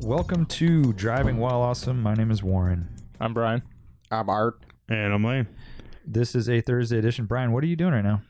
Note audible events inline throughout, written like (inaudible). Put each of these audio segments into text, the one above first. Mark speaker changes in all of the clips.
Speaker 1: Welcome to Driving While Awesome. My name is Warren.
Speaker 2: I'm Brian.
Speaker 3: I'm Art.
Speaker 4: And I'm lame.
Speaker 1: This is a Thursday edition. Brian, what are you doing right now?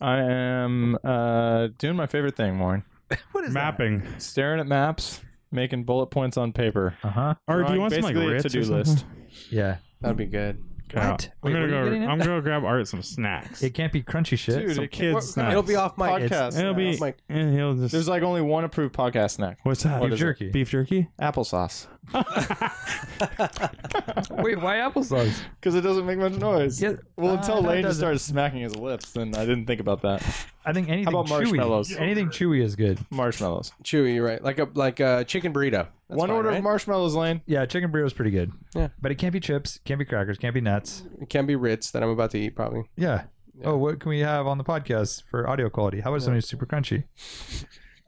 Speaker 2: I am uh, doing my favorite thing, Warren.
Speaker 1: What is
Speaker 4: Mapping.
Speaker 2: Staring at maps, making bullet points on paper.
Speaker 1: Uh huh.
Speaker 4: Art, do you want some
Speaker 2: Drawing
Speaker 4: like
Speaker 2: basically
Speaker 4: Ritz
Speaker 2: a
Speaker 4: or
Speaker 2: to-do
Speaker 4: something? (laughs)
Speaker 2: list.
Speaker 1: Yeah.
Speaker 3: That'd be good.
Speaker 4: Yeah.
Speaker 1: What?
Speaker 4: I'm
Speaker 1: Wait,
Speaker 4: gonna
Speaker 1: what are you
Speaker 4: go.
Speaker 1: getting at?
Speaker 4: I'm gonna grab Art some snacks.
Speaker 1: It can't be crunchy shit.
Speaker 2: Dude,
Speaker 1: So-
Speaker 2: it
Speaker 4: kid
Speaker 2: can't, what-
Speaker 4: snack.
Speaker 5: It'll be off mic.
Speaker 2: podcast.
Speaker 4: It'll be.
Speaker 2: snack.
Speaker 5: Mike.
Speaker 4: And he'll just.
Speaker 2: There's like only one approved podcast snack.
Speaker 4: what's that?
Speaker 2: What
Speaker 1: beef
Speaker 2: is it?
Speaker 1: jerky.
Speaker 4: Beef jerky.
Speaker 2: Applesauce.
Speaker 1: Wait, why applesauce?
Speaker 2: Because it doesn't make much noise.
Speaker 1: Yeah,
Speaker 2: Well,
Speaker 1: uh,
Speaker 2: until
Speaker 1: no, it
Speaker 2: Lane just
Speaker 1: doesn't.
Speaker 2: started smacking his lips, then I didn't think about that.
Speaker 1: I think anything
Speaker 2: about
Speaker 1: chewy.
Speaker 2: marshmallows?
Speaker 1: Anything chewy is good.
Speaker 2: Marshmallows.
Speaker 5: Chewy, you're right? Like a like a chicken burrito. That's
Speaker 2: one
Speaker 5: fine,
Speaker 2: order
Speaker 5: right?
Speaker 2: of marshmallows, Lane.
Speaker 1: Yeah, chicken burrito is pretty good.
Speaker 5: Yeah.
Speaker 1: But it can't be chips, can't be crackers, can't be nuts.
Speaker 5: It can be Ritz that I'm about to eat probably.
Speaker 1: Yeah. Oh, what can we have on the podcast for audio quality? How about something super crunchy?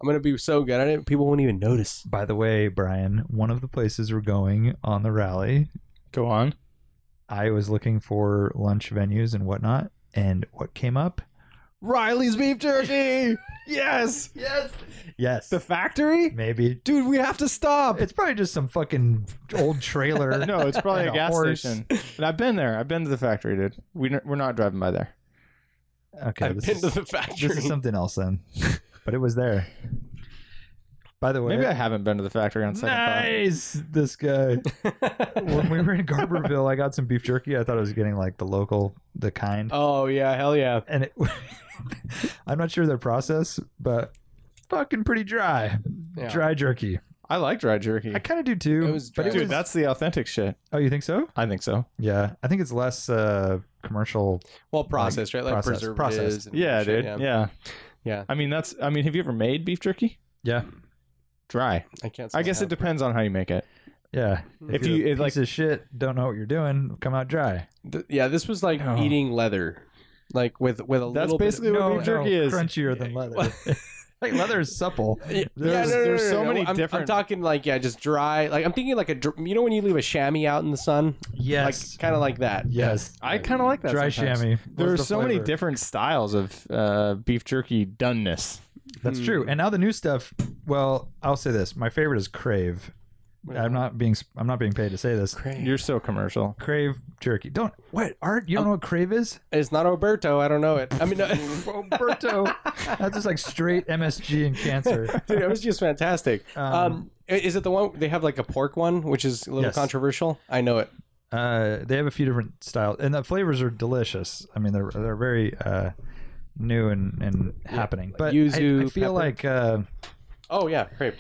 Speaker 5: I'm gonna be so good at it, people won't even notice.
Speaker 1: By the way, Brian, one of the places we're going on the rally
Speaker 2: Go on.
Speaker 1: I was looking for lunch venues and whatnot, and what came up?
Speaker 2: Riley's beef jerky. (laughs) yes.
Speaker 1: Yes,
Speaker 2: The factory?
Speaker 1: maybe.
Speaker 2: Dude, we have to stop.
Speaker 1: It's probably just some fucking old trailer.
Speaker 2: no, it's (laughs) probably
Speaker 1: And
Speaker 2: a
Speaker 1: a
Speaker 2: gas
Speaker 1: horse.
Speaker 2: station. But I've been there. I've been to the factory, dude. We n- we're not driving by there.
Speaker 1: (laughs) okay, this is,
Speaker 5: the
Speaker 1: this is something else (laughs) then. But it was there. By the way,
Speaker 2: Maybe I haven't been to the factory on second thought.
Speaker 1: nice. This
Speaker 5: (laughs)
Speaker 1: guy. when we were in Garberville, I got some beef jerky. I thought I was getting like the local, the kind,
Speaker 2: Oh yeah, hell yeah.
Speaker 1: and it. (laughs) I'm not sure their process, but fucking pretty dry,
Speaker 5: Yeah.
Speaker 1: dry jerky.
Speaker 2: I like dry jerky.
Speaker 1: I kind of do too.
Speaker 5: It was
Speaker 1: but
Speaker 5: dry.
Speaker 2: Dude, that's the authentic shit.
Speaker 1: Oh, you think so?
Speaker 2: I think so.
Speaker 1: Yeah, I think it's less uh, commercial.
Speaker 5: well processed, right? Like
Speaker 1: processed,
Speaker 5: preservatives.
Speaker 1: processed.
Speaker 5: and
Speaker 2: Yeah, dude.
Speaker 5: shit,
Speaker 2: Yeah.
Speaker 5: Yeah.
Speaker 2: yeah.
Speaker 5: Yeah.
Speaker 2: I mean that's I mean, have you ever made beef jerky?
Speaker 1: Yeah,
Speaker 2: Dry.
Speaker 5: I can't
Speaker 2: I guess it depends on how you make it.
Speaker 1: yeah.
Speaker 2: If you-
Speaker 1: a
Speaker 2: it, like-
Speaker 1: piece of shit, don't know what you're doing, come out dry.
Speaker 5: Th- yeah, this was like
Speaker 2: No.
Speaker 5: eating leather. Like with with a
Speaker 2: That's
Speaker 5: little bit of-
Speaker 2: basically what beef jerky is.
Speaker 1: crunchier than leather. (laughs) like leather is supple.
Speaker 5: Yeah,
Speaker 2: There's- there's so many
Speaker 5: I'm-
Speaker 2: different-
Speaker 5: I'm talking like yeah, just dry. Like I'm thinking like a dr- you know when you leave a chamois out in the sun,
Speaker 1: Yes,
Speaker 5: like kind of like that.
Speaker 1: yes.
Speaker 2: I kinda like that.
Speaker 1: dry
Speaker 2: sometimes.
Speaker 1: chamois.
Speaker 2: There are
Speaker 1: What's the
Speaker 2: so many
Speaker 1: flavor?
Speaker 2: different styles of uh, beef jerky doneness.
Speaker 1: That's true. And now the new stuff. Well, I'll say this. My favorite is Crave. I'm not being. I'm not being paid to say this.
Speaker 2: You're so commercial.
Speaker 1: Crave jerky. Don't what art? You don't know what Crave is?
Speaker 5: It's not Alberto. I don't know it. I mean, no- (laughs)
Speaker 1: Roberto. (laughs) That's just like straight MSG and (laughs) cancer.
Speaker 5: dude, it was just fantastic.
Speaker 1: Um,
Speaker 5: Um, i- is it the one they have like a pork one, which is a little
Speaker 1: Yes.
Speaker 5: controversial? I know it.
Speaker 1: Uh, they have a few different styles, and the flavors are delicious. I mean, they're they're very uh, new and, and happening. But
Speaker 5: yuzu,
Speaker 1: I, I feel
Speaker 5: pepper.
Speaker 1: like uh,
Speaker 5: Oh yeah, crepe.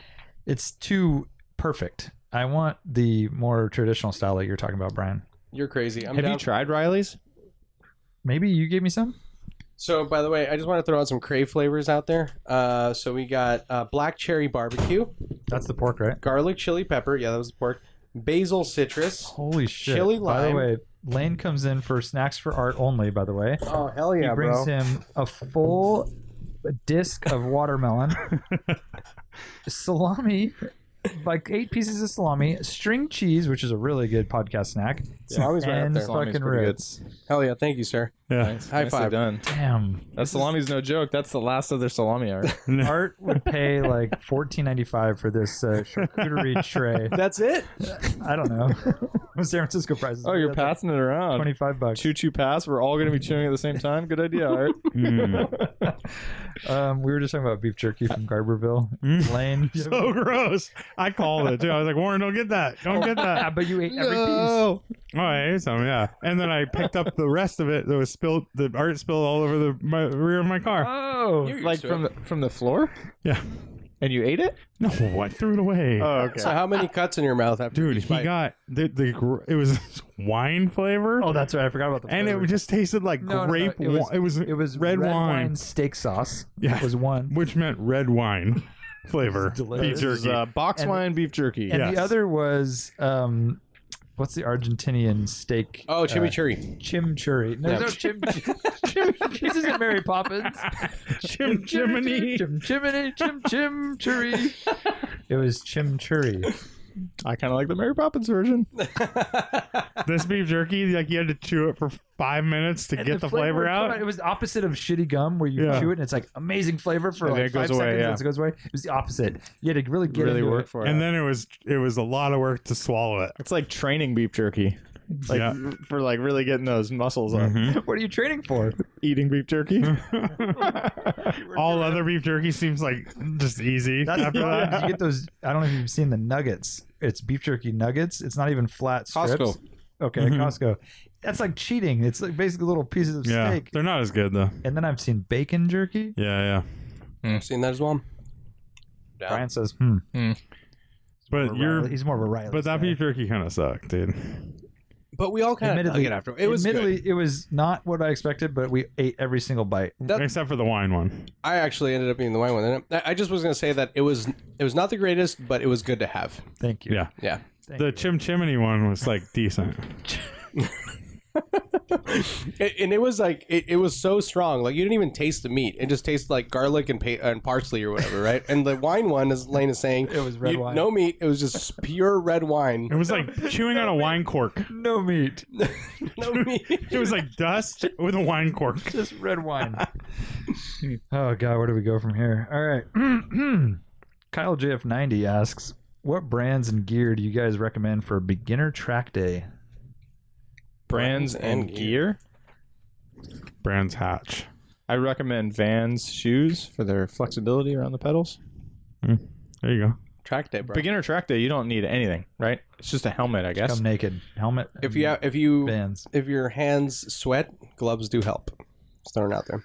Speaker 1: it's too perfect. I want the more traditional style that you're talking about, Brian.
Speaker 5: You're crazy. I'm
Speaker 2: have
Speaker 5: down.
Speaker 2: you tried Riley's?
Speaker 1: Maybe you gave me some.
Speaker 5: so by the way, I just want to throw out some crave flavors out there. Uh, so we got uh, black cherry barbecue,
Speaker 1: That's the pork, right?
Speaker 5: garlic chili pepper. Yeah, that was the pork. Basil citrus.
Speaker 1: Holy shit!
Speaker 5: Chili
Speaker 1: By the
Speaker 5: lime.
Speaker 1: way, Lane comes in for snacks for art only. By the way,
Speaker 5: Oh hell
Speaker 1: he brings him a full disc of watermelon, salami, like eight pieces of salami, string cheese, which is a really good podcast snack,
Speaker 5: Salami's right up
Speaker 1: and
Speaker 5: there.
Speaker 2: Salami's
Speaker 1: fucking
Speaker 2: pretty good.
Speaker 1: ribs.
Speaker 5: Hell yeah! Thank you, sir.
Speaker 4: (laughs) Yeah.
Speaker 5: High
Speaker 2: Nicely
Speaker 5: five.
Speaker 2: done.
Speaker 1: Damn,
Speaker 2: That salami's no joke. That's the last of their salami art.
Speaker 4: Mm.
Speaker 1: Art would pay like fourteen ninety five for this uh, charcuterie tray.
Speaker 5: That's
Speaker 1: (laughs)
Speaker 5: it.
Speaker 1: I don't know. (laughs) San Francisco prices.
Speaker 2: oh, you're passing it around.
Speaker 1: twenty five bucks.
Speaker 2: Choo choo pass. We're all going to be chewing at the same time. Good idea, Art.
Speaker 4: (laughs) Mm.
Speaker 1: Um, we were just talking about beef jerky from Garberville.
Speaker 4: Mm.
Speaker 1: Lane.
Speaker 4: so gross. I called it too. I was like, Warren, don't get that. Don't get
Speaker 1: Ah, (laughs)
Speaker 4: that.
Speaker 1: but you ate every
Speaker 4: Oh, I ate some, yeah. And then I picked up the rest of it that was spilled. The art spilled all over the my, rear of my
Speaker 1: piece.
Speaker 4: car.
Speaker 1: Oh.
Speaker 2: like from the, from the floor?
Speaker 4: Yeah.
Speaker 2: And you ate it?
Speaker 4: No, I threw it away.
Speaker 1: Oh,
Speaker 2: okay.
Speaker 5: So how many cuts in your mouth after
Speaker 4: Dude,
Speaker 5: each
Speaker 4: he
Speaker 5: bite?
Speaker 4: got the, the gr- it was (laughs) wine flavor,
Speaker 1: Oh, that's right. I forgot about the.
Speaker 4: and
Speaker 1: flavor.
Speaker 4: it just tasted like
Speaker 1: No, no, no,
Speaker 4: grape.
Speaker 1: it
Speaker 4: wi-
Speaker 1: was-
Speaker 4: it was
Speaker 1: it was
Speaker 4: red wine.
Speaker 1: steak sauce.
Speaker 4: Yeah.
Speaker 1: was one. (laughs)
Speaker 4: which meant red wine. flavor.
Speaker 1: Delicious.
Speaker 4: Beef
Speaker 1: This
Speaker 2: This is,
Speaker 4: jerky.
Speaker 2: uh, box
Speaker 1: And-
Speaker 2: wine beef jerky.
Speaker 1: And
Speaker 4: Yes.
Speaker 1: the other was um, what's the Argentinian steak?
Speaker 5: Oh,
Speaker 1: uh,
Speaker 5: chimichurri.
Speaker 1: chimichurri. No,
Speaker 5: Yeah.
Speaker 1: no, chim. chim- (laughs) this isn't Mary Poppins.
Speaker 4: Chim chimney.
Speaker 1: Chim chimney. Chim chimchurri. It was chimchurri.
Speaker 2: I kind of like the Mary Poppins version.
Speaker 4: This beef jerky, like you had to chew it for five minutes to
Speaker 1: And
Speaker 4: get the, flavor,
Speaker 1: would come
Speaker 4: out.
Speaker 1: It was the opposite of shitty gum, where you
Speaker 4: Yeah.
Speaker 1: chew it and it's like amazing flavor for
Speaker 2: And
Speaker 1: like
Speaker 2: then it goes
Speaker 1: five
Speaker 2: away,
Speaker 1: seconds,
Speaker 2: yeah.
Speaker 1: and it goes away. It was the opposite. You had to really get
Speaker 2: really
Speaker 1: into
Speaker 2: work
Speaker 1: it.
Speaker 2: for it.
Speaker 4: And then it was it was a lot of work to swallow it.
Speaker 2: it's like training beef jerky. Like
Speaker 4: Yeah. Mm-hmm.
Speaker 2: r- for like really getting those muscles on
Speaker 1: (laughs) What are you training for?
Speaker 2: eating beef jerky.
Speaker 4: All other beef jerky seems like just easy (laughs)
Speaker 1: That's
Speaker 4: after
Speaker 1: the problem, is
Speaker 4: that.
Speaker 1: You get those. I don't know if you've seen the nuggets. It's beef jerky nuggets. It's not even flat strips.
Speaker 5: Costco.
Speaker 1: Okay,
Speaker 4: Mhm.
Speaker 1: Costco. That's like cheating. It's like basically little pieces of
Speaker 4: Yeah,
Speaker 1: steak.
Speaker 4: they're not as good though.
Speaker 1: And then I've seen bacon jerky.
Speaker 4: Yeah, yeah.
Speaker 5: Seen that as well? Yeah.
Speaker 1: Brian says, "Hmm,
Speaker 4: But you're
Speaker 1: he's more of a Riley."
Speaker 4: but that
Speaker 1: guy.
Speaker 4: beef jerky kind of sucked, dude.
Speaker 5: But we all kind of
Speaker 1: Admittedly-
Speaker 5: dug it after. It was
Speaker 1: admittedly,
Speaker 5: good.
Speaker 1: it was not what I expected, but we ate every single bite.
Speaker 5: That-
Speaker 4: Except for the wine one.
Speaker 5: I actually ended up eating the wine one. And I I just was gonna say that it was it was not the greatest, but it was good to have.
Speaker 1: Thank you.
Speaker 4: Yeah.
Speaker 5: Yeah.
Speaker 1: Thank
Speaker 4: The
Speaker 1: you.
Speaker 4: chim chimney one was like decent.
Speaker 5: (laughs) It, and it was like it, it was so strong, like you didn't even taste the meat. It just tasted like garlic and pa- and parsley or whatever, right? And the wine one, as Lane is saying,
Speaker 1: It was (laughs) red
Speaker 5: you-
Speaker 1: wine.
Speaker 5: no meat. It was just (laughs) pure red
Speaker 4: It
Speaker 5: wine, (laughs)
Speaker 1: (laughs)
Speaker 4: was like chewing on a wine cork.
Speaker 1: no meat, (laughs)
Speaker 5: no meat.
Speaker 4: It was like dust with a wine (laughs) cork.
Speaker 1: just red wine. (laughs) oh God, where do we go from here? All right. (clears throat) Kyle JF90 asks, "What brands and gear do you guys recommend for beginner track day?"
Speaker 2: Brands and gear.
Speaker 4: Brands Hatch.
Speaker 2: I recommend Vans shoes for their flexibility around the pedals.
Speaker 4: There you go.
Speaker 5: Track day, bro.
Speaker 2: Beginner track day, you don't need anything, right? It's just a helmet, I guess.
Speaker 1: Come naked, helmet.
Speaker 5: if you
Speaker 1: and
Speaker 5: if you
Speaker 1: bands,
Speaker 5: if your hands sweat, gloves do help. Just throwing it out there.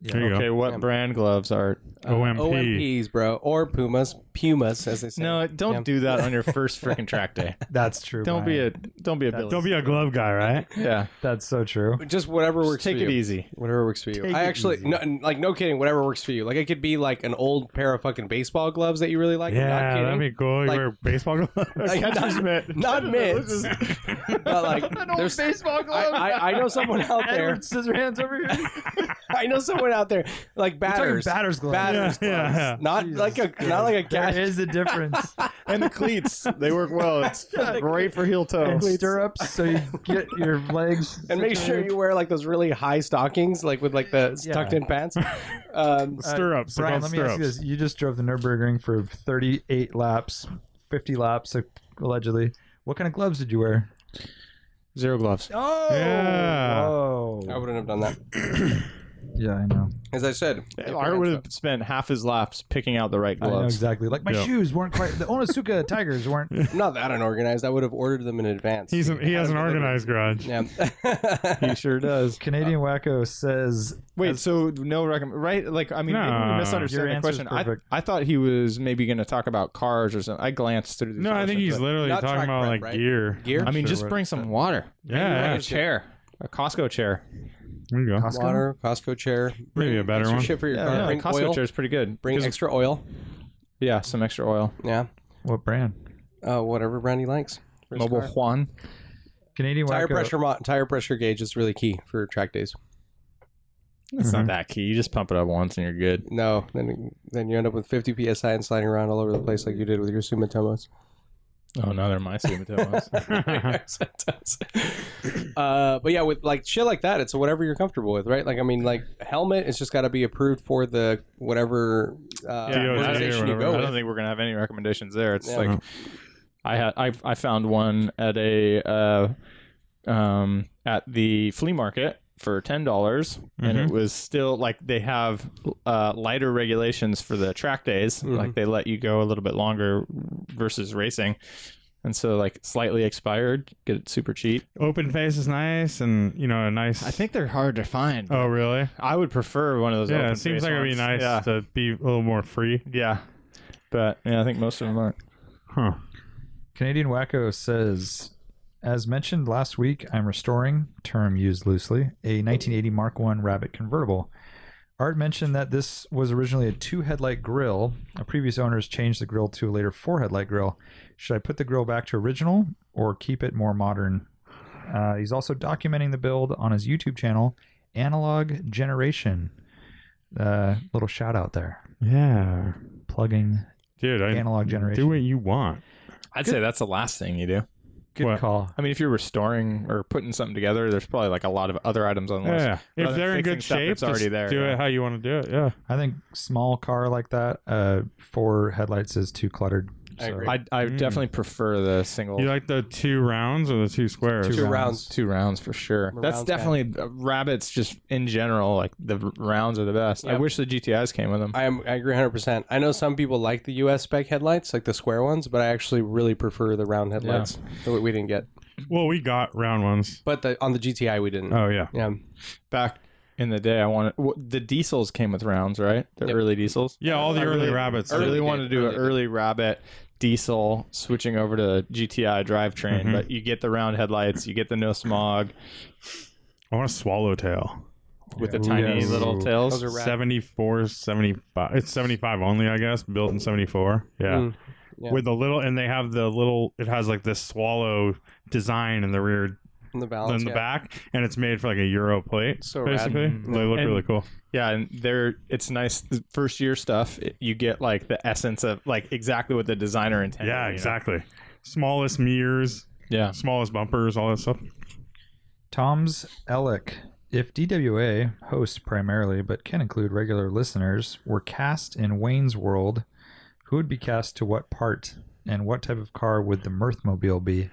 Speaker 1: Yeah.
Speaker 4: There you
Speaker 2: Okay,
Speaker 4: go.
Speaker 2: what
Speaker 5: Yeah.
Speaker 2: brand gloves are?
Speaker 5: Uh,
Speaker 4: OMP.
Speaker 5: Um, OMPs, bro, or Pumas, Pumas, as they say.
Speaker 2: No, don't
Speaker 5: Yeah.
Speaker 2: do that on your first freaking track day.
Speaker 1: that's true.
Speaker 2: Don't be a
Speaker 1: Brian.
Speaker 2: don't be a
Speaker 1: That's-
Speaker 2: Billy.
Speaker 4: Don't be a glove guy, right?
Speaker 2: yeah,
Speaker 1: That's so true.
Speaker 5: just whatever
Speaker 2: just
Speaker 5: works.
Speaker 2: take
Speaker 5: for
Speaker 2: it
Speaker 5: you.
Speaker 2: easy.
Speaker 5: Whatever works for you.
Speaker 1: Take
Speaker 5: I
Speaker 1: it
Speaker 5: actually,
Speaker 1: easy.
Speaker 5: no, like, no kidding. Whatever works for you. Like, it could be like an old pair of fucking baseball gloves that you really like. not
Speaker 4: yeah,
Speaker 5: kidding.
Speaker 4: that'd be cool. You
Speaker 5: Like-
Speaker 4: wear baseball gloves. (laughs)
Speaker 5: Like, not, not (laughs) mitts,
Speaker 2: (laughs)
Speaker 5: but like there's
Speaker 1: baseball
Speaker 5: I, I, I know someone out there.
Speaker 1: Edward Scissorhands over here.
Speaker 5: I know someone out there like
Speaker 1: Talking
Speaker 5: batters,
Speaker 1: batter's glove.
Speaker 5: batters,
Speaker 4: Yeah, yeah,
Speaker 5: gloves.
Speaker 4: yeah.
Speaker 5: not
Speaker 1: Jesus
Speaker 5: like a not like a
Speaker 1: There
Speaker 5: cat.
Speaker 1: is
Speaker 5: (laughs)
Speaker 1: a difference.
Speaker 2: and the cleats they work well. It's great for heel toe.
Speaker 5: Oh.
Speaker 1: and stirrups, so you get your
Speaker 5: (laughs)
Speaker 1: legs.
Speaker 5: And make sure
Speaker 1: situated.
Speaker 5: you wear like those really high stockings, like with like the
Speaker 1: Yeah.
Speaker 5: tucked in pants. Um,
Speaker 4: Stirrups. they're
Speaker 1: Brian, let
Speaker 4: called
Speaker 1: me ask you
Speaker 4: stirrups.
Speaker 1: this: You just drove the Nurburgring for 38 laps, 50 laps allegedly. What kind of gloves did you wear?
Speaker 2: Zero gloves.
Speaker 1: Oh,
Speaker 4: Yeah.
Speaker 5: I
Speaker 1: whoa.
Speaker 5: wouldn't have done that.
Speaker 1: yeah, I know.
Speaker 5: As I said, if I
Speaker 2: Art
Speaker 5: had
Speaker 2: would
Speaker 5: stuff-
Speaker 2: have spent half his laps picking out the right
Speaker 1: I know
Speaker 2: gloves.
Speaker 1: exactly. Like my
Speaker 4: Yeah.
Speaker 1: shoes weren't quite. The Onitsuka Tigers weren't.
Speaker 5: I'm not that unorganized. I would have ordered them in advance.
Speaker 4: He's an, he has an organized garage.
Speaker 5: yeah.
Speaker 2: He sure does.
Speaker 1: Canadian Wacko says
Speaker 2: Wait, so no recommend right? Like, I mean, maybe we
Speaker 4: No.
Speaker 2: misunderstand
Speaker 1: Your
Speaker 2: the
Speaker 1: answer's
Speaker 2: question. I,
Speaker 1: perfect.
Speaker 2: I thought he was maybe going to talk about cars or something. I glanced through. these
Speaker 4: No, I think
Speaker 2: questions,
Speaker 4: he's
Speaker 2: but-
Speaker 4: literally
Speaker 5: Not
Speaker 4: talking
Speaker 5: track
Speaker 4: about
Speaker 5: prep,
Speaker 4: like
Speaker 5: right?
Speaker 4: gear.
Speaker 5: Gear?
Speaker 2: I mean,
Speaker 1: sure
Speaker 2: just
Speaker 1: what-
Speaker 2: bring some water.
Speaker 4: Yeah,
Speaker 2: a chair, a Costco chair.
Speaker 4: There you go.
Speaker 1: Costco?
Speaker 5: Water, Costco chair.
Speaker 4: Maybe
Speaker 5: Bring
Speaker 4: a better
Speaker 5: extra
Speaker 4: one.
Speaker 5: Shit for your
Speaker 2: Yeah,
Speaker 5: car.
Speaker 2: yeah,
Speaker 5: Bring
Speaker 2: Costco
Speaker 5: oil.
Speaker 2: chair is pretty good.
Speaker 5: Bring
Speaker 2: 'Cause-
Speaker 5: extra oil.
Speaker 2: yeah, some extra oil.
Speaker 5: Yeah.
Speaker 1: what brand?
Speaker 5: Uh, whatever Brandy likes. for his
Speaker 2: Mobile
Speaker 5: car.
Speaker 2: Juan.
Speaker 1: Canadian
Speaker 5: Tire
Speaker 1: Wacko.
Speaker 5: pressure mo- tire pressure gauge is really key for track days.
Speaker 2: It's not that key. You just pump it up once and you're good.
Speaker 5: No, then then you end up with 50 psi and sliding around all over the place like you did with your Sumitomos.
Speaker 2: Oh, no, they're my (laughs) Sumitomo's.
Speaker 5: (laughs) uh, but yeah, with like shit like that, it's whatever you're comfortable with, right? Like, I mean, like helmet, it's just got to be approved for the whatever uh,
Speaker 4: DOT or
Speaker 5: organization you
Speaker 4: whatever.
Speaker 5: go
Speaker 2: I
Speaker 5: with.
Speaker 2: don't think we're gonna have any recommendations there. It's
Speaker 5: Yeah.
Speaker 2: like I had I I found one at a uh, um at the flea market for ten dollars, (laughs)
Speaker 4: (laughs) Mhm.
Speaker 2: and
Speaker 4: Mm-hmm.
Speaker 2: it was still like they have uh, lighter regulations for the track days. Like they let you go a little bit longer versus racing. And so, like slightly expired, get it super cheap.
Speaker 4: Open face is nice, and you know a nice.
Speaker 2: I think they're hard to find.
Speaker 4: Oh really?
Speaker 2: I would prefer one of those.
Speaker 4: Yeah,
Speaker 2: open
Speaker 4: it seems
Speaker 2: face
Speaker 4: like it'd be
Speaker 2: ones.
Speaker 4: nice
Speaker 2: Yeah,
Speaker 4: to be a little more free.
Speaker 2: yeah, but yeah, I think most of them aren't.
Speaker 4: Huh.
Speaker 1: Canadian Wacko says, as mentioned last week, I'm restoring, term used loosely, a 1980 Mark I Rabbit convertible. Art mentioned that this was originally a two headlight grill. A previous owners changed the grill to a later four headlight grill. Should I put the grill back to original or keep it more modern? Uh, he's also documenting the build on his YouTube channel, Analog Generation. Uh, little shout out there,
Speaker 4: Yeah,
Speaker 1: plugging
Speaker 4: dude. I
Speaker 1: Analog generation.
Speaker 4: Do what you want.
Speaker 2: I'd say that's the last thing you do.
Speaker 1: Good
Speaker 4: Well,
Speaker 1: call.
Speaker 2: I mean, if you're restoring or putting something together, there's probably like a lot of other items on the list.
Speaker 4: Yeah,
Speaker 2: Rather
Speaker 4: if
Speaker 2: than
Speaker 4: they're in
Speaker 2: fixing
Speaker 4: good
Speaker 2: stuff
Speaker 4: shape,
Speaker 2: that's already
Speaker 4: just
Speaker 2: there,
Speaker 4: Do
Speaker 2: yeah.
Speaker 4: it how you want to do it. Yeah,
Speaker 1: I think small car like that, uh, four headlights is too cluttered.
Speaker 5: I
Speaker 1: So,
Speaker 5: agree.
Speaker 2: I, I
Speaker 4: Mm.
Speaker 2: definitely prefer the single
Speaker 4: you like the two rounds or the two squares?
Speaker 5: Two
Speaker 1: rounds.
Speaker 5: rounds.
Speaker 2: two rounds for sure.
Speaker 5: I'm a
Speaker 2: That's
Speaker 5: rounds guy.
Speaker 2: definitely uh, rabbits. Just in general, like the r- rounds are the best. I
Speaker 5: Yep.
Speaker 2: wish the GTIs came with them.
Speaker 5: I am. I agree 100. percent I know some people like the U.S. spec headlights, like the square ones, but I actually really prefer the round headlights that we- we didn't get.
Speaker 4: Well, we got round ones.
Speaker 5: But the, on the GTI we didn't.
Speaker 4: Oh yeah,
Speaker 5: Yeah.
Speaker 2: Back in the day, I wanted w- the diesels came with rounds, right? The
Speaker 5: Yep.
Speaker 2: early diesels.
Speaker 4: yeah. All the
Speaker 2: I
Speaker 4: early
Speaker 2: really-
Speaker 4: rabbits.
Speaker 2: I really
Speaker 5: Early
Speaker 2: wanted to
Speaker 5: did,
Speaker 2: do an
Speaker 5: early
Speaker 2: early rabbit diesel switching over to GTI drivetrain,
Speaker 5: Mm-hmm.
Speaker 4: Mhm.
Speaker 2: but you get the round headlights, you get the no smog
Speaker 4: I want a swallowtail.
Speaker 2: with the
Speaker 1: Ooh,
Speaker 2: tiny
Speaker 1: yes.
Speaker 2: little
Speaker 1: Ooh.
Speaker 2: tails.
Speaker 5: Those are rad.
Speaker 4: 74, 75. It's 75 only, I guess. Built in 74. Yeah.
Speaker 5: Mm. Yeah.
Speaker 4: With the little, and they have the little, it has like this swallow design in the rear,
Speaker 5: In the balance.
Speaker 4: in the
Speaker 5: yeah.
Speaker 4: back, and it's made for like a Euro plate.
Speaker 5: Oh, So rad. (laughs)
Speaker 4: basically, they look
Speaker 2: And-
Speaker 4: really cool.
Speaker 2: Yeah, and they're it's nice. The first year stuff, it- you get like the essence of like exactly what the designer intended.
Speaker 4: Yeah,
Speaker 2: you know?
Speaker 4: exactly. Smallest mirrors,
Speaker 2: Yeah.
Speaker 4: smallest bumpers, all that stuff.
Speaker 1: Tom's Ellick. If DWA, hosts primarily, but can include regular listeners, were cast in Wayne's World, who would be cast to what part? And what type of car would the Mirthmobile be?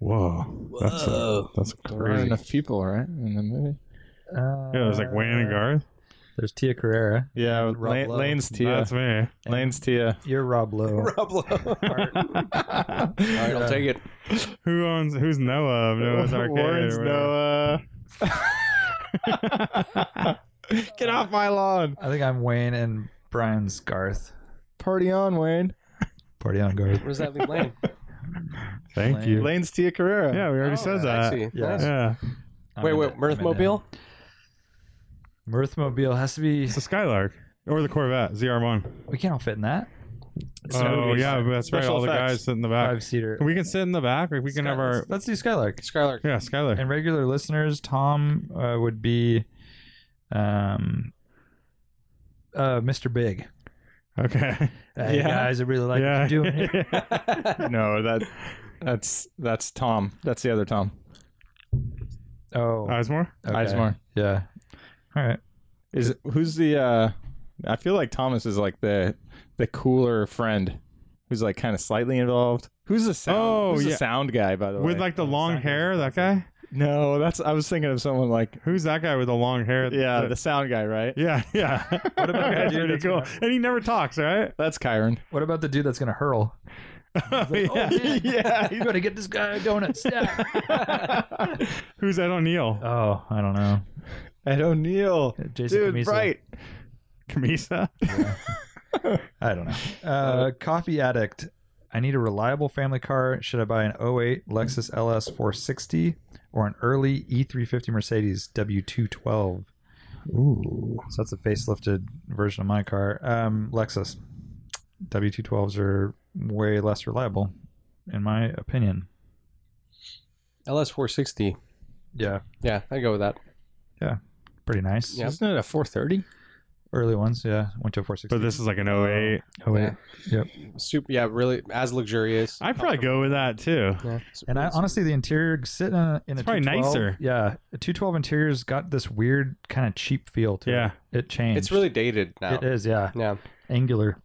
Speaker 4: Whoa. That's, a, that's crazy.
Speaker 2: enough people, right, in the movie.
Speaker 1: Uh,
Speaker 4: Yeah, there's like Wayne and Garth.
Speaker 1: There's Tia Carrera.
Speaker 2: Yeah,
Speaker 1: And Rob
Speaker 2: Lane,
Speaker 1: Lowe.
Speaker 2: Lane's Tia.
Speaker 4: That's me.
Speaker 2: Lane's Tia.
Speaker 1: You're Rob Lowe.
Speaker 5: Rob Lowe. All right, I'll take it.
Speaker 4: Who owns, who's Noah of Noah's Arcade? or
Speaker 2: Warren's
Speaker 4: whatever?
Speaker 2: Noah. (laughs) Get off my lawn.
Speaker 1: I think I'm Wayne and Brian's Garth.
Speaker 2: Party on, Wayne.
Speaker 1: Party on, Garth.
Speaker 5: Where's that leave (laughs) lane?
Speaker 4: Thank you.
Speaker 2: Lane's Tia Carrera. (laughs)
Speaker 4: Yeah, we already said that.
Speaker 5: I see.
Speaker 1: Yeah.
Speaker 5: Nice.
Speaker 4: Yeah.
Speaker 1: I'm
Speaker 5: Wait,
Speaker 1: in
Speaker 5: wait,
Speaker 1: it. I'm in it.
Speaker 5: Mirthmobile?
Speaker 1: Mirthmobile has to be.
Speaker 4: It's a Skylark or the Corvette ZR1.
Speaker 1: We can't all fit in that.
Speaker 4: Oh yeah, that's right.
Speaker 2: Special
Speaker 4: All the
Speaker 2: effects.
Speaker 4: guys sit in the back.
Speaker 1: Five seater.
Speaker 4: We can sit in the back. Or we can have our
Speaker 1: Let's, let's do Skylark.
Speaker 5: Skylark.
Speaker 4: yeah Skylar.
Speaker 1: and regular listeners, Tom uh, would be um, uh, Mr. Big.
Speaker 4: Okay. (laughs)
Speaker 1: Hey
Speaker 2: Yeah.
Speaker 1: guys, I really like
Speaker 4: yeah.
Speaker 1: what you're doing. (laughs) here.
Speaker 2: no, that that's that's Tom. That's the other Tom.
Speaker 1: Oh,
Speaker 4: Osmore.
Speaker 1: okay.
Speaker 2: Ismar.
Speaker 1: Yeah. All right.
Speaker 2: Is it, who's the uh I feel like Thomas is like the the cooler friend who's like kind of slightly involved. Who's the sound
Speaker 4: Oh,
Speaker 2: who's the
Speaker 4: yeah.
Speaker 2: sound guy by the way?
Speaker 4: With like the long hair, that guy.
Speaker 2: No, that's I was thinking of someone like
Speaker 4: Who's that guy with the long hair?
Speaker 2: yeah,
Speaker 4: The-
Speaker 2: the sound guy, right?
Speaker 4: yeah, (laughs) yeah. What
Speaker 1: about that
Speaker 4: that's
Speaker 1: dude
Speaker 4: pretty
Speaker 1: that's
Speaker 4: cool.
Speaker 1: gonna-
Speaker 4: And he never talks, right? (laughs)
Speaker 2: That's Kyron.
Speaker 1: What about the dude that's gonna hurl? (laughs)
Speaker 4: Oh, yeah.
Speaker 2: yeah.
Speaker 1: You gotta get this guy a donut stack.
Speaker 4: (laughs) Who's Ed O'Neill?
Speaker 1: (laughs) oh, I don't know.
Speaker 2: Ed O'Neill.
Speaker 1: Jason
Speaker 2: Dude,
Speaker 1: Camisa.
Speaker 2: right.
Speaker 4: Camisa.
Speaker 1: I (laughs) don't know. Uh, coffee addict. I need a reliable family car. Should I buy an 08 Lexus LS 460 or an early E350 Mercedes W212? Ooh. So that's a facelifted version of my car. Um, Lexus W212s are way less reliable, in my opinion.
Speaker 5: LS460.
Speaker 1: Yeah,
Speaker 5: Yeah, I go with that.
Speaker 1: pretty nice.
Speaker 5: Yeah.
Speaker 2: Isn't it a 430?
Speaker 1: Early ones. Yeah, went to a 460.
Speaker 4: But this is like an
Speaker 1: Oh,
Speaker 4: 08.
Speaker 1: 08.
Speaker 5: Yeah. Super. Yeah, really as luxurious.
Speaker 4: I'd probably go with that too.
Speaker 5: Yeah.
Speaker 1: And I honestly, the interior sitting in a, in a
Speaker 4: It's probably
Speaker 1: 212
Speaker 4: nicer.
Speaker 1: Yeah, a 212 interior's got this weird kind of cheap feel to
Speaker 4: Yeah.
Speaker 1: it. It changed.
Speaker 5: it's really dated now.
Speaker 1: It is, yeah.
Speaker 5: Yeah.
Speaker 1: Angular.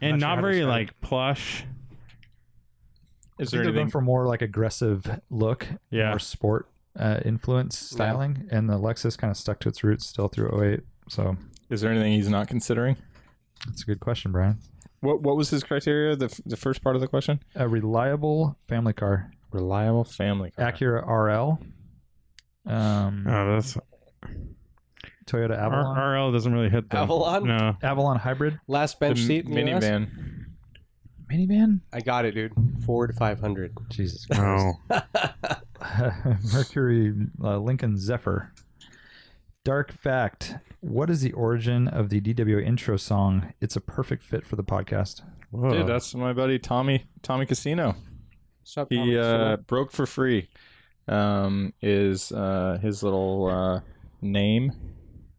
Speaker 4: And
Speaker 1: Not sure
Speaker 4: not
Speaker 1: how to
Speaker 4: very
Speaker 1: describe
Speaker 4: like plush.
Speaker 1: Is
Speaker 2: there
Speaker 1: they're going
Speaker 2: anything-
Speaker 1: for more like aggressive look,
Speaker 4: Yeah.
Speaker 1: more sport uh, influence styling, and the Lexus kind of stuck to its roots still through 08. So
Speaker 2: Is there anything he's not considering?
Speaker 1: that's a good question, Brian.
Speaker 2: What what was his criteria? The f- the first part of the question?
Speaker 1: A reliable family car,
Speaker 2: Reliable family car.
Speaker 1: Acura RL, um,
Speaker 4: Oh, that's
Speaker 1: Toyota Avalon,
Speaker 4: R- RL doesn't really hit the
Speaker 5: Avalon?
Speaker 4: No.
Speaker 2: (laughs)
Speaker 1: Avalon hybrid
Speaker 5: Last
Speaker 2: The
Speaker 5: bench
Speaker 2: m-
Speaker 5: seat in the US?
Speaker 2: minivan.
Speaker 1: minivan.
Speaker 5: I got it, dude. Ford 500.
Speaker 1: Jesus
Speaker 4: No.
Speaker 1: (laughs) Mercury uh, Lincoln Zephyr. Dark fact: What is the origin of the DW intro song? It's a perfect fit for the podcast.
Speaker 4: Whoa.
Speaker 2: Dude, that's my buddy Tommy Tommy Casino.
Speaker 5: Stop
Speaker 2: He
Speaker 5: comments.
Speaker 2: uh, broke for free. Um, is uh, his little uh, name?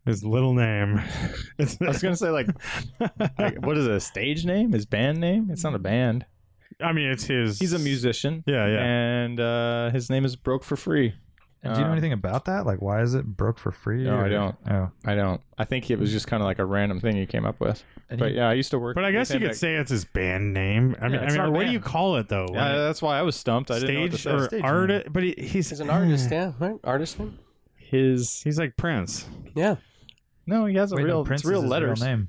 Speaker 4: his little name. (laughs) It's,
Speaker 2: I was gonna say like, like, what is it, a stage name? His band name? It's not a band.
Speaker 4: (laughs) I mean, it's his.
Speaker 2: He's a musician.
Speaker 4: Yeah, yeah.
Speaker 2: And uh, his name is Broke for Free.
Speaker 1: And do you know
Speaker 2: Uh,
Speaker 1: anything about that? Like, why is it broke for free?
Speaker 2: No, I
Speaker 1: or-
Speaker 2: don't.
Speaker 1: Oh,
Speaker 2: I don't. I think it was just kind of like a random thing he came up with.
Speaker 1: And
Speaker 2: But
Speaker 1: you-
Speaker 2: yeah, I used to work.
Speaker 4: But I
Speaker 2: with
Speaker 4: guess you
Speaker 2: him
Speaker 4: could
Speaker 2: at-
Speaker 4: say it's his band name. I mean,
Speaker 2: Yeah,
Speaker 4: I
Speaker 2: it's
Speaker 4: mean,
Speaker 2: not a
Speaker 4: what do
Speaker 2: band.
Speaker 4: you call it though?
Speaker 2: Yeah, that's why I was stumped. I didn't know what to
Speaker 4: stage
Speaker 2: say.
Speaker 4: or
Speaker 1: Stage
Speaker 4: artist? But he, he's
Speaker 5: He's
Speaker 2: (sighs)
Speaker 5: an artist, yeah, right? Artist name?
Speaker 2: his
Speaker 4: (laughs) He's like Prince,
Speaker 5: Yeah.
Speaker 2: no, he has a
Speaker 1: wait, no,
Speaker 2: real
Speaker 1: Prince
Speaker 2: it's real
Speaker 1: is his
Speaker 2: letters.
Speaker 1: Real name.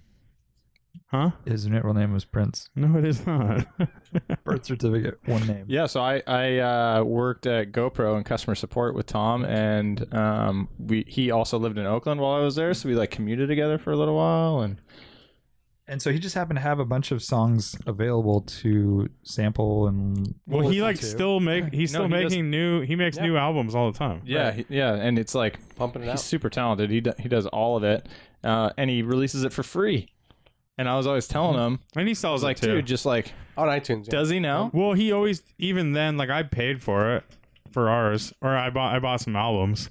Speaker 4: huh?
Speaker 1: His real name was Prince.
Speaker 4: No, it is not.
Speaker 1: Birth certificate, one name.
Speaker 2: Yeah, so I I uh, worked at GoPro in customer support with Tom, and um, we he also lived in Oakland while I was there, so we like commuted together for a little while, and
Speaker 1: And so he just happened to have a bunch of songs available to sample and.
Speaker 4: (laughs) well, he
Speaker 1: listen
Speaker 4: like
Speaker 1: to.
Speaker 4: still make. He's
Speaker 2: No,
Speaker 4: still
Speaker 2: he does-
Speaker 4: making new. He makes
Speaker 5: Yeah.
Speaker 4: new albums all the time.
Speaker 2: yeah, he- yeah, and it's like
Speaker 5: Pumping it
Speaker 2: he's
Speaker 5: out.
Speaker 2: super talented. He do, he does all of it, uh, and he releases it for free. And I was always telling him,
Speaker 4: and he
Speaker 2: I
Speaker 4: sells
Speaker 2: was like,
Speaker 4: it too.
Speaker 2: dude, just like,
Speaker 5: On iTunes. Yeah.
Speaker 2: does he now?
Speaker 4: Well, he always even then like I paid for it for ours, or I bought I bought some albums.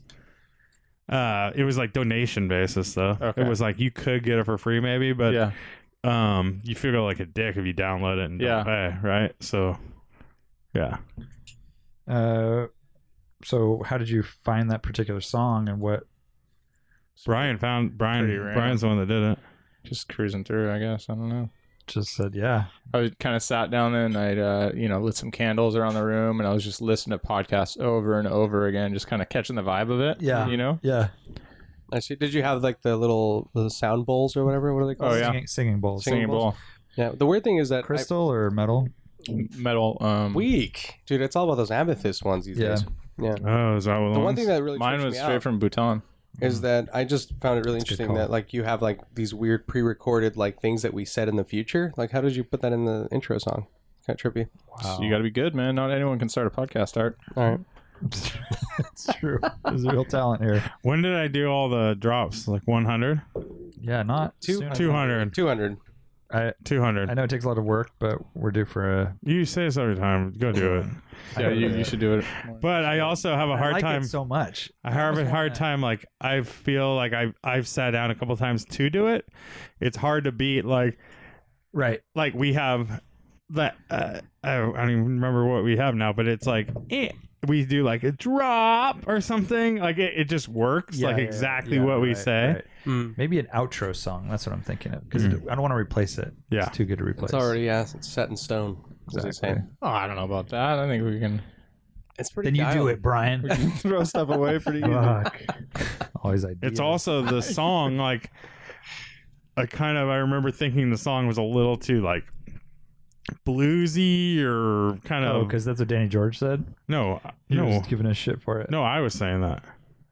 Speaker 4: Uh, it was like donation basis though.
Speaker 2: Okay.
Speaker 4: It was like you could get it for free maybe, but
Speaker 2: Yeah,
Speaker 4: um, you feel like a dick if you download it and
Speaker 2: Yeah.
Speaker 4: don't pay, right? So, yeah,
Speaker 1: Uh, so how did you find that particular song and what?
Speaker 4: Brian found Brian.
Speaker 2: Pretty random.
Speaker 4: Brian's the one that did it.
Speaker 2: just cruising through, I guess. I don't know.
Speaker 1: Just said, yeah.
Speaker 2: I was kind of sat down there and I, uh, you know, lit some candles around the room, and I was just listening to podcasts over and over again, just kind of catching the vibe of it.
Speaker 1: Yeah.
Speaker 2: you know.
Speaker 1: Yeah.
Speaker 5: I see. Did you have like the little the sound bowls or whatever? What are they called?
Speaker 2: Oh, yeah.
Speaker 1: Singing, singing bowls.
Speaker 5: Singing
Speaker 2: Singing bowl,
Speaker 5: Yeah. The weird thing is that I,
Speaker 1: Crystal or
Speaker 4: (laughs)
Speaker 1: metal?
Speaker 2: metal. Um,
Speaker 5: weak, dude. It's all about those amethyst ones these
Speaker 1: Yeah.
Speaker 5: days.
Speaker 4: Oh, is that what
Speaker 5: The one thing that really
Speaker 2: mine
Speaker 5: trips
Speaker 2: was
Speaker 5: me
Speaker 2: straight
Speaker 5: out
Speaker 2: from Hmm. Bhutan.
Speaker 5: is that I just found it really
Speaker 1: That's a good
Speaker 5: interesting
Speaker 1: call.
Speaker 5: that like you have like these weird pre-recorded like things that we said in the future. Like, how did you put that in the intro song? Kind of trippy.
Speaker 2: So you got to be good, man. Not anyone can start a podcast. Art.
Speaker 5: All right.
Speaker 1: it's true. There's real talent here.
Speaker 4: (laughs) When did I do all the drops? Like 100?
Speaker 1: Yeah, not
Speaker 5: Two-
Speaker 1: soon, I (laughs)
Speaker 4: 200.
Speaker 5: Two hundred.
Speaker 1: I
Speaker 4: $200.
Speaker 1: I know it takes a lot of work, but we're due for a.
Speaker 4: You say this every time. Go do
Speaker 1: (laughs)
Speaker 4: it.
Speaker 2: Yeah, you, you should do it.
Speaker 4: But I also have a hard
Speaker 1: I like
Speaker 4: time.
Speaker 1: it so much.
Speaker 4: I have a hard time. Like I feel like I've I've sat down a couple times to do it. It's hard to beat. Like
Speaker 1: Right.
Speaker 4: like we have that. Uh, I don't I don't even remember what we have now, but it's like eh, we do like a drop or something. Like it, it just works.
Speaker 1: Yeah,
Speaker 4: like
Speaker 1: yeah,
Speaker 4: exactly
Speaker 1: yeah,
Speaker 4: what we
Speaker 1: right,
Speaker 4: say.
Speaker 1: right.
Speaker 2: Hmm.
Speaker 1: Maybe an outro song. That's what I'm thinking of because I don't want to replace it.
Speaker 4: Hmm. Yeah.
Speaker 1: It's too good to replace.
Speaker 5: It's already yeah, it's set in stone. as they say.
Speaker 1: Exactly.
Speaker 2: Oh, I don't know about that. I think we (laughs) can
Speaker 5: It's pretty.
Speaker 1: Then you do
Speaker 5: dialed.
Speaker 1: it, Brian. (laughs)
Speaker 2: throw stuff away pretty
Speaker 1: Fuck.
Speaker 4: (laughs)
Speaker 1: Always ideas.
Speaker 4: It's also the song like I kind of I remember thinking the song was a little too like bluesy or kind
Speaker 1: Oh,
Speaker 4: of
Speaker 1: because that's what Danny George said.
Speaker 4: no
Speaker 1: You're
Speaker 4: no
Speaker 1: just giving us shit for it.
Speaker 4: no I was saying that.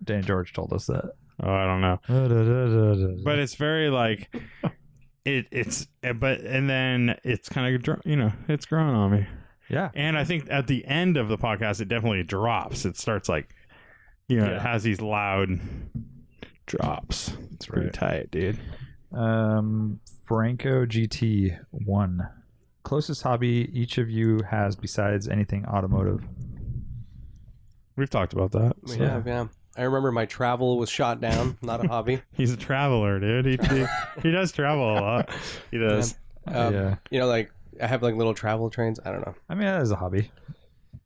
Speaker 1: Danny George told us that.
Speaker 4: (laughs) Oh, I don't know.
Speaker 1: But
Speaker 4: But it's very like it it's eh, but and then it's kind of you know, it's grown on me.
Speaker 1: yeah,
Speaker 4: And I think at the end of the podcast it definitely drops. It starts like you know, it
Speaker 2: Yeah.
Speaker 4: has these loud drops. It's pretty
Speaker 1: right.
Speaker 4: tight, dude.
Speaker 1: um, Franco GT one. Closest hobby each of you has besides anything automotive.
Speaker 4: We've talked about that.
Speaker 5: We have, yeah. I remember my travel was shot down. Not
Speaker 1: (laughs)
Speaker 5: a hobby.
Speaker 4: He's a traveler, dude. He, he, he does travel a lot. He does.
Speaker 5: Um,
Speaker 1: yeah,
Speaker 5: You know, like I have like little travel trains. I don't know.
Speaker 1: I mean that is a hobby.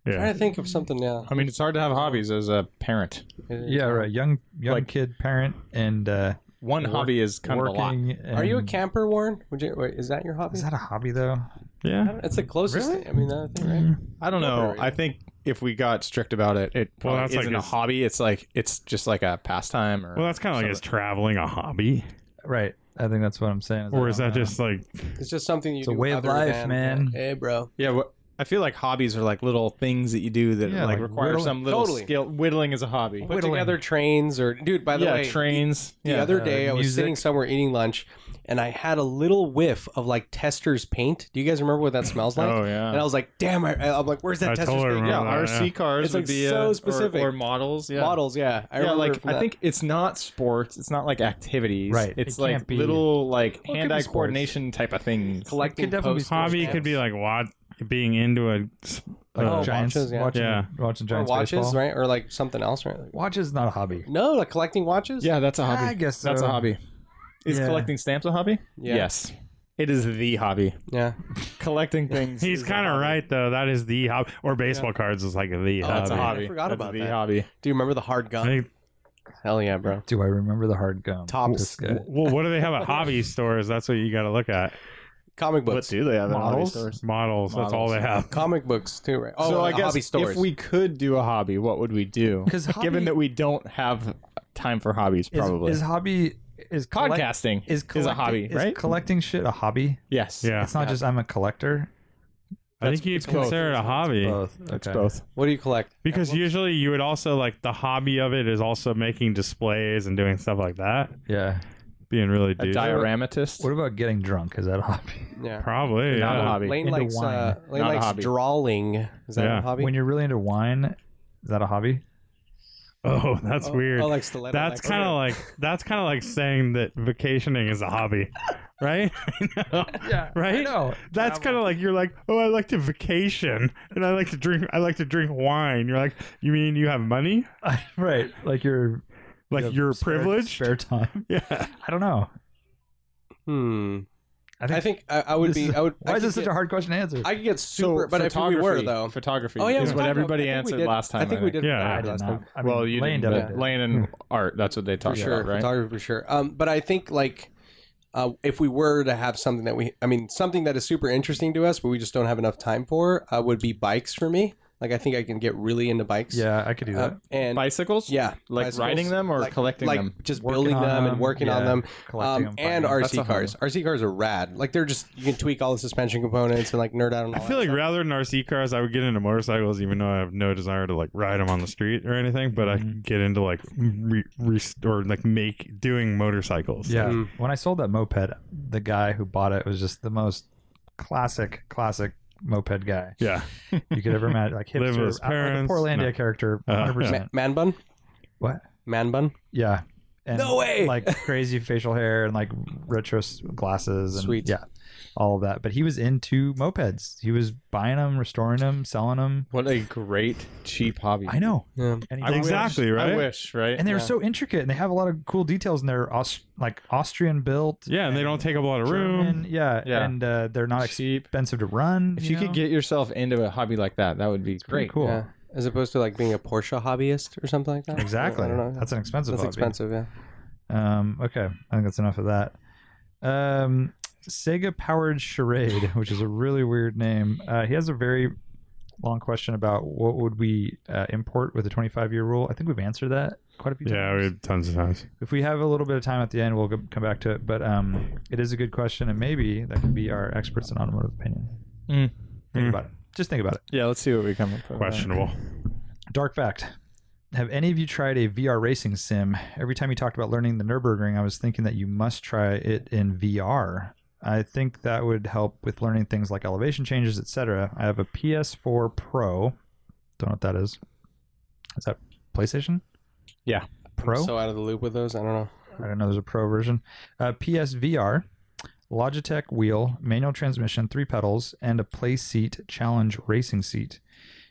Speaker 4: Yeah.
Speaker 5: Trying to think of something now.
Speaker 2: I mean, it's hard to have hobbies as a parent.
Speaker 1: Yeah, right. Young young
Speaker 2: Like-
Speaker 1: kid, parent, and uh,
Speaker 2: One
Speaker 1: Work-
Speaker 2: hobby is kind of a lot.
Speaker 1: working.
Speaker 5: Are you a
Speaker 1: and-
Speaker 5: camper, Warren? Would you? Wait, is that your hobby?
Speaker 1: Is that a hobby though? Mm,
Speaker 5: I
Speaker 4: Yeah.
Speaker 5: don't- it's the closest.
Speaker 1: Really?
Speaker 5: Thing. I mean, that thing, right?
Speaker 2: I don't know. I think if we got strict about it, it
Speaker 4: Well,
Speaker 2: probably
Speaker 4: that's like
Speaker 2: isn't a
Speaker 4: his-
Speaker 2: hobby. It's like it's just like a pastime. Or
Speaker 4: Well, that's kind of like is traveling a hobby,
Speaker 1: Right. I think that's what I'm saying.
Speaker 4: or is
Speaker 1: I
Speaker 4: that
Speaker 1: don't know.
Speaker 4: just like
Speaker 5: It's just something you.
Speaker 1: It's a
Speaker 5: do
Speaker 1: way of
Speaker 5: other
Speaker 1: life,
Speaker 5: than- uh,
Speaker 1: man.
Speaker 5: Hey, bro.
Speaker 2: yeah. What I feel like hobbies are like little things that you do that
Speaker 1: Yeah,
Speaker 2: like,
Speaker 1: like
Speaker 2: require
Speaker 1: whittling.
Speaker 2: some little
Speaker 5: Totally.
Speaker 2: skill. Whittling is a hobby.
Speaker 5: Put
Speaker 1: Whittling.
Speaker 5: together trains or dude. By the
Speaker 2: yeah,
Speaker 5: way,
Speaker 2: trains.
Speaker 5: the
Speaker 2: yeah,
Speaker 5: other day I was
Speaker 1: music.
Speaker 5: sitting somewhere eating lunch, and I had a little whiff of like tester's paint. Do you guys remember what that smells like?
Speaker 2: oh yeah.
Speaker 5: And I was like, damn, I, I'm like, where's that
Speaker 4: I
Speaker 5: tester's
Speaker 4: totally
Speaker 5: paint?
Speaker 4: remember
Speaker 2: yeah,
Speaker 4: Oh, yeah.
Speaker 2: RC cars
Speaker 5: It's,
Speaker 2: would
Speaker 5: like,
Speaker 2: be
Speaker 5: so
Speaker 2: uh, or-
Speaker 5: specific.
Speaker 2: or, models. Yeah,
Speaker 5: Models, yeah. I
Speaker 2: yeah,
Speaker 5: remember
Speaker 2: like
Speaker 5: from
Speaker 2: I
Speaker 5: that.
Speaker 2: think it's not sports. It's not like activities.
Speaker 1: Right,
Speaker 2: It's
Speaker 1: it
Speaker 2: like
Speaker 1: can't be.
Speaker 2: little like
Speaker 1: Well, it could be
Speaker 2: hand-eye
Speaker 1: sports.
Speaker 2: coordination type of things.
Speaker 5: collecting
Speaker 1: Could definitely be
Speaker 5: posters,
Speaker 4: Hobby
Speaker 5: stamps.
Speaker 4: could be like what being into a. s-
Speaker 1: Like
Speaker 2: Oh,
Speaker 4: uh,
Speaker 1: Giants,
Speaker 5: watches, yeah.
Speaker 1: watching,
Speaker 4: Yeah.
Speaker 1: watching
Speaker 5: or
Speaker 1: Giants
Speaker 5: watches,
Speaker 1: baseball.
Speaker 5: right? Or like something else, right?
Speaker 1: Watches is not a hobby.
Speaker 5: No, like collecting watches.
Speaker 2: Yeah, that's a hobby.
Speaker 1: I guess
Speaker 2: That's
Speaker 1: so.
Speaker 2: a hobby. Is
Speaker 1: Yeah.
Speaker 2: collecting stamps a hobby?
Speaker 5: Yeah.
Speaker 2: Yes. It is the hobby.
Speaker 5: yeah.
Speaker 2: Collecting
Speaker 5: Oh,
Speaker 2: things.
Speaker 4: He's
Speaker 2: is a
Speaker 4: kind of
Speaker 2: hobby.
Speaker 4: right though. That is the hobby, or baseball cards is like the
Speaker 5: Oh,
Speaker 4: hobby.
Speaker 2: That's a hobby.
Speaker 5: I forgot
Speaker 2: That's
Speaker 5: about
Speaker 2: the
Speaker 5: that.
Speaker 2: hobby.
Speaker 5: Do you remember the hard
Speaker 4: I
Speaker 5: gun?
Speaker 4: think-
Speaker 5: Hell yeah, bro.
Speaker 1: Do I remember the hard gum?
Speaker 5: Tops.
Speaker 1: This guy.
Speaker 4: well, what do they have at hobby stores? That's what you got to look at.
Speaker 5: Comic books.
Speaker 2: do they have
Speaker 1: Models?
Speaker 4: Models. That's all they have.
Speaker 5: Comic books too, right? Oh,
Speaker 2: so I
Speaker 5: the
Speaker 2: guess
Speaker 5: hobby stores.
Speaker 2: if we could do a hobby, what would we do?
Speaker 1: 'Cause hobby-
Speaker 2: given that we don't have time for hobbies,
Speaker 1: Is-
Speaker 2: probably
Speaker 1: Is, hobby is collect-
Speaker 2: podcasting
Speaker 1: is,
Speaker 2: is a
Speaker 1: collecting-
Speaker 2: hobby,
Speaker 1: is
Speaker 2: right?
Speaker 1: Collecting shit a hobby.
Speaker 2: yes.
Speaker 4: Yeah,
Speaker 1: It's not just I'm a collector.
Speaker 4: I think you'd
Speaker 2: it's both.
Speaker 4: consider it a hobby
Speaker 1: Both.
Speaker 2: It's
Speaker 1: Okay.
Speaker 2: both.
Speaker 5: what do you collect?
Speaker 4: because usually you would also like the hobby of it is also making displays and doing stuff like that.
Speaker 1: Yeah.
Speaker 4: Being really
Speaker 2: A
Speaker 4: dude.
Speaker 2: dioramatist.
Speaker 1: What about getting drunk? Is that a hobby?
Speaker 5: Yeah.
Speaker 4: Probably.
Speaker 2: Not a
Speaker 4: yeah.
Speaker 2: hobby.
Speaker 5: Lane
Speaker 1: Into
Speaker 5: likes uh,
Speaker 1: wine.
Speaker 5: Lane
Speaker 2: Not a
Speaker 5: likes
Speaker 2: hobby.
Speaker 5: drawing. Is that
Speaker 4: Yeah.
Speaker 5: a hobby?
Speaker 1: When you're really into wine, is that a hobby?
Speaker 4: Oh, that's
Speaker 5: Oh,
Speaker 4: weird.
Speaker 5: Oh, like stiletto.
Speaker 4: that's
Speaker 5: necklace.
Speaker 4: kind of like that's kind of like saying that vacationing is a hobby, (laughs) right?
Speaker 1: Yeah.
Speaker 4: Right?
Speaker 1: No.
Speaker 4: That's kind of like you're like, oh, I like to vacation and I like to drink. I like to drink wine. You're like, you mean you have money?
Speaker 1: right. Like you're
Speaker 4: Like
Speaker 1: you have
Speaker 4: you're
Speaker 1: spare-
Speaker 4: privileged?
Speaker 1: Spare time.
Speaker 4: (laughs) Yeah.
Speaker 1: I don't know.
Speaker 5: Hmm.
Speaker 1: I think.
Speaker 5: I think I, I would
Speaker 1: this
Speaker 5: be.
Speaker 1: is-
Speaker 5: I would.
Speaker 1: Why
Speaker 5: I
Speaker 1: is
Speaker 5: could
Speaker 1: this such
Speaker 5: get-
Speaker 1: a hard question to answer?
Speaker 5: I could get super, but if we
Speaker 2: photography,
Speaker 5: were though.
Speaker 2: photography
Speaker 5: Oh yeah, we
Speaker 2: is
Speaker 5: talked
Speaker 2: what
Speaker 5: about- I
Speaker 2: everybody
Speaker 5: think we
Speaker 2: answered
Speaker 5: did-
Speaker 2: last time.
Speaker 5: I think we did.
Speaker 4: Yeah.
Speaker 5: that
Speaker 1: I did
Speaker 5: last
Speaker 1: not.
Speaker 5: time.
Speaker 1: I mean,
Speaker 2: Well, you
Speaker 1: Lane
Speaker 2: didn't,
Speaker 1: did
Speaker 2: but
Speaker 1: it.
Speaker 2: Lane and
Speaker 5: (laughs)
Speaker 2: art. That's what they
Speaker 5: for
Speaker 2: talked
Speaker 5: sure,
Speaker 2: about, right?
Speaker 5: photography for sure. Um, but I think like uh, if we were to have something that we, I mean, something that is super interesting to us, but we just don't have enough time for, uh, would be bikes for me. Like I think I can get really into bikes.
Speaker 1: Yeah, I could do that.
Speaker 5: Uh, and
Speaker 2: Bicycles.
Speaker 5: yeah,
Speaker 2: Like
Speaker 5: bicycles.
Speaker 2: riding them or
Speaker 5: Like-
Speaker 2: collecting
Speaker 5: like
Speaker 2: them.
Speaker 5: just
Speaker 1: Working
Speaker 5: building
Speaker 1: on
Speaker 5: them
Speaker 1: them,
Speaker 5: and working on
Speaker 1: Um, yeah.
Speaker 5: them.
Speaker 1: Collecting
Speaker 5: um,
Speaker 1: them,
Speaker 5: and
Speaker 1: finding
Speaker 2: That's a
Speaker 5: RC cars. RC cars are rad. Like they're just you can tweak all the suspension components and like nerd out on.
Speaker 4: I
Speaker 5: all
Speaker 4: feel
Speaker 5: that
Speaker 4: like rather than RC cars, I would get into motorcycles, even though I have no desire to like ride them on the street or anything. But I
Speaker 1: Mm-hmm.
Speaker 4: could get into like re- re- or like make doing motorcycles.
Speaker 1: Yeah.
Speaker 5: Mm.
Speaker 1: When I sold that moped, the guy who bought it was just the most classic, classic moped guy
Speaker 4: yeah.
Speaker 1: you could ever
Speaker 4: (laughs)
Speaker 1: imagine. Like hipster,
Speaker 4: Live with his
Speaker 1: out- like
Speaker 4: parents.
Speaker 1: a Portlandia
Speaker 4: No.
Speaker 1: character,
Speaker 4: Uh,
Speaker 1: 100%.
Speaker 5: stuff. Ma- man bun,
Speaker 1: What?
Speaker 5: man bun,
Speaker 1: Yeah. And
Speaker 5: No way!
Speaker 1: Like crazy facial hair and like retro s- glasses and
Speaker 5: Sweet.
Speaker 1: yeah, all of that. But he was into mopeds. He was buying them, restoring them, selling them.
Speaker 2: What a great cheap hobby.
Speaker 1: I know.
Speaker 5: Yeah.
Speaker 1: And he
Speaker 4: I
Speaker 1: did-
Speaker 4: wish- Exactly, right?
Speaker 2: I wish, right?
Speaker 1: And they're
Speaker 5: Yeah.
Speaker 1: so intricate, and they have a lot of cool details, and they're Aus- like Austrian built.
Speaker 4: Yeah, and they don't take up a lot of room.
Speaker 1: German, yeah,
Speaker 2: Yeah.
Speaker 1: and uh, they're not expensive.
Speaker 2: cheap.
Speaker 1: expensive to run.
Speaker 2: If you,
Speaker 1: know?
Speaker 2: could get yourself into a hobby like that, that would be
Speaker 1: Pretty
Speaker 2: great.
Speaker 1: cool.
Speaker 5: yeah, as opposed to like being a Porsche hobbyist or something like that.
Speaker 1: Exactly.
Speaker 5: I don't know.
Speaker 1: That's an expensive.
Speaker 5: That's
Speaker 1: hobby.
Speaker 5: expensive. Yeah.
Speaker 1: Um, okay, I think that's enough of that. Um, Sega powered charade, (laughs) which is a really weird name. Uh, he has a very long question about what would we uh, import with the 25 year rule. I think we've answered that quite a few
Speaker 4: Yeah,
Speaker 1: times.
Speaker 4: we have tons of times.
Speaker 1: if we have a little bit of time at the end, we'll go- come back to it. But um, it is a good question, and maybe that could be our experts in automotive opinion.
Speaker 2: Mm.
Speaker 1: Think
Speaker 4: Mm.
Speaker 1: about it. Just think about it.
Speaker 2: Yeah, let's see what we come up with.
Speaker 4: Questionable.
Speaker 1: Dark fact. Have any of you tried a VR racing sim? Every time you talked about learning the Nürburgring, I was thinking that you must try it in VR. I think that would help with learning things like elevation changes, etc. I have a PS4 Pro. Don't know what that is. Is that PlayStation?
Speaker 2: Yeah.
Speaker 1: Pro?
Speaker 5: So out of the loop with those. I don't know.
Speaker 1: I don't know. There's a pro version. Uh, PSVR, Logitech wheel, manual transmission, three pedals, and a play seat challenge racing seat.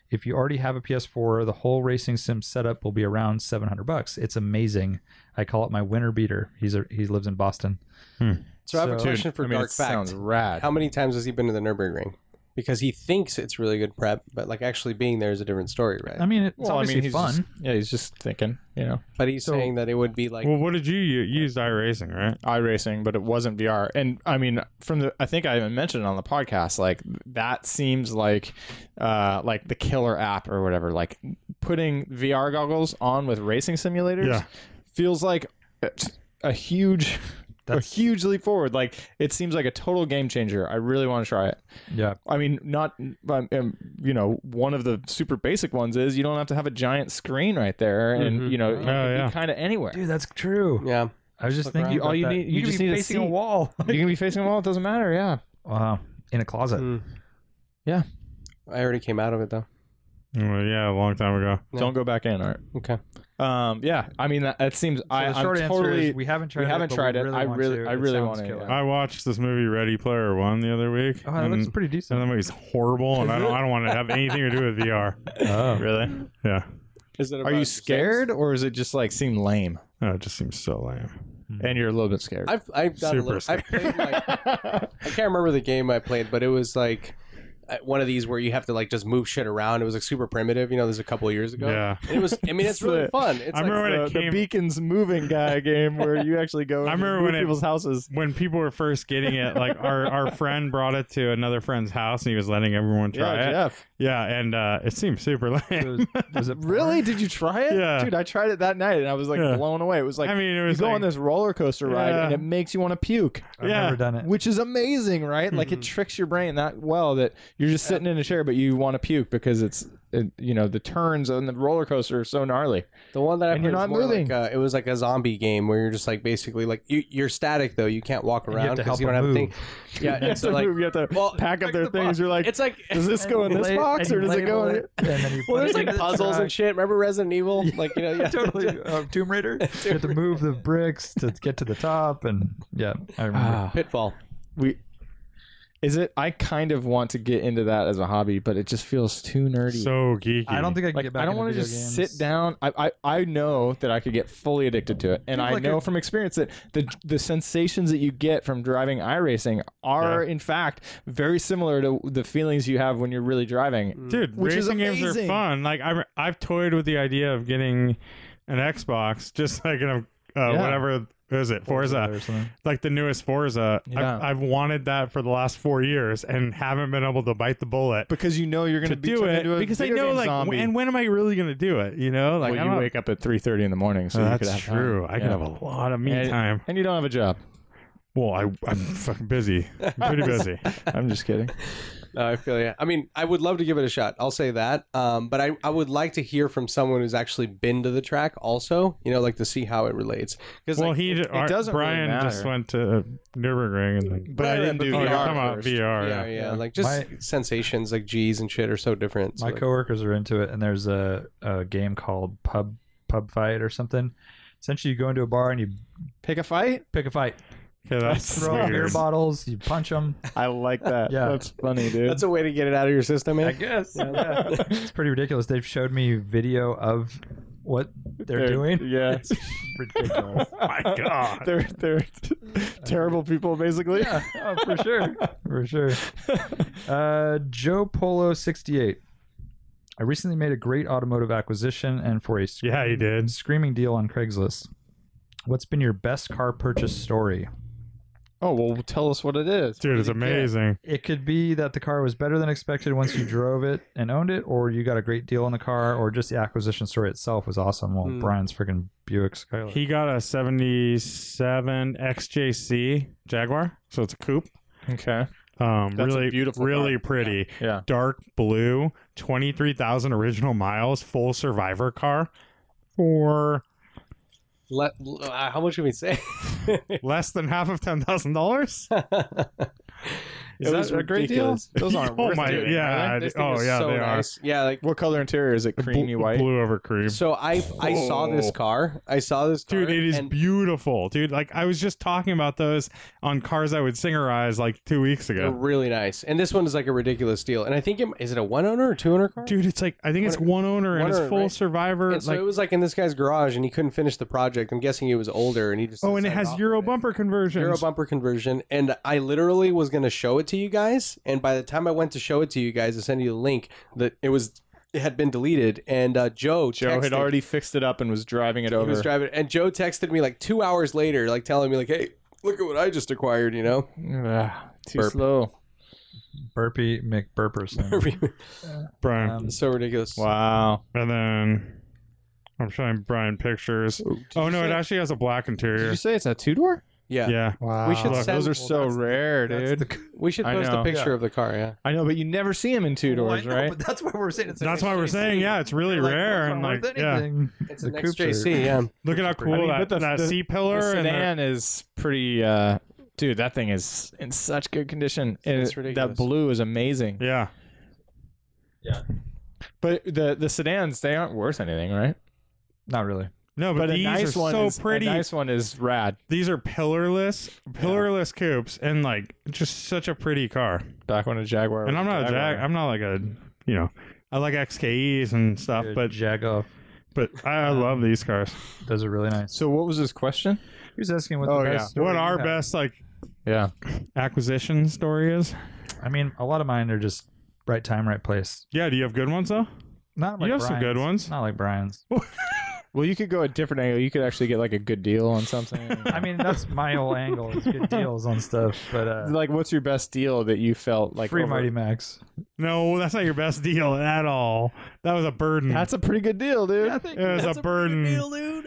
Speaker 1: If you already have a PS4, the whole racing sim setup will be around 700 bucks. It's amazing. I call it my winter beater. He's a, he lives in Boston.
Speaker 4: Hmm.
Speaker 5: So, I have a
Speaker 1: So-
Speaker 5: question for
Speaker 2: I mean,
Speaker 5: Dark
Speaker 2: it
Speaker 5: Fact.
Speaker 2: sounds rad.
Speaker 5: How many times has he been to the Nurburgring? Because he thinks it's really good prep, but like actually being there is a different story, right?
Speaker 1: I mean, it's
Speaker 2: Well, I
Speaker 1: obviously
Speaker 2: mean, he's
Speaker 1: fun.
Speaker 2: just- yeah, he's just thinking, you know,
Speaker 5: but he's
Speaker 1: so-
Speaker 5: saying that it would be like
Speaker 4: well, what did you u- use iRacing, right?
Speaker 2: iRacing, but it wasn't VR. And I mean, from the, I think I even mentioned it on the podcast, like that seems like, uh, like the killer app or whatever. Like putting VR goggles on with racing simulators
Speaker 4: Yeah.
Speaker 2: feels like a huge
Speaker 1: That's-
Speaker 2: a huge leap forward. Like it seems like a total game changer. I really want to try it.
Speaker 1: Yeah.
Speaker 2: I mean, not um, um, you know, one of the super basic ones is you don't have to have a giant screen right there, and you know, it
Speaker 4: Oh,
Speaker 2: can
Speaker 4: yeah.
Speaker 2: be kind of anywhere.
Speaker 1: Dude, that's true.
Speaker 5: Yeah.
Speaker 1: I was just
Speaker 2: around.
Speaker 1: thinking.
Speaker 2: You- all
Speaker 1: about
Speaker 2: you
Speaker 1: that.
Speaker 2: need- you
Speaker 1: could
Speaker 2: just
Speaker 1: be
Speaker 2: need a
Speaker 1: facing a
Speaker 2: seat.
Speaker 1: wall.
Speaker 2: You can be facing a wall; it doesn't matter. Yeah,
Speaker 1: Wow. In a closet.
Speaker 6: Hmm.
Speaker 5: Mm.
Speaker 2: Yeah.
Speaker 5: I already came out of it though.
Speaker 4: Well, yeah, a long time ago.
Speaker 5: Yeah.
Speaker 2: don't go back in, Art.
Speaker 5: Okay.
Speaker 2: Um, yeah, I mean, that, that seems.
Speaker 1: So
Speaker 2: I,
Speaker 1: the short
Speaker 2: I'm
Speaker 1: answer
Speaker 2: totally.
Speaker 1: is we haven't tried
Speaker 2: we
Speaker 1: it.
Speaker 2: haven't
Speaker 1: but
Speaker 2: tried it. I
Speaker 1: want
Speaker 2: really-
Speaker 1: to.
Speaker 2: I really
Speaker 1: sounds
Speaker 2: want to,
Speaker 1: killer.
Speaker 2: yeah. Mm-hmm.
Speaker 4: I watched this movie Ready Player One the other week.
Speaker 1: Oh, that
Speaker 4: and-
Speaker 1: looks pretty
Speaker 4: and
Speaker 2: (laughs)
Speaker 1: decent.
Speaker 4: that movie's horrible, and I don't, I don't want to have anything to do
Speaker 1: (laughs)
Speaker 4: with VR.
Speaker 1: Oh.
Speaker 4: (laughs)
Speaker 2: really?
Speaker 4: Yeah,
Speaker 6: Is it
Speaker 2: Are you scared, or is it just like seem lame,
Speaker 4: oh, it just seems so lame.
Speaker 2: and you're a little bit scared?
Speaker 5: I've I've got a
Speaker 4: Super
Speaker 5: little. I
Speaker 4: scared.
Speaker 5: played like
Speaker 4: (laughs)
Speaker 5: I can't remember the game I played, but it was like uh, one of these where you have to like just move shit around. It was like super primitive. You know, this was a couple of years ago.
Speaker 4: Yeah,
Speaker 5: And It was. I mean, it's really
Speaker 2: It's the-
Speaker 5: fun. It's
Speaker 4: I
Speaker 5: like,
Speaker 4: remember
Speaker 2: (laughs)
Speaker 4: when
Speaker 2: the,
Speaker 4: it
Speaker 2: the
Speaker 4: came.
Speaker 2: beacons moving guy game where you actually go.
Speaker 4: (laughs) I
Speaker 2: and
Speaker 4: remember
Speaker 2: move
Speaker 4: when it-
Speaker 2: people's houses.
Speaker 4: when people were first getting it, like our, our friend brought it to another friend's house and he was letting everyone try
Speaker 2: yeah,
Speaker 4: it.
Speaker 2: Jeff.
Speaker 4: Yeah, and uh, it seemed super lame. (laughs)
Speaker 1: was, was it
Speaker 2: Really? Did you try it?
Speaker 4: Yeah.
Speaker 2: Dude, I tried it that night and I was like
Speaker 4: Yeah.
Speaker 2: blown away. It was like
Speaker 4: I mean, it
Speaker 2: you
Speaker 4: was
Speaker 2: go
Speaker 4: like,
Speaker 2: on this roller coaster ride and
Speaker 4: Yeah.
Speaker 2: it makes you want to puke,
Speaker 1: I've
Speaker 4: Yeah.
Speaker 1: never
Speaker 5: (laughs)
Speaker 1: done it.
Speaker 2: which is amazing, right? Like
Speaker 5: Mm-hmm.
Speaker 2: it tricks your brain that well that you're just sitting in a chair but you want to puke because it's it, you know the turns on the roller coaster are so gnarly.
Speaker 5: the one that I
Speaker 2: And
Speaker 5: played
Speaker 2: you're
Speaker 5: was
Speaker 2: not
Speaker 5: more
Speaker 2: moving.
Speaker 5: Like uh it was like a zombie game where you're just like basically like you, you're static though. You can't walk
Speaker 1: you have
Speaker 5: around
Speaker 1: to
Speaker 5: because
Speaker 1: help
Speaker 5: you,
Speaker 1: them
Speaker 5: don't have a thing.
Speaker 2: (laughs)
Speaker 5: Yeah.
Speaker 2: you
Speaker 5: And
Speaker 2: have
Speaker 5: so
Speaker 2: to
Speaker 5: like
Speaker 2: move, you have to
Speaker 5: well,
Speaker 2: pack up
Speaker 5: pick
Speaker 2: their
Speaker 5: the
Speaker 2: things.
Speaker 5: box.
Speaker 2: You're like,
Speaker 5: it's like
Speaker 2: does this go in
Speaker 1: And
Speaker 2: this
Speaker 1: you la-
Speaker 2: box
Speaker 1: and
Speaker 2: or
Speaker 1: you
Speaker 2: does it go
Speaker 1: label
Speaker 2: in?
Speaker 1: it, and then you
Speaker 2: Well,
Speaker 1: put
Speaker 2: there's
Speaker 1: it
Speaker 2: like
Speaker 1: into the
Speaker 5: puzzles (laughs)
Speaker 1: truck.
Speaker 5: and shit. Remember Resident Evil? Like you know, (laughs)
Speaker 2: (laughs)
Speaker 5: yeah.
Speaker 1: (laughs) totally uh, Tomb Raider. you have to move the bricks to get to the top, and yeah, I remember.
Speaker 2: Ah.
Speaker 5: Pitfall.
Speaker 2: We is it? I kind of want to get into that as a hobby, but it just feels too nerdy.
Speaker 4: so geeky.
Speaker 1: I don't think I can
Speaker 2: like
Speaker 1: get back.
Speaker 2: I don't
Speaker 1: want to
Speaker 2: just sit down. I, I I know that I could get fully addicted to it, and
Speaker 1: Dude,
Speaker 2: I
Speaker 1: like
Speaker 2: know
Speaker 1: a-
Speaker 2: from experience that the the sensations that you get from driving iRacing are in fact very similar to the feelings you have when you're really driving.
Speaker 4: dude
Speaker 2: Which is
Speaker 4: racing games are
Speaker 2: amazing.
Speaker 4: fun like I'm, i've toyed with the idea of getting an xbox (laughs) just like in a uh,
Speaker 2: Yeah.
Speaker 4: whatever is it forza,
Speaker 1: or something.
Speaker 4: like the newest forza
Speaker 2: Yeah.
Speaker 4: I've, I've wanted that for the last four years and haven't been able to bite the bullet
Speaker 2: Because you know you're going
Speaker 4: to
Speaker 2: be
Speaker 4: do
Speaker 2: turned
Speaker 4: it
Speaker 2: into a
Speaker 4: because i
Speaker 2: video
Speaker 4: know
Speaker 2: game
Speaker 4: like
Speaker 2: zombie.
Speaker 4: and when am i really gonna do it you know like
Speaker 2: Well,
Speaker 4: I'm
Speaker 2: you
Speaker 4: not-
Speaker 2: wake up at three thirty in the morning, so
Speaker 4: Oh,
Speaker 2: you could
Speaker 4: that's
Speaker 2: have time.
Speaker 4: true i could
Speaker 2: Yeah.
Speaker 4: have a lot of me
Speaker 2: And-
Speaker 4: time
Speaker 2: And you don't have a
Speaker 4: (laughs)
Speaker 2: job.
Speaker 4: well I,
Speaker 2: (laughs)
Speaker 4: i'm fucking busy i'm pretty busy
Speaker 2: I'm just
Speaker 4: (laughs)
Speaker 2: kidding.
Speaker 5: No, Uh, I feel yeah. I mean, I would love to give it a shot. I'll say that. Um, but I, I would like to hear from someone who's actually been to the track also, you know, like to see how it relates. Because
Speaker 4: well
Speaker 5: like,
Speaker 4: he our-
Speaker 2: doesn't really
Speaker 4: brian just
Speaker 2: matter.
Speaker 4: went to nürburgring and like
Speaker 2: But I didn't do
Speaker 4: oh, you're
Speaker 2: VR
Speaker 4: talking about
Speaker 2: first.
Speaker 4: vr
Speaker 5: yeah, yeah, like just sensations like G's and shit are so different. So,
Speaker 1: My
Speaker 5: like,
Speaker 1: coworkers are into it, and there's a, a game called Pub Pub Fight or something. Essentially, you go into a bar and you
Speaker 2: Pick a fight.
Speaker 1: pick a fight,
Speaker 4: Yeah, that's
Speaker 1: throw out beer
Speaker 4: weird.
Speaker 1: bottles, you punch them.
Speaker 2: I like that.
Speaker 1: Yeah.
Speaker 2: that's funny, dude.
Speaker 5: that's a way to get it out of your system, man.
Speaker 1: guess it's pretty ridiculous. They've showed me video of what they're, doing.
Speaker 4: (laughs)
Speaker 2: Yeah.
Speaker 1: Ridiculous.
Speaker 4: (laughs) My God.
Speaker 2: they're
Speaker 4: (laughs)
Speaker 2: they're (laughs) terrible people, basically.
Speaker 1: yeah, (laughs) oh, for sure, for
Speaker 4: (laughs)
Speaker 1: sure. Uh, Joe Polo sixty eight. I recently made a great automotive acquisition, and for a screaming,
Speaker 4: Yeah, you did.
Speaker 1: screaming deal on Craigslist. What's been your best car purchase story?
Speaker 2: Oh well, tell us what it is,
Speaker 4: Dude, it's amazing.
Speaker 1: It could be that the car was better than expected once you drove it and owned it, or you got a great deal on the car, or just the acquisition story itself was awesome. Well,
Speaker 5: Hmm.
Speaker 1: Brian's freaking Buick Skyline.
Speaker 4: He got a 77 XJC Jaguar, so it's a coupe.
Speaker 2: Okay.
Speaker 4: Um,
Speaker 2: That's a
Speaker 4: really
Speaker 2: beautiful
Speaker 4: really
Speaker 2: car.
Speaker 4: pretty.
Speaker 2: Yeah.
Speaker 4: Dark blue, 23,000 original miles, full survivor car for
Speaker 5: Let, uh, how much can
Speaker 2: (laughs)
Speaker 5: we say?
Speaker 4: less than half of $10,000?
Speaker 2: Is that a great deal?
Speaker 5: ridiculous.
Speaker 2: (laughs) Those aren't
Speaker 4: (laughs) Oh
Speaker 2: worth
Speaker 4: my-
Speaker 2: doing,
Speaker 4: yeah,
Speaker 2: are they?
Speaker 5: This thing
Speaker 4: Oh,
Speaker 5: is
Speaker 4: yeah,
Speaker 5: so
Speaker 4: they are.
Speaker 5: nice. Yeah, like
Speaker 2: What color interior is it? Creamy
Speaker 4: Bl-
Speaker 2: white.
Speaker 4: Blue over cream.
Speaker 5: so I I saw this car. I saw this car.
Speaker 4: Oh. Dude, it is
Speaker 5: and-
Speaker 4: beautiful. Dude, like I was just talking about those on cars I would singerize like 2 weeks
Speaker 5: They're
Speaker 4: ago.
Speaker 5: really nice, and this one is like a ridiculous deal. And I think it, is it a one owner or two owner car?
Speaker 4: Dude, it's like I think it's one owner and
Speaker 5: one
Speaker 4: it's
Speaker 5: owner,
Speaker 4: full
Speaker 5: right?
Speaker 4: survivor
Speaker 5: And so
Speaker 4: like
Speaker 5: it was like in this guy's garage, and he couldn't finish the project. I'm guessing he was older, and he just
Speaker 4: Oh, and it
Speaker 5: decided
Speaker 4: has
Speaker 5: off on
Speaker 4: Euro
Speaker 5: it.
Speaker 4: bumper conversions.
Speaker 5: Euro bumper conversion. And I literally was gonna show it to you guys, and by the time I went to show it to you guys to send you the link, that it was it had been deleted. And uh, Joe
Speaker 2: Joe had
Speaker 5: texted-
Speaker 2: already fixed it up and was driving it
Speaker 5: he was
Speaker 2: over.
Speaker 5: driving, and Joe texted me like two hours later, like telling me like, hey. Look at what I just acquired, you know. (laughs)
Speaker 2: Ugh, too
Speaker 5: Burp.
Speaker 2: slow.
Speaker 1: Burpee
Speaker 4: (laughs)
Speaker 1: McBurperson.
Speaker 4: Brian.
Speaker 1: Um,
Speaker 5: It's so ridiculous.
Speaker 2: Wow.
Speaker 4: And then I'm showing Brian pictures.
Speaker 2: Did
Speaker 4: oh
Speaker 2: you
Speaker 4: no, it
Speaker 2: say-
Speaker 4: actually has a black
Speaker 2: Did
Speaker 4: interior.
Speaker 2: you say it's a two door?
Speaker 5: Yeah.
Speaker 4: Yeah.
Speaker 3: Wow.
Speaker 5: We should
Speaker 4: Look,
Speaker 5: send.
Speaker 2: those are so rare,
Speaker 1: That's
Speaker 2: dude.
Speaker 1: the-
Speaker 5: we should
Speaker 2: I
Speaker 5: post a
Speaker 2: know.
Speaker 5: picture of the car. Yeah.
Speaker 2: I know, but you never see them in two
Speaker 1: Well, I
Speaker 2: doors,
Speaker 1: know,
Speaker 2: right?
Speaker 1: But that's what we're saying. It's like
Speaker 4: That's
Speaker 1: a
Speaker 4: why we're saying,
Speaker 1: JC.
Speaker 4: yeah, it's really
Speaker 1: They're like,
Speaker 4: rare.
Speaker 1: that's
Speaker 4: and
Speaker 1: not
Speaker 4: like,
Speaker 1: worth
Speaker 4: yeah,
Speaker 1: anything.
Speaker 5: It's
Speaker 1: The
Speaker 5: an next
Speaker 1: coupes are-
Speaker 5: JC. Yeah.
Speaker 4: look at how cool
Speaker 2: I mean,
Speaker 4: that,
Speaker 2: but the-
Speaker 4: that
Speaker 2: the-
Speaker 4: C
Speaker 2: The
Speaker 4: pillar and the-
Speaker 2: sedan is pretty. Uh, dude, that thing is in such good condition. And
Speaker 5: It's
Speaker 2: it-
Speaker 5: ridiculous.
Speaker 2: That blue is amazing.
Speaker 4: yeah.
Speaker 2: But the the sedans, they aren't worth anything, right?
Speaker 1: Not really.
Speaker 4: No, but,
Speaker 2: a
Speaker 4: these
Speaker 2: nice
Speaker 4: are
Speaker 2: one
Speaker 4: so
Speaker 2: is,
Speaker 4: pretty.
Speaker 2: A nice one is rad.
Speaker 4: These are pillarless, pillarless coupes, and like just such a pretty car.
Speaker 2: Back when a Jaguar.
Speaker 4: And
Speaker 2: was
Speaker 4: I'm not a jag. I'm not like a you know. I like XKEs and stuff,
Speaker 1: Good
Speaker 4: but
Speaker 1: jag off.
Speaker 4: but I I love these cars.
Speaker 1: Those are really nice.
Speaker 2: So what was his question?
Speaker 1: He was asking what
Speaker 2: Oh,
Speaker 1: the best.
Speaker 2: yeah.
Speaker 1: story
Speaker 4: What
Speaker 1: you
Speaker 4: our
Speaker 1: have.
Speaker 4: best like
Speaker 2: Yeah.
Speaker 4: acquisition story is?
Speaker 1: I mean, a lot of mine are just right time, right place.
Speaker 4: Yeah. Do you have good ones though?
Speaker 1: Not like
Speaker 4: You have some
Speaker 1: Brian's.
Speaker 4: good ones.
Speaker 1: Not like Brian's.
Speaker 2: Well, you could go a different angle. You could actually get like a good deal on something.
Speaker 1: (laughs) I
Speaker 4: (laughs)
Speaker 1: mean, that's my whole angle. Is good deals on stuff, but uh,
Speaker 2: like, what's your best deal that you felt like?
Speaker 1: free
Speaker 2: over-
Speaker 1: Mighty Max.
Speaker 4: No, that's not your best deal at all. That was a burden.
Speaker 2: That's a pretty good deal, dude.
Speaker 4: it was a burden.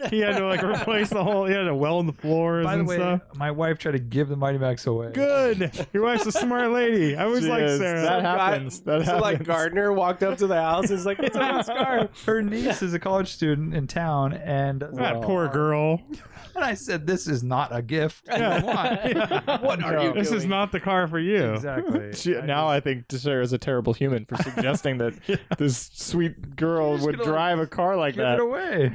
Speaker 4: he had to like replace the whole. He had to weld the floors
Speaker 1: By the
Speaker 4: and
Speaker 1: way,
Speaker 4: stuff.
Speaker 1: my wife tried to give the Mighty Max away.
Speaker 4: Good. Your wife's a smart lady. I was like
Speaker 2: Jeez,
Speaker 4: Sarah.
Speaker 2: That happens. That
Speaker 5: So
Speaker 2: happens.
Speaker 5: like Gardner walked up to the house. Is like, what's up with this car?
Speaker 1: Her niece is a college student in town, and
Speaker 4: that poor girl.
Speaker 1: And I said, "This is not a gift. I don't want. What are you
Speaker 4: This is
Speaker 1: doing?"
Speaker 4: not the car for you.
Speaker 1: exactly.
Speaker 2: (laughs) (laughs) She- now I think Sarah's a terrible human for suggesting
Speaker 1: (laughs)
Speaker 2: that this sweet girl
Speaker 1: She's
Speaker 2: would
Speaker 1: gonna, like,
Speaker 2: drive a car like
Speaker 1: give
Speaker 2: that.
Speaker 1: it away.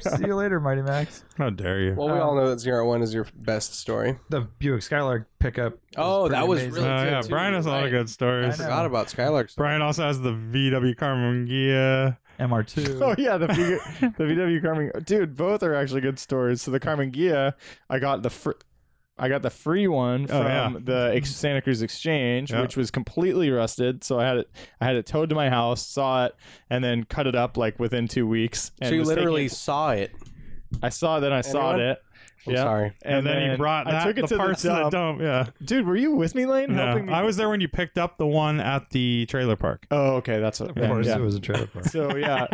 Speaker 1: See you later, Mighty Max.
Speaker 4: How dare you?
Speaker 5: Well, we all know that zero one is your best story.
Speaker 1: The Buick Skylark pickup. was
Speaker 5: Oh,
Speaker 1: pretty
Speaker 5: that was
Speaker 1: amazing.
Speaker 4: Oh
Speaker 5: really good,
Speaker 4: yeah,
Speaker 5: too.
Speaker 4: Brian has a lot of
Speaker 5: Right.
Speaker 4: good
Speaker 5: I
Speaker 4: stories.
Speaker 5: forgot about Skylark.
Speaker 4: Brian also has the VW Carmangia.
Speaker 1: MR2.
Speaker 2: (laughs) Oh yeah, the V- the VW Carmen, dude. Both are actually good stories. So the Carmen Gia, I got the fr- I got the free one from
Speaker 4: Oh, yeah.
Speaker 2: the ex- Santa Cruz Exchange,
Speaker 4: Yeah.
Speaker 2: which was completely rusted. So I had it, I had it towed to my house, saw it, and then cut it up like within two weeks. And
Speaker 5: So you
Speaker 2: was taking
Speaker 5: literally
Speaker 2: it-
Speaker 5: saw it.
Speaker 2: I saw it, then I saw
Speaker 5: Anyone?
Speaker 2: it.
Speaker 5: I'm
Speaker 2: Yeah.
Speaker 5: sorry.
Speaker 4: And, then, he brought
Speaker 2: I
Speaker 4: that,
Speaker 2: took it
Speaker 4: the
Speaker 2: to
Speaker 4: parts
Speaker 2: the
Speaker 4: to the
Speaker 2: dump.
Speaker 4: dump. Yeah.
Speaker 2: Dude, were you with me, Lane?
Speaker 4: No,
Speaker 2: Helping me?
Speaker 4: I was there when you picked up the one at the trailer park.
Speaker 2: Oh, okay, that's what.
Speaker 1: Of course,
Speaker 2: yeah.
Speaker 1: it was a trailer
Speaker 2: (laughs)
Speaker 1: park.
Speaker 2: So yeah,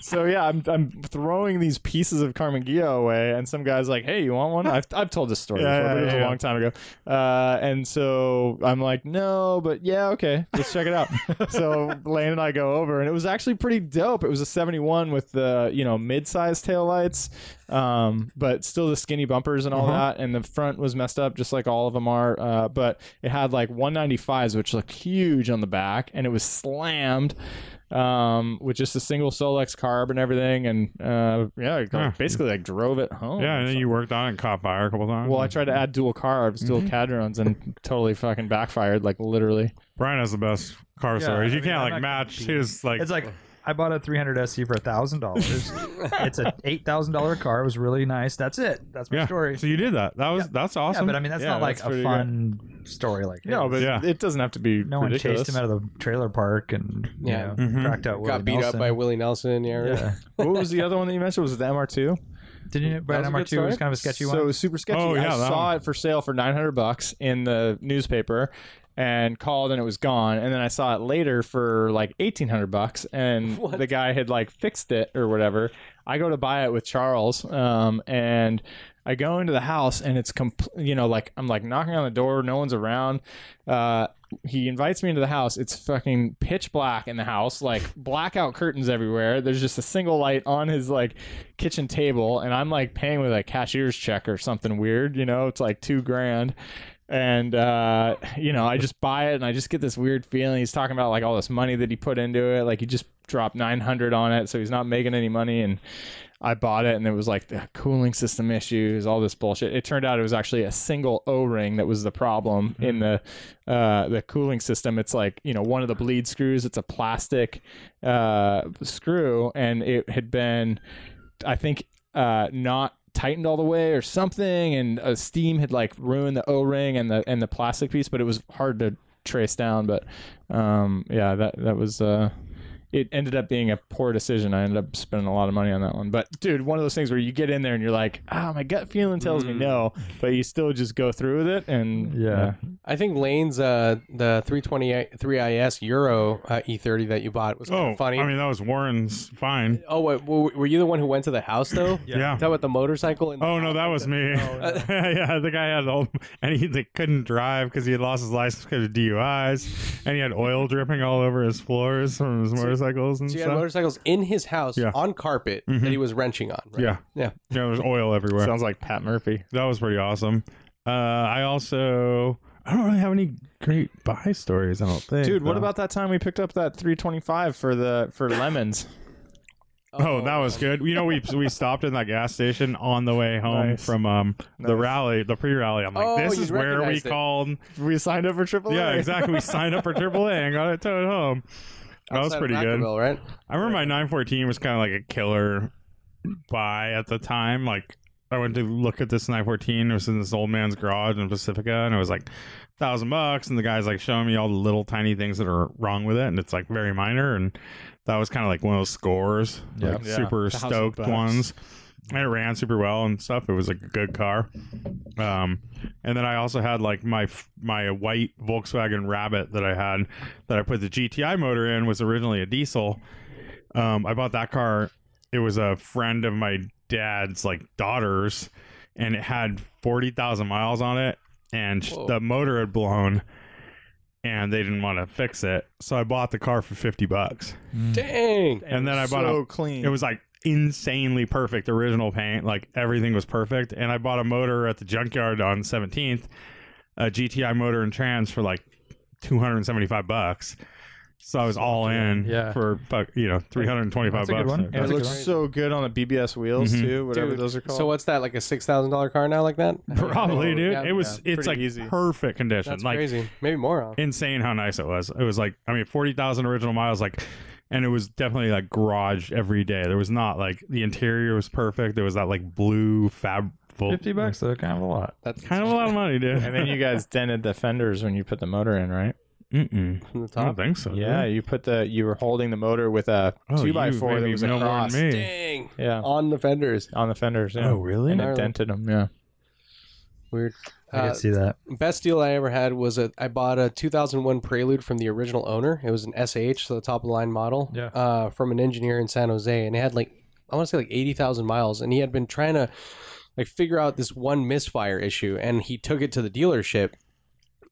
Speaker 2: so yeah, I'm I'm throwing these pieces of Carmen Gia away, and some guy's like, "Hey, you want one?" I've I've told this story
Speaker 4: Yeah,
Speaker 2: before, but it
Speaker 4: yeah,
Speaker 2: was
Speaker 4: yeah.
Speaker 2: a long time ago. Uh, and so I'm like, "No, but yeah, okay, let's check it out."
Speaker 4: (laughs)
Speaker 2: so Lane and I go over, and it was actually pretty dope. It was a '71 with the you know mid-sized taillights, um, but still the skinny bumpers and all
Speaker 4: Uh-huh.
Speaker 2: that, and the front was messed up just like all of them are. Uh, but it had like 195s, which looked huge on the back, and it was slammed um, with just a single Solex carb and everything, and uh, yeah, I
Speaker 4: Huh.
Speaker 2: basically like drove it home.
Speaker 4: Yeah, and then you worked on it and caught fire a couple times.
Speaker 2: Well, I tried to add dual carbs, dual
Speaker 4: Mm-hmm.
Speaker 2: cadrons, and totally fucking backfired. Like literally.
Speaker 4: Brian has the best car
Speaker 1: Yeah,
Speaker 4: stories.
Speaker 1: I
Speaker 4: You
Speaker 1: mean,
Speaker 4: can't
Speaker 1: I'm
Speaker 4: like
Speaker 1: not gonna
Speaker 4: match
Speaker 1: beat
Speaker 4: his like.
Speaker 1: It's like I bought a 300 SE for
Speaker 5: (laughs)
Speaker 1: thousand dollars. It's an eight thousand dollar car. It was really nice. That's it. That's my
Speaker 4: yeah.
Speaker 1: story.
Speaker 4: So you did that. That was
Speaker 1: Yeah.
Speaker 4: that's
Speaker 1: yeah,
Speaker 4: awesome.
Speaker 1: but I mean, that's
Speaker 2: Yeah,
Speaker 1: not like
Speaker 2: that's
Speaker 1: a
Speaker 2: pretty
Speaker 1: fun story. Like hey,
Speaker 2: No, but
Speaker 4: Yeah.
Speaker 2: it doesn't have to be.
Speaker 1: no one
Speaker 2: ridiculous.
Speaker 1: chased him out of the trailer park and you
Speaker 5: Yeah.
Speaker 1: know,
Speaker 4: Mhm.
Speaker 1: cracked out. Willie
Speaker 5: Got beat
Speaker 1: Nelson.
Speaker 5: up by Willie Nelson. Yeah. right.
Speaker 1: Yeah.
Speaker 2: what
Speaker 1: (laughs)
Speaker 2: was the other one that you mentioned? Was it the MR2?
Speaker 1: Didn't you? But
Speaker 5: That was a good
Speaker 1: MR2 was
Speaker 5: story.
Speaker 1: kind of a sketchy
Speaker 2: so
Speaker 1: one.
Speaker 2: it was super sketchy.
Speaker 4: Oh, yeah,
Speaker 2: I
Speaker 4: that
Speaker 2: saw
Speaker 4: one.
Speaker 2: it for sale for 900 bucks in the newspaper and called and it was gone and then I saw it later for like 1800 bucks and
Speaker 1: (laughs)
Speaker 2: the guy had like fixed it or whatever. I go to buy it with Charles um and I go into the house and it's compl- you know like I'm like knocking on the door, no one's around. Uh he invites me into the house. It's fucking pitch black in the house, like blackout curtains everywhere. There's just a single light on his like kitchen table, and I'm like paying with a cashier's check or something weird. You know, it's like two grand. And uh, you know, I just buy it, and I just get this weird feeling. He's talking about like all this money that he put into it. Like he just dropped nine hundred on it, so he's not making any money. And I bought it, and it was like the cooling system issues, all this bullshit. It turned out it was actually a single O ring that was the problem in the uh, the cooling system. It's like you know one of the bleed screws. It's a plastic uh, screw, and it had been, I think, uh, not tightened all the way or something, and uh, steam had like ruined the O ring and the and the plastic piece, but it was hard to trace down. But um, yeah, that that was. Uh, it ended up being a poor decision. I ended up spending a lot of money on that one. But dude, one of those things where you get in there and you're like, ah, my gut feeling tells
Speaker 4: Mm.
Speaker 2: me no, but you still just go through with it and
Speaker 1: Yeah.
Speaker 5: I think Lane's uh the 328 3IS Euro uh, E30 that you bought was
Speaker 4: Oh,
Speaker 5: funny.
Speaker 4: I mean, that was Warren's fine.
Speaker 5: oh, wait, w- were you the one who went to the house though?
Speaker 4: Yeah.
Speaker 5: Is that what the motorcycle? And
Speaker 4: Oh no, that was me.
Speaker 1: Oh,
Speaker 4: (laughs) yeah, the guy had all, and he like, couldn't drive because he had lost his license because of DUIs, and he had oil dripping all over his floors from his motorcycles and
Speaker 5: so you had
Speaker 4: stuff.
Speaker 5: motorcycles in his house
Speaker 4: Yeah. Mm-hmm.
Speaker 5: on carpet that he was wrenching on. Right?
Speaker 4: Yeah,
Speaker 5: Yeah.
Speaker 4: yeah. There's oil everywhere.
Speaker 2: sounds like Pat Murphy.
Speaker 4: that was pretty awesome. Uh, I also I don't really have any great buy stories. I don't think. Uh,
Speaker 2: Dude, what
Speaker 4: though.
Speaker 2: about that time we picked up that 325 for the for lemons? (laughs)
Speaker 4: Oh, that was good. You know,
Speaker 5: (laughs)
Speaker 4: we we stopped in that gas station on the way home
Speaker 2: Nice.
Speaker 4: from um the rally, the pre rally. I'm like,
Speaker 5: Oh,
Speaker 4: this
Speaker 5: you
Speaker 4: is where we
Speaker 5: recognized it.
Speaker 4: called.
Speaker 2: we signed up for triple.
Speaker 4: Yeah, exactly. We
Speaker 5: (laughs)
Speaker 4: signed up for AAA and got it towed home. That was
Speaker 5: Outside of
Speaker 4: pretty good.
Speaker 5: Vacaville, Right.
Speaker 4: I remember my 914 was kind of like a killer buy at the time. Like I went to look at this 914. It was in this old man's garage in Pacifica, and it was like thousand bucks. And the guy's like showing me all the little tiny things that are wrong with it, and it's like very minor. And that was kind of like one of those scores, like
Speaker 2: Yeah.
Speaker 4: super
Speaker 2: Thousand
Speaker 4: stoked
Speaker 2: bucks.
Speaker 4: ones. And it ran super well and stuff. It was like a good car. Um, and then I also had like my f- my white Volkswagen Rabbit that I had that I put the GTI motor in was originally a diesel. Um, I bought that car. It was a friend of my dad's like daughter's, and it had forty thousand miles on it, and sh-
Speaker 5: Whoa.
Speaker 4: the motor had blown, and they didn't want to fix it, so I bought the car for fifty bucks,
Speaker 5: Dang.
Speaker 4: and, then I bought a
Speaker 2: so clean.
Speaker 4: it was like insanely perfect original paint, like everything was perfect. And I bought a motor at the junkyard on 17th, a GTI motor and trans for like 275 bucks. So I was all in
Speaker 1: Yeah.
Speaker 4: for fuck, you know 325
Speaker 1: That's a
Speaker 4: bucks.
Speaker 1: good one.
Speaker 2: and
Speaker 1: That's
Speaker 2: it
Speaker 1: a good
Speaker 2: looks
Speaker 1: one.
Speaker 2: so good on the BBS wheels
Speaker 4: Mhm.
Speaker 2: too. Whatever
Speaker 5: Dude,
Speaker 2: those are called.
Speaker 5: So what's that like a six thousand dollar car now like that?
Speaker 4: Probably, dude.
Speaker 5: Yeah,
Speaker 4: it was
Speaker 2: yeah,
Speaker 4: it's
Speaker 2: pretty
Speaker 4: like
Speaker 2: easy.
Speaker 4: perfect condition.
Speaker 5: That's
Speaker 4: like
Speaker 5: crazy. Maybe more. Huh?
Speaker 4: insane how nice it was. It was like I mean forty thousand original miles, like, and it was definitely like garaged every day. There was not like the interior was perfect. There was that like blue fab.
Speaker 1: Fifty bucks, though, kind of a lot.
Speaker 5: That's
Speaker 4: Kind of a lot of money, dude.
Speaker 2: and then you
Speaker 5: (laughs)
Speaker 2: guys dented the fenders when you put the motor in, right?
Speaker 4: (laughs) Mm-mm. (laughs)
Speaker 5: from the
Speaker 4: I don't
Speaker 5: top.
Speaker 4: think so.
Speaker 2: Yeah, you put the you were holding the motor with a
Speaker 4: Oh,
Speaker 2: two by
Speaker 4: you
Speaker 2: four that
Speaker 4: maybe
Speaker 2: was
Speaker 4: know more than
Speaker 2: across.
Speaker 4: me.
Speaker 5: Dang.
Speaker 2: Yeah,
Speaker 5: On the fenders.
Speaker 2: on the fenders. Yeah.
Speaker 4: Oh, really?
Speaker 2: And it dented them. Yeah. (laughs)
Speaker 5: Weird.
Speaker 1: I
Speaker 5: Uh,
Speaker 1: could see that.
Speaker 5: best deal I ever had was a I bought a 2001 Prelude from the original owner. It was an SH, so the top of the line model,
Speaker 1: Yeah.
Speaker 5: uh, from an engineer in San Jose, and it had like I want to say like 80,000 miles, and he had been trying to like figure out this one misfire issue, and he took it to the dealership.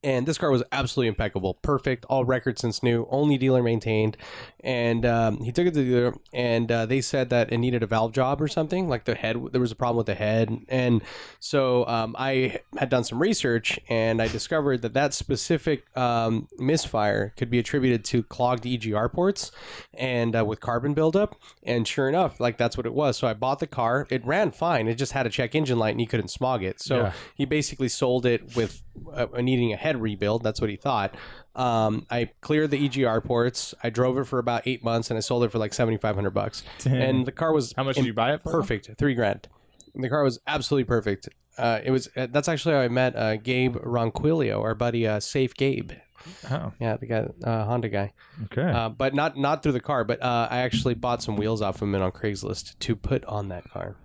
Speaker 5: And this car was absolutely impeccable, perfect, all records since new, only dealer maintained. And um, he took it to the dealer, and uh, they said that it needed a valve job or something. Like the head, there was a problem with the head, and so um, I had done some research and I discovered that that specific um, misfire could be attributed to clogged EGR ports and uh, with carbon buildup. And sure enough, like that's what it was. So I bought the car. It ran fine. It just had a check engine light and he couldn't smog it. So he basically sold it with uh, needing a head rebuild. That's what he thought. Um, I cleared the EGR ports. I drove it for about eight months and I sold it for like
Speaker 2: (laughs)
Speaker 5: 7,500 bucks. And the car was
Speaker 2: How much did you buy it for?
Speaker 5: perfect three grand And the car was absolutely perfect uh, it was uh, that's actually how i met uh, gabe ronquillo our buddy uh, safe gabe
Speaker 1: Oh,
Speaker 5: yeah the guy uh, honda guy
Speaker 1: okay.
Speaker 5: uh, but not not through the car but uh, i actually bought some wheels off him on craigslist to put on that car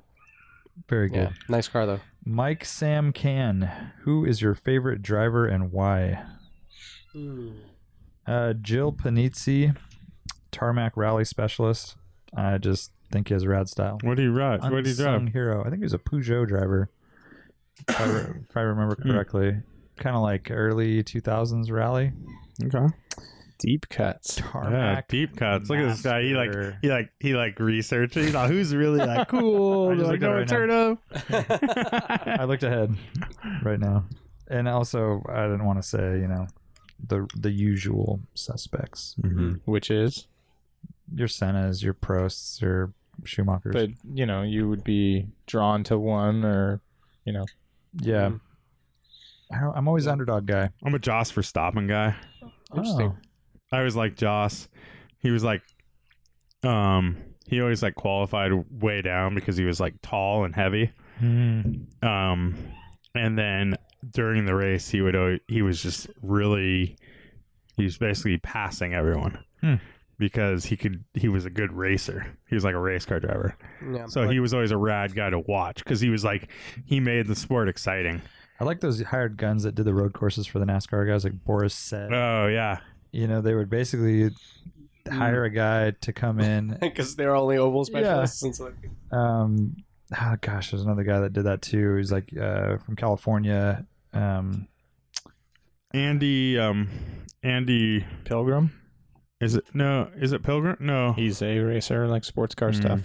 Speaker 1: Very good.
Speaker 5: yeah nice car though
Speaker 1: Mike Sam Can, who is your favorite driver and why?
Speaker 4: Hmm.
Speaker 1: Uh, Jill Panizzi, tarmac rally specialist. I just think he has rad style.
Speaker 4: What do you ride? What do you
Speaker 1: Unsung
Speaker 4: drive?
Speaker 1: hero. I think he was a Peugeot driver. If I, re- if I remember
Speaker 4: Hmm.
Speaker 1: correctly, kind of like early 2000s rally.
Speaker 4: Okay.
Speaker 2: Deep cuts.
Speaker 4: Yeah,
Speaker 1: Tarmac.
Speaker 4: deep cuts. Look at this guy. He like
Speaker 1: master.
Speaker 4: he like he like researches. He's like, who's really
Speaker 2: (laughs)
Speaker 4: like cool?
Speaker 1: I just
Speaker 4: like
Speaker 1: looked at it
Speaker 4: no
Speaker 1: right now.
Speaker 4: turno.
Speaker 1: I looked ahead right now, and also I didn't want to say you know the the usual suspects.
Speaker 4: Mm-hmm.
Speaker 2: Which is,
Speaker 1: Your Senna's, your Prosts, your Schumachers.
Speaker 2: but you know, you would be drawn to one or, you know,
Speaker 1: yeah. I don't, I'm always underdog guy.
Speaker 4: I'm a Joss for stopping guy.
Speaker 1: Oh.
Speaker 5: Interesting.
Speaker 4: I was like Joss. He was like, um, he always like qualified way down because he was like tall and heavy.
Speaker 1: Oh. Hmm.
Speaker 4: um and then during the race he would al- he was just really he was basically passing everyone
Speaker 1: Hmm.
Speaker 4: because he could he was a good racer. He was like a race car driver.
Speaker 5: Yeah,
Speaker 4: So
Speaker 5: but
Speaker 4: he was always a rad guy to watch cuz he was like he made the sport exciting.
Speaker 1: I like those hired guns that did the road courses for the NASCAR guys, like Boris said.
Speaker 4: Oh yeah.
Speaker 1: you know, they would basically hire a guy to come in.
Speaker 5: (laughs) because they're only oval
Speaker 1: Yeah.
Speaker 5: specialists. And so like,
Speaker 1: Um, oh gosh, there's another guy that did that too. He's like uh, from California. Um,
Speaker 4: Andy um Andy
Speaker 2: Pilgrim.
Speaker 4: is it no is it Pilgrim? No.
Speaker 2: He's a racer, like sports car
Speaker 4: Mm.
Speaker 2: stuff.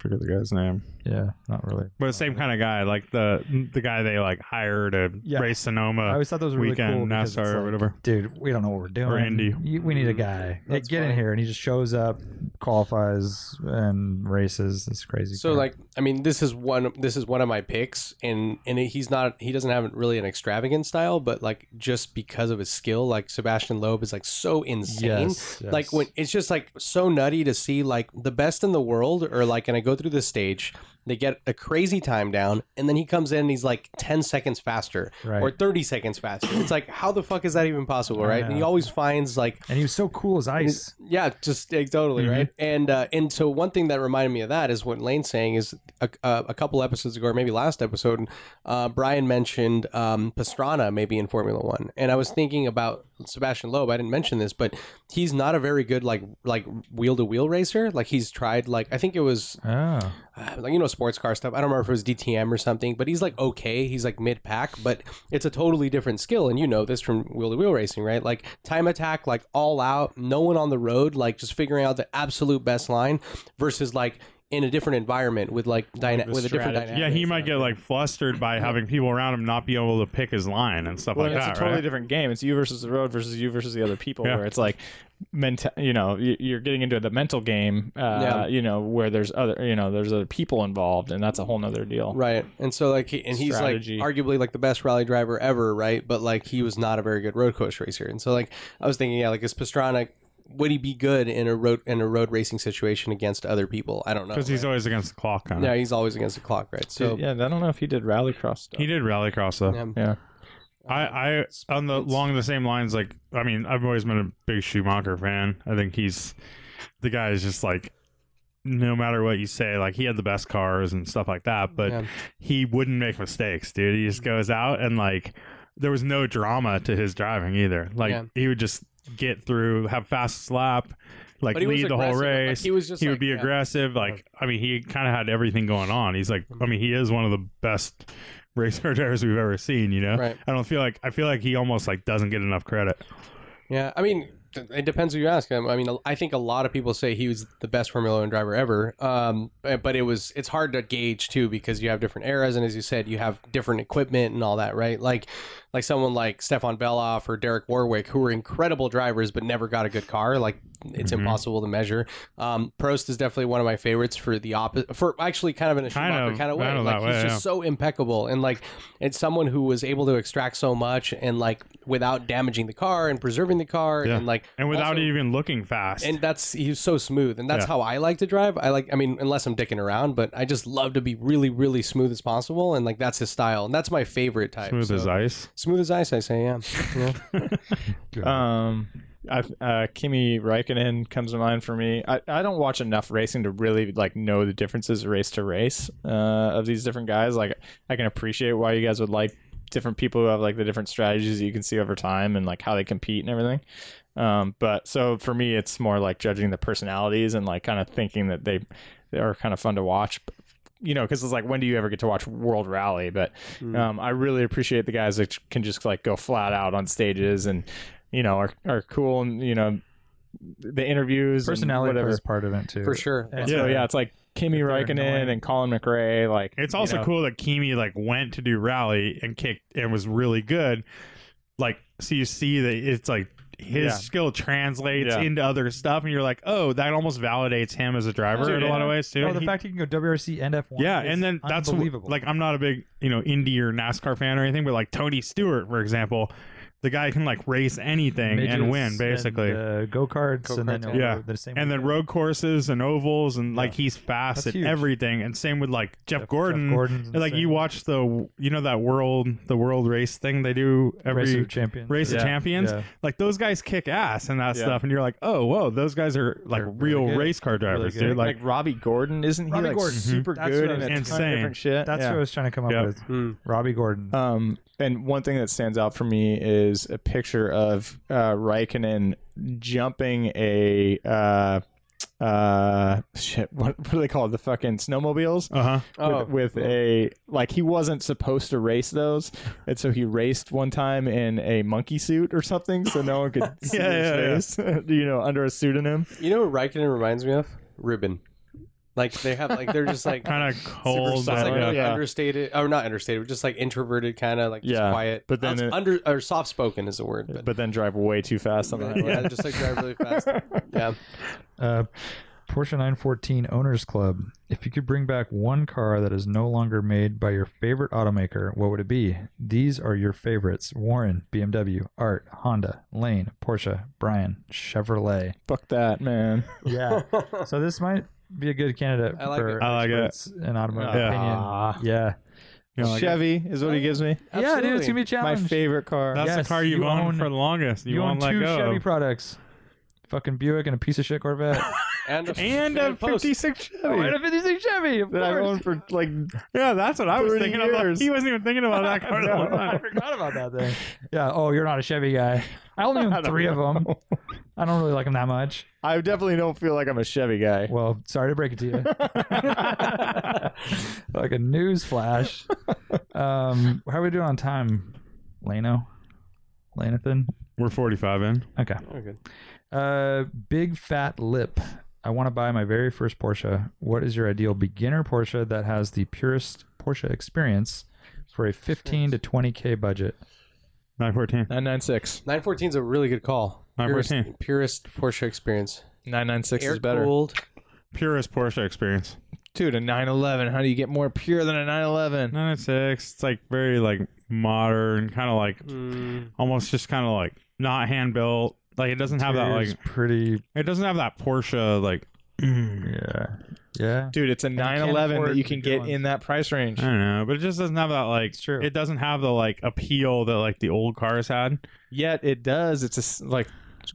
Speaker 4: forget the guy's name.
Speaker 1: yeah, not really.
Speaker 4: But the same kind of guy, like the the guy they like hired to
Speaker 1: Yeah.
Speaker 4: race
Speaker 1: I
Speaker 4: Sonoma
Speaker 1: always thought those were really
Speaker 4: Uh, weekend
Speaker 1: cool. because
Speaker 4: NASCAR
Speaker 1: it's
Speaker 4: or
Speaker 1: like,
Speaker 4: whatever.
Speaker 1: Dude, we don't know what we're doing.
Speaker 4: Or Mm-hmm. Andy.
Speaker 1: You- We need a guy. Hey,
Speaker 5: That's
Speaker 1: get in
Speaker 5: fine.
Speaker 1: here, and he just shows up, qualifies, and races. It's crazy.
Speaker 5: So
Speaker 1: car.
Speaker 5: like I mean this is one this is one of my picks and and he's not he doesn't have really an extravagant style but like just because of his skill like Sebastian Loeb is like so insane
Speaker 1: yes, yes.
Speaker 5: like when it's just like so nutty to see like the best in the world or like and I go through the stage they get a crazy time down and then he comes in and he's like 10 seconds faster
Speaker 1: right.
Speaker 5: or 30 seconds faster it's like how the fuck is that even possible right and he
Speaker 1: know.
Speaker 5: always finds like
Speaker 1: and he was so cool as ice.
Speaker 5: yeah, just like, totally
Speaker 4: Mhm.
Speaker 5: right. And uh, and so one thing that reminded me of that is what Lane's saying is a, uh, a, a couple episodes ago, or maybe last episode, uh, Brian mentioned um, Pastrana maybe in Formula One, and I was thinking about Sebastian Loeb. I didn't mention this, but he's not a very good like like wheel to wheel racer. Like he's tried like I think it was
Speaker 1: Oh,
Speaker 5: uh, like you know sports car stuff. I don't remember if it was DTM or something, but he's like okay, he's like mid pack, but it's a totally different skill, and you know this from wheel to wheel racing, right? Like time attack, like all out, no one on the road, like just figuring out the absolute best line versus like in a different environment with like dyna-
Speaker 2: the
Speaker 5: with a different
Speaker 2: strategy.
Speaker 5: dynamic.
Speaker 4: Yeah, he might get like flustered by having people around him not be able to pick his line and stuff
Speaker 2: Well,
Speaker 4: like
Speaker 2: it's
Speaker 4: that,
Speaker 2: a totally
Speaker 4: right?
Speaker 2: different game. It's you versus the road versus you versus the other people.
Speaker 4: Yeah.
Speaker 2: Where it's like, mental, you know, y- you're getting into the mental game. Uh,
Speaker 5: Yeah.
Speaker 2: You know, where there's other, you know, there's other people involved, and that's a whole nother deal.
Speaker 5: Right, and so like, he, and he's
Speaker 2: Strategy.
Speaker 5: like arguably like the best rally driver ever, right? But like, he was not a very good road course racer, and so like, I was thinking, yeah, like, is Pastrana would he be good in a road in a road racing situation against other people? I don't know
Speaker 4: Because he's always against the clock. Kind
Speaker 5: Yeah,
Speaker 4: of.
Speaker 5: he's always against the clock, right? So
Speaker 2: yeah, I don't know if he did rallycross stuff.
Speaker 4: He did rallycross though.
Speaker 5: yeah.
Speaker 2: Yeah.
Speaker 4: I, I on the along the same lines. Like, I mean, I've always been a big Schumacher fan. I think he's the guy is just like, no matter what you say, like he had the best cars and stuff like that. But
Speaker 5: Yeah. Mm-hmm.
Speaker 4: he wouldn't make mistakes, dude. He just goes out and like there was no drama to his driving either. Like
Speaker 5: Yeah.
Speaker 4: he would just get through, have fastest lap, like
Speaker 5: But he was
Speaker 4: lead the whole
Speaker 5: aggressive, like,
Speaker 4: race.
Speaker 5: he was just
Speaker 4: he
Speaker 5: like,
Speaker 4: would be
Speaker 5: yeah.
Speaker 4: aggressive. Like I mean, he kind of had everything going on. He's like, I mean, he is one of the best (laughs) race car drivers we've ever seen. You know,
Speaker 5: Right.
Speaker 4: I don't feel like I feel like he almost like doesn't get enough credit.
Speaker 5: Yeah, I mean, it depends who you ask. I mean, I think a lot of people say he was the best Formula One driver ever. Um, but but it was it's hard to gauge too because you have different eras, and as you said, you have different equipment and all that, right? Like like someone like Stefan Beloff or Derek Warwick, who were incredible drivers but never got a good car. Like it's
Speaker 4: Mhm.
Speaker 5: impossible to measure. Um, Prost is definitely one of my favorites for the opposite, for actually kind of in a
Speaker 4: Kind
Speaker 5: Schumacher
Speaker 4: of,
Speaker 5: kind of way.
Speaker 4: kind of
Speaker 5: like
Speaker 4: that
Speaker 5: he's
Speaker 4: way,
Speaker 5: just
Speaker 4: yeah.
Speaker 5: so impeccable and like it's someone who was able to extract so much and like without damaging the car and preserving the car
Speaker 4: Yeah.
Speaker 5: and like
Speaker 4: And without
Speaker 5: also-
Speaker 4: even looking fast,
Speaker 5: and that's he's so smooth and that's
Speaker 4: Yeah.
Speaker 5: how I like to drive. I like I mean unless I'm dicking around, but I just love to be really really smooth as possible and like that's his style and that's my favorite type.
Speaker 4: smooth
Speaker 5: so-
Speaker 4: as ice.
Speaker 5: Smooth as ice, I say.
Speaker 4: (laughs)
Speaker 5: Yeah, yeah.
Speaker 2: Um, I, uh, Kimi Raikkonen comes to mind for me. I, I don't watch enough racing to really like know the differences race to race uh, of these different guys. Like I can appreciate why you guys would like different people who have like the different strategies that you can see over time and like how they compete and everything. Um, but so for me, it's more like judging the personalities and like kind of thinking that they they are kind of fun to watch. You know, because it's like when do you ever get to watch World Rally? But um, I really appreciate the guys that can just like go flat out on stages and you know are are cool and you know the interviews
Speaker 1: personality
Speaker 2: and whatever.
Speaker 1: plays part of it too.
Speaker 5: for sure.
Speaker 1: And
Speaker 2: So
Speaker 1: so,
Speaker 2: yeah, it's like Kimi
Speaker 1: If they're
Speaker 2: Raikkonen
Speaker 1: annoying.
Speaker 2: and Colin McRae. Like
Speaker 4: It's
Speaker 2: you
Speaker 4: also
Speaker 2: know,
Speaker 4: cool that Kimi like went to do rally and kicked and was really good. Like, so you see that it's like his
Speaker 2: Yeah.
Speaker 4: skill translates
Speaker 2: Yeah.
Speaker 4: into other stuff, and you're like, oh, that almost validates him as a driver
Speaker 2: Dude,
Speaker 4: in a lot of
Speaker 2: yeah.
Speaker 4: ways too.
Speaker 1: No,
Speaker 4: And
Speaker 1: Oh, the
Speaker 4: he-
Speaker 1: fact he can go WRC and F1.
Speaker 4: yeah,
Speaker 1: is
Speaker 4: and then that's
Speaker 1: unbelievable.
Speaker 4: like I'm not a big you know indie or NASCAR fan or anything, but like Tony Stewart, for example, the guy can like race anything and
Speaker 1: midgets
Speaker 4: win basically.
Speaker 1: and, uh, go-karts, and then
Speaker 3: Go-karts,
Speaker 1: over
Speaker 4: yeah.
Speaker 1: the same
Speaker 4: and then
Speaker 1: weekend.
Speaker 4: road courses and ovals and like
Speaker 1: Yeah.
Speaker 4: he's fast
Speaker 1: That's
Speaker 4: at
Speaker 1: huge.
Speaker 4: everything and same with like jeff,
Speaker 1: Jeff-
Speaker 4: gordon,
Speaker 1: Jeff Gordon's
Speaker 4: And, like you
Speaker 1: insane.
Speaker 4: watch the you know that world the world race thing they do every
Speaker 1: race of champions
Speaker 4: Race of
Speaker 1: Yeah.
Speaker 4: Champions.
Speaker 1: Yeah.
Speaker 4: Like those guys kick ass and that
Speaker 2: Yeah.
Speaker 4: stuff, and you're like, oh, whoa, those guys are like
Speaker 1: They're really
Speaker 4: real
Speaker 1: good.
Speaker 4: race car drivers,
Speaker 1: good.
Speaker 4: dude.
Speaker 2: Like,
Speaker 4: Like,
Speaker 2: Robbie Gordon, isn't he
Speaker 1: Robbie
Speaker 2: like
Speaker 1: Gordon. Mm-hmm.
Speaker 2: super
Speaker 1: That's
Speaker 2: good
Speaker 1: what I
Speaker 2: and
Speaker 1: was
Speaker 2: a ton of
Speaker 4: Insane.
Speaker 2: different shit?
Speaker 1: That's
Speaker 2: yeah.
Speaker 1: what I was trying to come up
Speaker 4: Yeah.
Speaker 1: with.
Speaker 5: Hmm.
Speaker 1: Robbie Gordon.
Speaker 2: Um, and one thing that stands out for me is a picture of uh, Raikkonen jumping a uh, uh, shit. (laughs) What, what do they call it? The fucking snowmobiles.
Speaker 4: uh huh.
Speaker 5: Oh,
Speaker 2: with, with a like he wasn't supposed to race those, and so he raced one time in a monkey suit or something, so no
Speaker 5: (laughs)
Speaker 2: one could see
Speaker 4: Yeah, yeah, yeah.
Speaker 2: his face. (laughs) you know, under a pseudonym.
Speaker 5: You know what Raikkonen reminds me of? Ribbon. Like they have like they're just like
Speaker 4: Kind of cold. uh,
Speaker 5: It's like
Speaker 4: but,
Speaker 5: really
Speaker 4: yeah.
Speaker 2: yeah.
Speaker 5: understated or not understated, but just like introverted kind of like just
Speaker 2: Yeah,
Speaker 5: quiet.
Speaker 2: but then
Speaker 5: That's
Speaker 2: it-
Speaker 5: under or soft spoken is the word, but,
Speaker 2: But then drive way too fast on the highway.
Speaker 5: yeah, just like drive really fast. Yeah.
Speaker 1: Uh, Porsche 914 Owners Club. If you could bring back one car that is no longer made by your favorite automaker, what would it be? These are your favorites Warren, BMW, Art, Honda, Lane, Porsche, Brian, Chevrolet.
Speaker 2: Fuck that, man.
Speaker 1: Yeah. so this might be a good candidate
Speaker 5: I like
Speaker 1: for
Speaker 5: it.
Speaker 4: I like it.
Speaker 1: experts in automotive
Speaker 4: Yeah.
Speaker 1: opinion. Yeah.
Speaker 4: You know, like,
Speaker 2: Chevy is what he gives me.
Speaker 1: Yeah, dude, it's going to be a
Speaker 2: My
Speaker 1: challenge.
Speaker 2: favorite car.
Speaker 4: that's
Speaker 1: Yes,
Speaker 4: the car you've
Speaker 1: you
Speaker 4: owned
Speaker 1: own-
Speaker 4: for the longest. You,
Speaker 1: you own
Speaker 4: won't let
Speaker 1: two
Speaker 4: go.
Speaker 1: Chevy
Speaker 4: of.
Speaker 1: products. Fucking Buick and a piece of shit (laughs) Corvette.
Speaker 5: And a,
Speaker 4: (laughs) and a
Speaker 5: post.
Speaker 4: 56 Chevy.
Speaker 1: oh, and a 56 Chevy, of
Speaker 2: that I've
Speaker 1: course.
Speaker 2: owned for like
Speaker 4: yeah, that's what I was
Speaker 2: 30
Speaker 4: thinking about.
Speaker 2: years.
Speaker 4: He wasn't even thinking about that car. the
Speaker 1: (laughs) (laughs)
Speaker 4: whole
Speaker 1: I
Speaker 4: time.
Speaker 1: forgot about that thing. (laughs) Yeah. Oh, you're not a Chevy guy. (laughs) I only own three of them. I don't really like them that much.
Speaker 2: I definitely don't feel like I'm a Chevy guy.
Speaker 1: Well, sorry to break it to (laughs) you. like a news flash. Um, how are we doing on time, Lano? Lanathan?
Speaker 4: We're 45 in.
Speaker 1: Okay.
Speaker 5: Okay.
Speaker 1: Uh, big fat lip. I want to buy my very first Porsche. What is your ideal beginner Porsche that has the purest Porsche experience for a 15 to 20k budget?
Speaker 4: 914.
Speaker 2: 996.
Speaker 5: 914 is a really good call. Purest,
Speaker 4: 914.
Speaker 5: purest Porsche experience.
Speaker 2: 996 is better.
Speaker 5: cooled.
Speaker 4: Purest Porsche experience.
Speaker 2: Dude, a 911. How do you get more pure than a 911?
Speaker 4: 996. It's like very like modern, kind of like
Speaker 5: Mm,
Speaker 4: almost just kind of like not hand built. Like it doesn't have that like
Speaker 1: Interior's pretty.
Speaker 4: it doesn't have that Porsche like (clears throat)
Speaker 1: Yeah. Yeah.
Speaker 2: Dude, it's a
Speaker 1: can't
Speaker 2: 911
Speaker 1: afford
Speaker 2: that you
Speaker 1: the
Speaker 2: can
Speaker 1: good
Speaker 2: get
Speaker 1: ones.
Speaker 2: in that price range.
Speaker 4: I don't know, but it just doesn't have that like
Speaker 1: It's true.
Speaker 4: it doesn't have the like appeal that like the old cars had.
Speaker 2: Yet it does. It's a s- like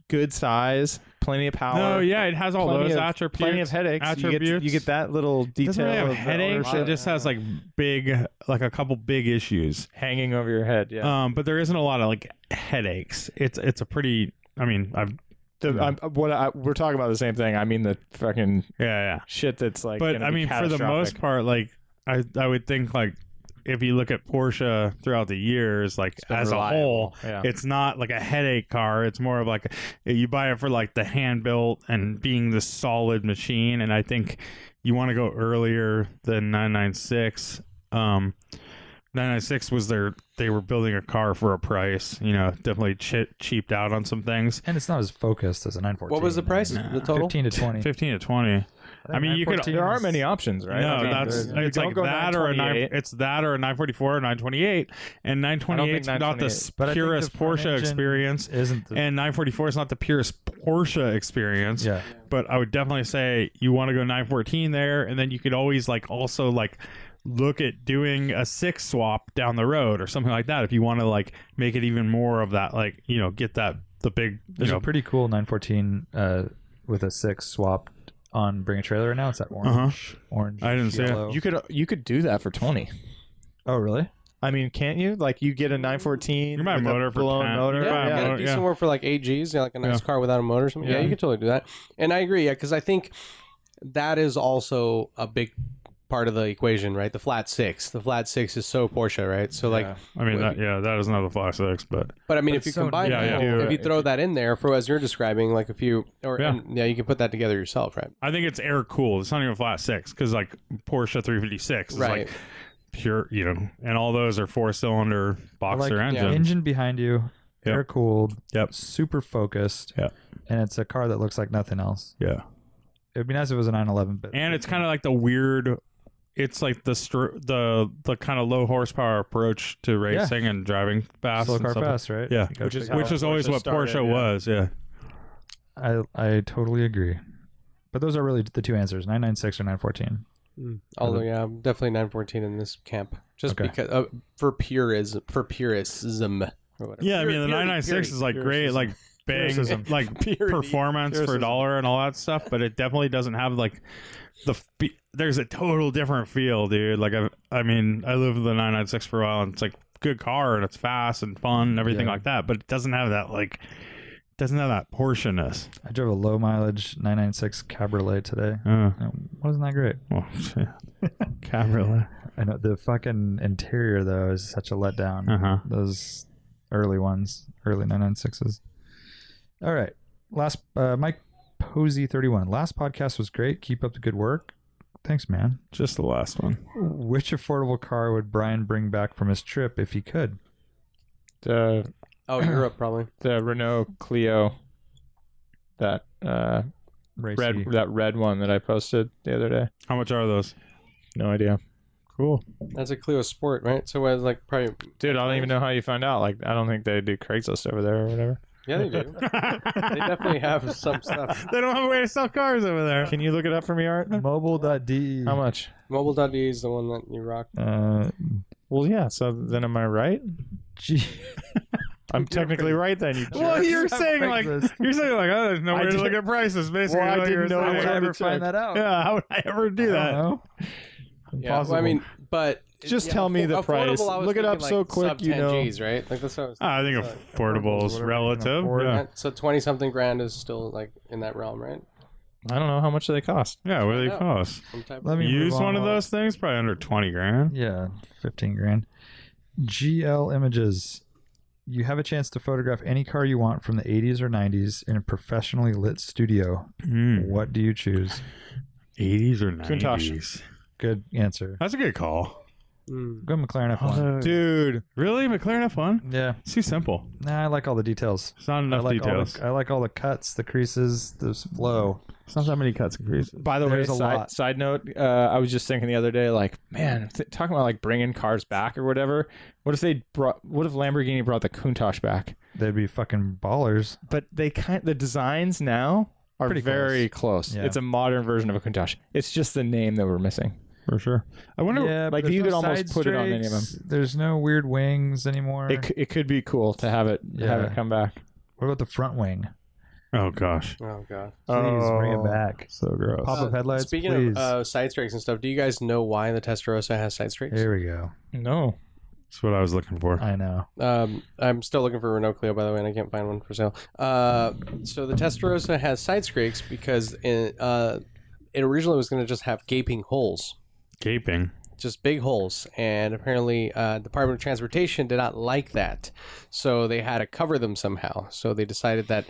Speaker 2: good size, plenty of power.
Speaker 4: no, yeah, it has all
Speaker 2: plenty
Speaker 4: those
Speaker 2: of-
Speaker 4: attributes.
Speaker 2: Plenty of headaches. You get- You, get,
Speaker 4: attributes.
Speaker 2: that little
Speaker 4: It doesn't
Speaker 2: detail
Speaker 4: really have
Speaker 2: of the
Speaker 4: headaches. It
Speaker 2: ownership
Speaker 4: just has like big like a couple big issues.
Speaker 2: hanging over your head. Yeah.
Speaker 4: Um, but there isn't a lot of like headaches. It's it's a pretty I mean, I've
Speaker 2: The- I'm- what I, we're talking about the same thing. I mean the fucking
Speaker 4: yeah, yeah.
Speaker 2: shit that's like.
Speaker 4: but
Speaker 2: gonna
Speaker 4: I
Speaker 2: be
Speaker 4: mean, for the most
Speaker 2: catastrophic.
Speaker 4: part, like I, I would think like if you look at Porsche throughout the years, like
Speaker 2: been
Speaker 4: as a whole,
Speaker 2: reliable, yeah.
Speaker 4: it's not like a headache car. It's more of like you buy it for like the hand built and being the solid machine. And I think you want to go earlier than 996. Um, 996 was their they were building a car for a price. You know, definitely chi- cheaped out on some things.
Speaker 1: And it's not as focused as a 914.
Speaker 5: what was the price? The total?
Speaker 1: 15 to 20.
Speaker 4: 15 to 20. I mean, you could-
Speaker 1: 914
Speaker 2: There aren't
Speaker 1: is-
Speaker 2: many options, right?
Speaker 4: No,
Speaker 2: I mean,
Speaker 4: that's
Speaker 2: there- you
Speaker 4: it's
Speaker 2: don't
Speaker 4: like
Speaker 2: go
Speaker 4: that or a nine.
Speaker 2: 928.
Speaker 4: It's that or a nine forty four or nine twenty eight, and nine twenty eight is not the
Speaker 2: 928
Speaker 4: s-
Speaker 1: But I think
Speaker 4: purest
Speaker 1: the front
Speaker 4: Porsche
Speaker 1: engine
Speaker 4: experience,
Speaker 1: Isn't the,
Speaker 4: and nine forty four is not the purest Porsche experience.
Speaker 1: yeah.
Speaker 4: But I would definitely say you want to go nine fourteen there, and then you could always like also like look at doing a six swap down the road or something like that if you want to like make it even more of that like you know get that the big you
Speaker 1: There's
Speaker 4: know
Speaker 1: a pretty cool 914 uh, with a 6 swapped on Bring a Trailer right now. It's that orange.
Speaker 4: Uh-huh.
Speaker 1: Orange.
Speaker 4: I didn't see it.
Speaker 1: yellow.
Speaker 2: You could you could do that for twenty.
Speaker 1: Oh, really?
Speaker 2: I mean, can't you? Like, you get a 914.
Speaker 4: You buy a
Speaker 2: with
Speaker 4: motor for
Speaker 2: blown
Speaker 4: 10.
Speaker 2: motor.
Speaker 4: You buy
Speaker 5: Yeah,
Speaker 4: a
Speaker 5: yeah,
Speaker 4: motor,
Speaker 5: do
Speaker 4: um, yeah.
Speaker 5: somewhere for like eight Gs, yeah, like a nice
Speaker 4: Yeah.
Speaker 5: car without a motor. Or something. Yeah.
Speaker 2: Yeah.
Speaker 5: you can totally do that. And I agree, yeah, because I think that is also a big part of the equation, right? The flat six, the flat six is so Porsche, right? So like,
Speaker 4: I mean that, yeah that is not the Fox X but
Speaker 5: but I mean,
Speaker 1: But
Speaker 5: if you
Speaker 1: so
Speaker 5: combine,
Speaker 4: Yeah, yeah.
Speaker 5: them,
Speaker 4: Yeah.
Speaker 5: if you throw that in there for as you're describing, like if you or
Speaker 4: Yeah.
Speaker 5: yeah, yeah you can put that together yourself, right?
Speaker 4: I think it's air cooled. It's not even flat six because like Porsche 356 is
Speaker 5: Right.
Speaker 4: like pure, you know, and all those are four cylinder
Speaker 1: I
Speaker 4: boxer
Speaker 1: like
Speaker 4: engine.
Speaker 1: engine behind you,
Speaker 4: Yep.
Speaker 1: air cooled,
Speaker 4: Yep.
Speaker 1: super focused.
Speaker 4: Yep.
Speaker 1: And it's a car that looks like nothing else.
Speaker 4: Yeah.
Speaker 1: It would be nice if it was a 911, but
Speaker 4: And it's kind of like the weird it's like the str- the the kind of low horsepower approach to racing and driving fast.
Speaker 1: slow
Speaker 4: and
Speaker 1: car
Speaker 4: stuff.
Speaker 1: fast, right? You
Speaker 4: Yeah.
Speaker 1: gotta
Speaker 4: which is
Speaker 1: figure it
Speaker 4: which
Speaker 1: out.
Speaker 4: is always
Speaker 2: Porsche
Speaker 4: what
Speaker 2: started,
Speaker 4: Porsche
Speaker 2: yeah.
Speaker 4: was. Yeah,
Speaker 1: I I totally agree. But those are really the two answers: nine nine six or nine fourteen.
Speaker 5: Although, yeah, I'm definitely 914 in this camp. Just
Speaker 1: Okay.
Speaker 5: because, uh, for purism, for purism, or whatever.
Speaker 4: yeah. I mean, the
Speaker 2: Purity,
Speaker 4: nine nine six is like great, like bang,
Speaker 2: Puricism. (laughs)
Speaker 4: like
Speaker 2: Purity.
Speaker 4: performance for
Speaker 2: Puricism.
Speaker 4: dollar and all that stuff. But it definitely doesn't have like the. Fe- there's a total different feel, dude. Like I, I mean, I lived with the nine nine six for a while, and it's like good car and it's fast and fun and everything
Speaker 1: Yeah.
Speaker 4: like that. But it doesn't have that like. Doesn't have that Porscheness.
Speaker 1: I drove a low mileage nine nine six cabriolet today.
Speaker 4: Uh,
Speaker 1: It wasn't that great.
Speaker 4: well, Cabriolet.
Speaker 1: I know the fucking interior though is such a letdown.
Speaker 4: Uh huh.
Speaker 1: Those early ones, early 996s. All right. Last, uh, Mike Posey 31. Last podcast was great. Keep up the good work. Thanks, man.
Speaker 4: Just the last one.
Speaker 1: Which affordable car would Brian bring back from his trip if he could?
Speaker 2: The
Speaker 5: Oh, Europe, probably.
Speaker 2: the Renault Clio, that uh
Speaker 1: Racy.
Speaker 2: red that red one that I posted the other day.
Speaker 4: How much are those? (laughs)
Speaker 2: No idea,
Speaker 4: Cool.
Speaker 5: That's a Clio Sport, right? So, I was like, probably.
Speaker 2: dude. I don't even know how you find out. Like, I don't think they do Craigslist over there or whatever.
Speaker 5: Yeah,
Speaker 2: (laughs)
Speaker 5: they do.
Speaker 4: they
Speaker 5: they definitely have some stuff.
Speaker 4: don't have a way to sell cars over there.
Speaker 2: Can you look it up for me, Art?
Speaker 1: Mobile.de.
Speaker 2: How much?
Speaker 5: Mobile.de E is the one that you rock.
Speaker 1: Uh,
Speaker 2: Well, yeah. So then, am I right?
Speaker 1: gee.
Speaker 2: (laughs) I'm technically right then. You
Speaker 4: Well,
Speaker 2: jerk.
Speaker 4: you're saying like
Speaker 1: Craigslist.
Speaker 4: (laughs) you're saying like oh, there's no
Speaker 2: I
Speaker 4: way to
Speaker 2: did-
Speaker 4: look at prices. Basically,
Speaker 2: Well, I
Speaker 4: is what
Speaker 2: didn't
Speaker 4: you're
Speaker 2: know
Speaker 1: I
Speaker 4: saying.
Speaker 1: would
Speaker 2: where
Speaker 1: ever
Speaker 2: to
Speaker 1: find
Speaker 2: check.
Speaker 1: that out.
Speaker 4: Yeah, how would I ever do
Speaker 1: I
Speaker 2: Uh-huh.
Speaker 4: that?
Speaker 1: don't know.
Speaker 5: Yeah, well, I mean, but
Speaker 2: Just
Speaker 5: yeah,
Speaker 2: tell me the
Speaker 5: affordable,
Speaker 2: price.
Speaker 5: I was
Speaker 2: Look it up
Speaker 5: thinking,
Speaker 2: so
Speaker 5: like,
Speaker 2: quick
Speaker 5: sub
Speaker 2: you
Speaker 5: 10
Speaker 2: know. Ah.
Speaker 5: G's, right? Like that's what I was.
Speaker 4: Ah, I think
Speaker 5: So-
Speaker 4: affordable is
Speaker 1: Whatever you can
Speaker 4: relative.
Speaker 1: afford.
Speaker 4: Yeah.
Speaker 5: So twenty something grand is still like in that realm, right?
Speaker 2: I don't know how much do they cost.
Speaker 4: yeah, what do they
Speaker 5: Yeah.
Speaker 4: cost?
Speaker 5: Some type
Speaker 1: Let
Speaker 5: of
Speaker 1: me
Speaker 4: Use
Speaker 1: move
Speaker 4: one
Speaker 1: on.
Speaker 4: of those things probably under twenty grand.
Speaker 1: Yeah, 15 grand. GL Images. You have a chance to photograph any car you want from the 80s or 90s in a professionally lit studio.
Speaker 2: Hmm.
Speaker 1: What do you choose?
Speaker 4: Hmm, Eighties or
Speaker 2: Countach.
Speaker 4: nineties?
Speaker 1: Good answer.
Speaker 4: That's a good call.
Speaker 5: Mm.
Speaker 1: Go McLaren F1.
Speaker 2: Uh,
Speaker 4: Dude, really? McLaren F1?
Speaker 1: Yeah,
Speaker 4: It's too simple.
Speaker 1: nah, I like all the details.
Speaker 4: It's not
Speaker 1: I
Speaker 4: enough
Speaker 1: like all
Speaker 4: details.
Speaker 1: the, I like all the cuts, the creases, the flow.
Speaker 4: It's not that many cuts and creases.
Speaker 2: By the
Speaker 1: There's a
Speaker 2: way, side,
Speaker 1: lot.
Speaker 2: side note, uh, I was just thinking the other day, like, man, th- talking about like bringing cars back or whatever. What if they brought? What if Lamborghini brought the Countach back?
Speaker 1: They'd be fucking ballers.
Speaker 2: But they kind the designs now are
Speaker 1: Pretty
Speaker 2: very close.
Speaker 1: Yeah.
Speaker 2: It's a modern version of a Countach. It's just the name that we're missing.
Speaker 4: For sure. I wonder
Speaker 1: yeah,
Speaker 2: like,
Speaker 1: but
Speaker 2: you
Speaker 1: there's
Speaker 2: could
Speaker 1: no
Speaker 2: almost
Speaker 1: side
Speaker 2: put it on any of them.
Speaker 1: straights. There's no weird wings anymore.
Speaker 2: It, c- it could be cool to have it have
Speaker 1: Yeah.
Speaker 2: it come back.
Speaker 1: what about the front wing?
Speaker 4: Oh gosh.
Speaker 5: Oh god.
Speaker 1: Please bring it back.
Speaker 4: So gross.
Speaker 1: Pop up headlights,
Speaker 5: Speaking
Speaker 1: please.
Speaker 5: of uh, side strikes and stuff, do you guys know why the Testarossa has side strikes?
Speaker 1: Here we go.
Speaker 2: No,
Speaker 4: That's what I was looking for.
Speaker 1: I know.
Speaker 5: Um, I'm still looking for a Renault Clio, by the way, and I can't find one for sale. Uh, so the Testarossa has side scrapes because it, uh, it originally was going to just have gaping holes,
Speaker 4: Gaping.
Speaker 5: just big holes, and apparently uh, Department of Transportation did not like that, so they had to cover them somehow. So they decided that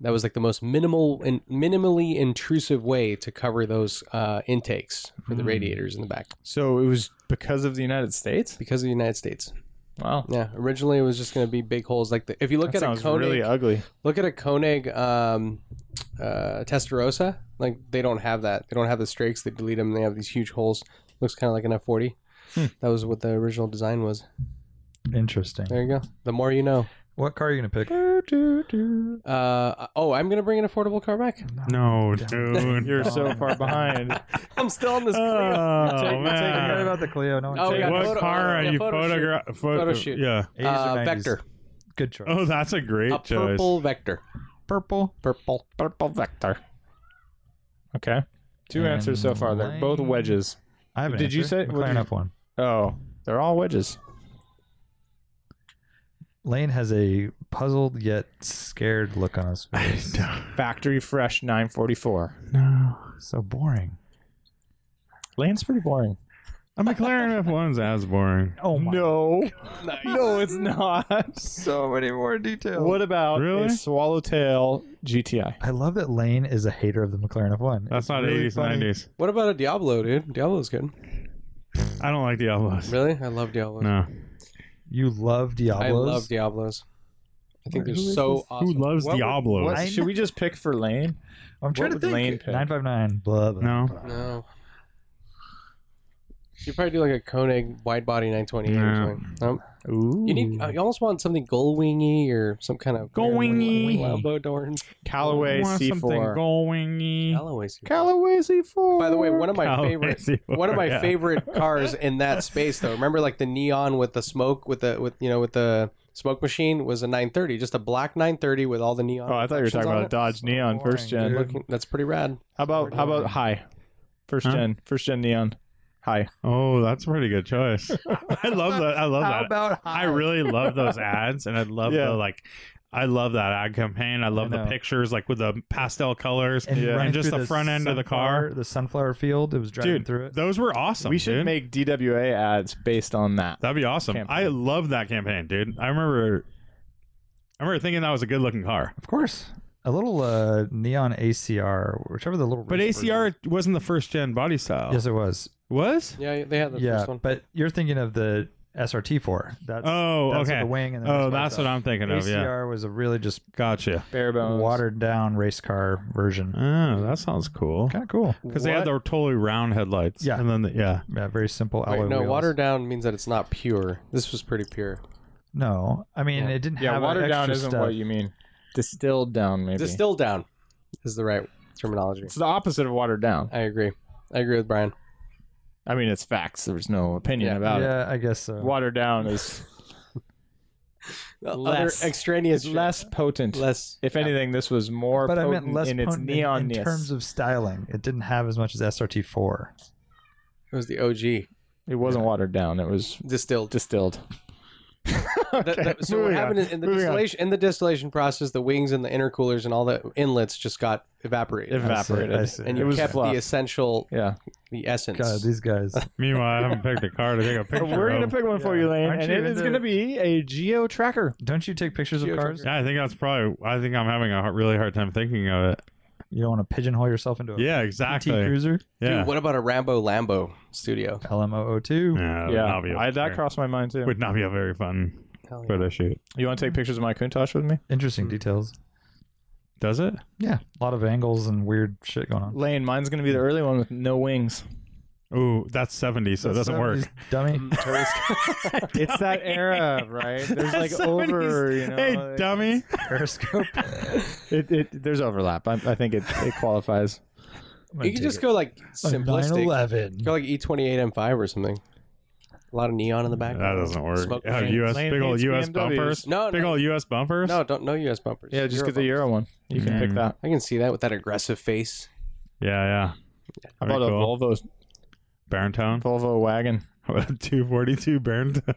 Speaker 5: that was like the most minimal and minimally intrusive way to cover those uh, intakes for
Speaker 2: Hmm.
Speaker 5: the radiators in the back
Speaker 2: so it was because of the United States.
Speaker 5: because of the United States.
Speaker 2: Wow,
Speaker 5: Yeah, originally it was just going to be big holes. Like the, if you look
Speaker 2: that
Speaker 5: at
Speaker 2: sounds
Speaker 5: a Koenig,
Speaker 2: really ugly.
Speaker 5: look at a Koenig um, uh, Testarossa. Like they don't have that. They don't have the strakes. They delete them. They have these huge holes. Looks kind of like an F forty.
Speaker 2: Hmm.
Speaker 5: That was what the original design was.
Speaker 1: Interesting.
Speaker 5: There you go. The more you know.
Speaker 1: What car are you gonna pick?
Speaker 5: Uh, oh, I'm gonna bring an affordable car back.
Speaker 4: No, dude.
Speaker 2: You're
Speaker 4: (laughs)
Speaker 2: so far behind.
Speaker 5: (laughs) I'm still on this.
Speaker 4: Oh,
Speaker 5: Clio.
Speaker 1: I forgot
Speaker 4: man.
Speaker 1: about the Clio. No one
Speaker 5: Oh,
Speaker 1: took
Speaker 5: yeah,
Speaker 1: it.
Speaker 4: what
Speaker 5: photo-
Speaker 4: car
Speaker 5: yeah,
Speaker 4: are you
Speaker 5: photo
Speaker 4: photograph? Photo,
Speaker 5: Photo shoot.
Speaker 4: Yeah.
Speaker 1: 80s or
Speaker 5: Uh,
Speaker 1: 90s?
Speaker 5: Vector,
Speaker 1: Good choice.
Speaker 4: Oh, that's a great
Speaker 5: a
Speaker 4: choice. (laughs)
Speaker 5: purple Vector,
Speaker 1: purple.
Speaker 5: purple.
Speaker 2: Purple Vector. Okay, two
Speaker 1: And
Speaker 2: answers so far. They're both
Speaker 1: mine-
Speaker 2: wedges.
Speaker 1: I have an
Speaker 2: Did you
Speaker 1: answer.
Speaker 2: say- what did
Speaker 1: McLaren
Speaker 2: you-
Speaker 1: F1?
Speaker 2: Oh, they're all wedges.
Speaker 1: Lane has a puzzled yet scared look on his face.
Speaker 2: Factory fresh 944.
Speaker 4: no.
Speaker 1: so boring.
Speaker 2: Lane's pretty boring.
Speaker 4: A McLaren F1's as boring.
Speaker 1: Oh my!
Speaker 2: No, (laughs) no, it's not.
Speaker 1: (laughs) So many more details.
Speaker 2: What about
Speaker 4: Really?
Speaker 2: a swallowtail GTI?
Speaker 1: I love that Lane is a hater of the McLaren F1.
Speaker 4: That's
Speaker 1: It's
Speaker 4: not
Speaker 1: really
Speaker 4: 80s,
Speaker 1: funny.
Speaker 4: 90s.
Speaker 5: What about a Diablo, dude? Diablo's good.
Speaker 4: I don't like Diablos.
Speaker 5: Really, I love Diablos.
Speaker 4: No.
Speaker 1: You love Diablos.
Speaker 5: I love Diablos. I think they're so
Speaker 4: Who
Speaker 5: awesome.
Speaker 4: loves
Speaker 2: What would-
Speaker 4: Diablos?
Speaker 2: what-
Speaker 1: I
Speaker 2: should we just pick for Lane?
Speaker 1: I'm trying
Speaker 2: What
Speaker 1: to
Speaker 2: would
Speaker 1: think.
Speaker 2: Lane pick?
Speaker 1: Nine five nine. Blah blah.
Speaker 4: No.
Speaker 1: blah.
Speaker 5: No. You probably do like a Koenig wide body 928 or
Speaker 4: Yeah.
Speaker 5: something. Nope.
Speaker 2: Ooh.
Speaker 5: You need. uh, You almost want something goldwingy or some kind of weird
Speaker 4: Gullwingy.
Speaker 5: wing- elbow dorn.
Speaker 2: Callaway
Speaker 4: Want something
Speaker 2: C4.
Speaker 4: going.
Speaker 5: Alloys.
Speaker 2: Callaway C4.
Speaker 5: By the way, one of my favorite one of
Speaker 4: (laughs)
Speaker 5: my
Speaker 2: (laughs)
Speaker 5: favorite cars in that space though. Remember like the neon with the smoke with the with you know with the smoke machine was a 930, just a black 930 with all the neon.
Speaker 2: Oh, I thought you were talking about a Dodge
Speaker 1: So
Speaker 2: Neon
Speaker 1: boring,
Speaker 2: first gen.
Speaker 1: dude.
Speaker 5: Looking, that's pretty rad.
Speaker 2: How about how about
Speaker 1: Boring.
Speaker 2: high? First
Speaker 4: Huh?
Speaker 2: gen, first gen Neon. High.
Speaker 4: Oh, that's a pretty good choice. (laughs) I love that. I love
Speaker 1: How
Speaker 4: that.
Speaker 1: about
Speaker 4: I really
Speaker 1: (laughs)
Speaker 4: love those ads, and I love
Speaker 2: Yeah.
Speaker 4: the like. I love that ad campaign. I love
Speaker 1: I
Speaker 4: the
Speaker 1: know.
Speaker 4: pictures, like with the pastel colors.
Speaker 1: and,
Speaker 2: Yeah.
Speaker 1: running
Speaker 4: And just
Speaker 1: through
Speaker 4: the front end of the car.
Speaker 1: sunflower- the sunflower field. It was driving
Speaker 4: Dude,
Speaker 1: through it.
Speaker 4: Those were awesome.
Speaker 2: we should
Speaker 4: dude.
Speaker 2: make DWA ads based on that.
Speaker 4: that'd be awesome. I
Speaker 2: campaign.
Speaker 4: love that campaign, dude. I remember. I remember thinking that was a good looking car,
Speaker 1: of course, a little uh, neon ACR, whichever the little.
Speaker 4: but
Speaker 1: race version-
Speaker 4: ACR wasn't the first gen body style.
Speaker 1: Yes, it was.
Speaker 4: was.
Speaker 5: Yeah, they had the
Speaker 1: yeah,
Speaker 5: first one.
Speaker 1: but you're thinking of the SRT4. That's
Speaker 4: Oh,
Speaker 1: that's
Speaker 4: okay.
Speaker 1: the wing and then
Speaker 4: Oh, that's what I'm thinking of.
Speaker 1: ACR
Speaker 4: Yeah,
Speaker 1: was a really just
Speaker 4: gotcha.
Speaker 2: Bare bones.
Speaker 1: watered down race car version.
Speaker 4: Oh, that sounds cool.
Speaker 1: Kind of cool.
Speaker 4: Because they had
Speaker 2: What?
Speaker 4: the totally round headlights.
Speaker 1: Yeah.
Speaker 4: and then the, yeah,
Speaker 1: Yeah, very simple
Speaker 5: Wait,
Speaker 1: alloy
Speaker 5: no,
Speaker 1: wheels.
Speaker 5: watered down means that it's not pure. This was pretty pure.
Speaker 1: No, I mean
Speaker 5: Yeah.
Speaker 1: it didn't
Speaker 2: Yeah,
Speaker 1: have
Speaker 2: watered
Speaker 1: extra
Speaker 2: down isn't
Speaker 1: stuff.
Speaker 2: what you mean. Distilled down, maybe.
Speaker 5: Distilled down is the right terminology.
Speaker 2: It's the opposite of watered down.
Speaker 5: I agree. I agree with Brian.
Speaker 2: I mean, it's facts. There's no opinion
Speaker 5: Yeah.
Speaker 2: about
Speaker 1: Yeah, I guess so.
Speaker 2: it. Watered down
Speaker 1: (laughs)
Speaker 2: is Less.
Speaker 5: Other extraneous
Speaker 2: it's
Speaker 5: shit.
Speaker 2: less potent.
Speaker 5: less.
Speaker 2: If anything, this was more
Speaker 1: but I
Speaker 2: potent
Speaker 1: meant less
Speaker 2: in its
Speaker 1: potent in-
Speaker 2: neonness.
Speaker 1: in, terms of styling. It didn't have as much as SRT4.
Speaker 5: It was the OG
Speaker 2: it wasn't watered down. It was
Speaker 5: distilled.
Speaker 1: (laughs)
Speaker 2: distilled.
Speaker 5: That-
Speaker 2: Okay,
Speaker 5: that- so what
Speaker 2: moving on.
Speaker 5: happened in, in the
Speaker 2: Moving on.
Speaker 5: distillation in the distillation process, the wings and the intercoolers and all the inlets just got evaporated,
Speaker 2: Evaporated.
Speaker 1: I see.
Speaker 5: and
Speaker 2: it
Speaker 5: you
Speaker 2: was
Speaker 5: kept
Speaker 2: fluff.
Speaker 5: the essential,
Speaker 1: (laughs)
Speaker 2: Yeah.
Speaker 5: the essence.
Speaker 1: God, these guys.
Speaker 4: Meanwhile, I haven't picked a car to take a picture.
Speaker 2: We're going to
Speaker 4: of.
Speaker 2: pick one for
Speaker 1: Yeah.
Speaker 2: you, Lane,
Speaker 1: Aren't
Speaker 2: and
Speaker 1: you
Speaker 2: it is
Speaker 1: into-
Speaker 2: going to be a geo tracker.
Speaker 1: Don't you take pictures of cars?
Speaker 4: Yeah, I think that's probably. I think I'm having a har- really hard time thinking of it.
Speaker 1: You don't want to pigeonhole yourself into a
Speaker 4: Yeah,
Speaker 1: PT
Speaker 4: exactly.
Speaker 1: Cruiser.
Speaker 5: Dude,
Speaker 4: Yeah,
Speaker 5: what about a Rambo Lambo studio?
Speaker 1: LMO02.
Speaker 4: yeah, that would
Speaker 2: yeah.
Speaker 4: not be a-
Speaker 2: I, that crossed my mind, too.
Speaker 4: (laughs) would not be a very fun
Speaker 5: Hell yeah.
Speaker 4: photo shoot.
Speaker 2: You want to take pictures of my Countach with me?
Speaker 1: Interesting
Speaker 5: Hmm.
Speaker 1: details.
Speaker 4: Does it?
Speaker 1: Yeah, a lot of angles and weird shit going on.
Speaker 2: Lane, mine's going to be the early one with no wings.
Speaker 4: Ooh, that's 70, so it doesn't work.
Speaker 1: 70s Dummy.
Speaker 5: Hmm.
Speaker 2: (laughs) It's that era, right? There's like over, you know.
Speaker 4: hey, dummy.
Speaker 1: Periscope.
Speaker 2: It, it, there's overlap. I, I think it, it qualifies.
Speaker 5: You could just go like simplistic,
Speaker 1: 911.
Speaker 5: go like E E28 M5 or something. A lot of neon in the back.
Speaker 4: That doesn't work.
Speaker 5: Smoke
Speaker 4: Oh,
Speaker 5: machine.
Speaker 4: US,
Speaker 2: Lane
Speaker 4: big old
Speaker 2: hates
Speaker 4: US
Speaker 2: BMWs.
Speaker 4: bumpers.
Speaker 5: No,
Speaker 4: Big
Speaker 5: no,
Speaker 4: old US bumpers.
Speaker 5: no, don't no US bumpers.
Speaker 2: (laughs) Yeah, just
Speaker 5: Euro
Speaker 2: get the
Speaker 5: bumpers.
Speaker 2: Euro one. You can pick
Speaker 4: Mm.
Speaker 2: that.
Speaker 5: I can see that with that aggressive face.
Speaker 4: Yeah, yeah.
Speaker 2: How
Speaker 4: Very
Speaker 2: about a
Speaker 4: cool.
Speaker 2: Volvo
Speaker 4: (laughs) Barentone?
Speaker 2: Volvo wagon?
Speaker 4: How about a 242 Barentone?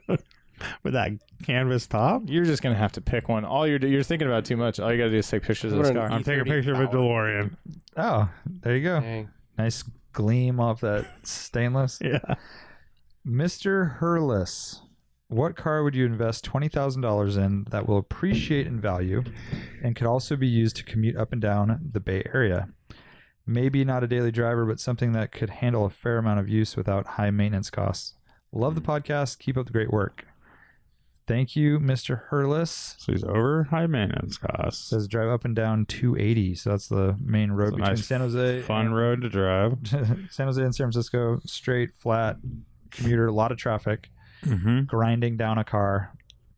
Speaker 4: With that canvas top?
Speaker 2: You're just gonna have to pick one. All you're do- you're thinking about too much. All you gotta do is take pictures of
Speaker 5: What
Speaker 2: this
Speaker 5: an-
Speaker 2: car.
Speaker 4: I'm taking a picture of a DeLorean.
Speaker 1: Oh, there you go.
Speaker 5: Dang.
Speaker 1: Nice gleam off that stainless.
Speaker 4: Yeah.
Speaker 1: Mr. Hurless, what car would you invest $20,000 in that will appreciate in value and could also be used to commute up and down the Bay Area? Maybe not a daily driver, but something that could handle a fair amount of use without high maintenance costs. Love the podcast. Keep up the great work. Thank you, Mr. Hurless.
Speaker 4: So he's over high maintenance costs.
Speaker 1: Says drive up and down 280. So that's the main road
Speaker 4: It's a
Speaker 1: between
Speaker 4: nice
Speaker 1: San Jose
Speaker 4: Fun road to drive.
Speaker 1: (laughs) San Jose and San Francisco, straight, flat, commuter, a lot of traffic,
Speaker 4: Mm-hmm.
Speaker 1: grinding down a car,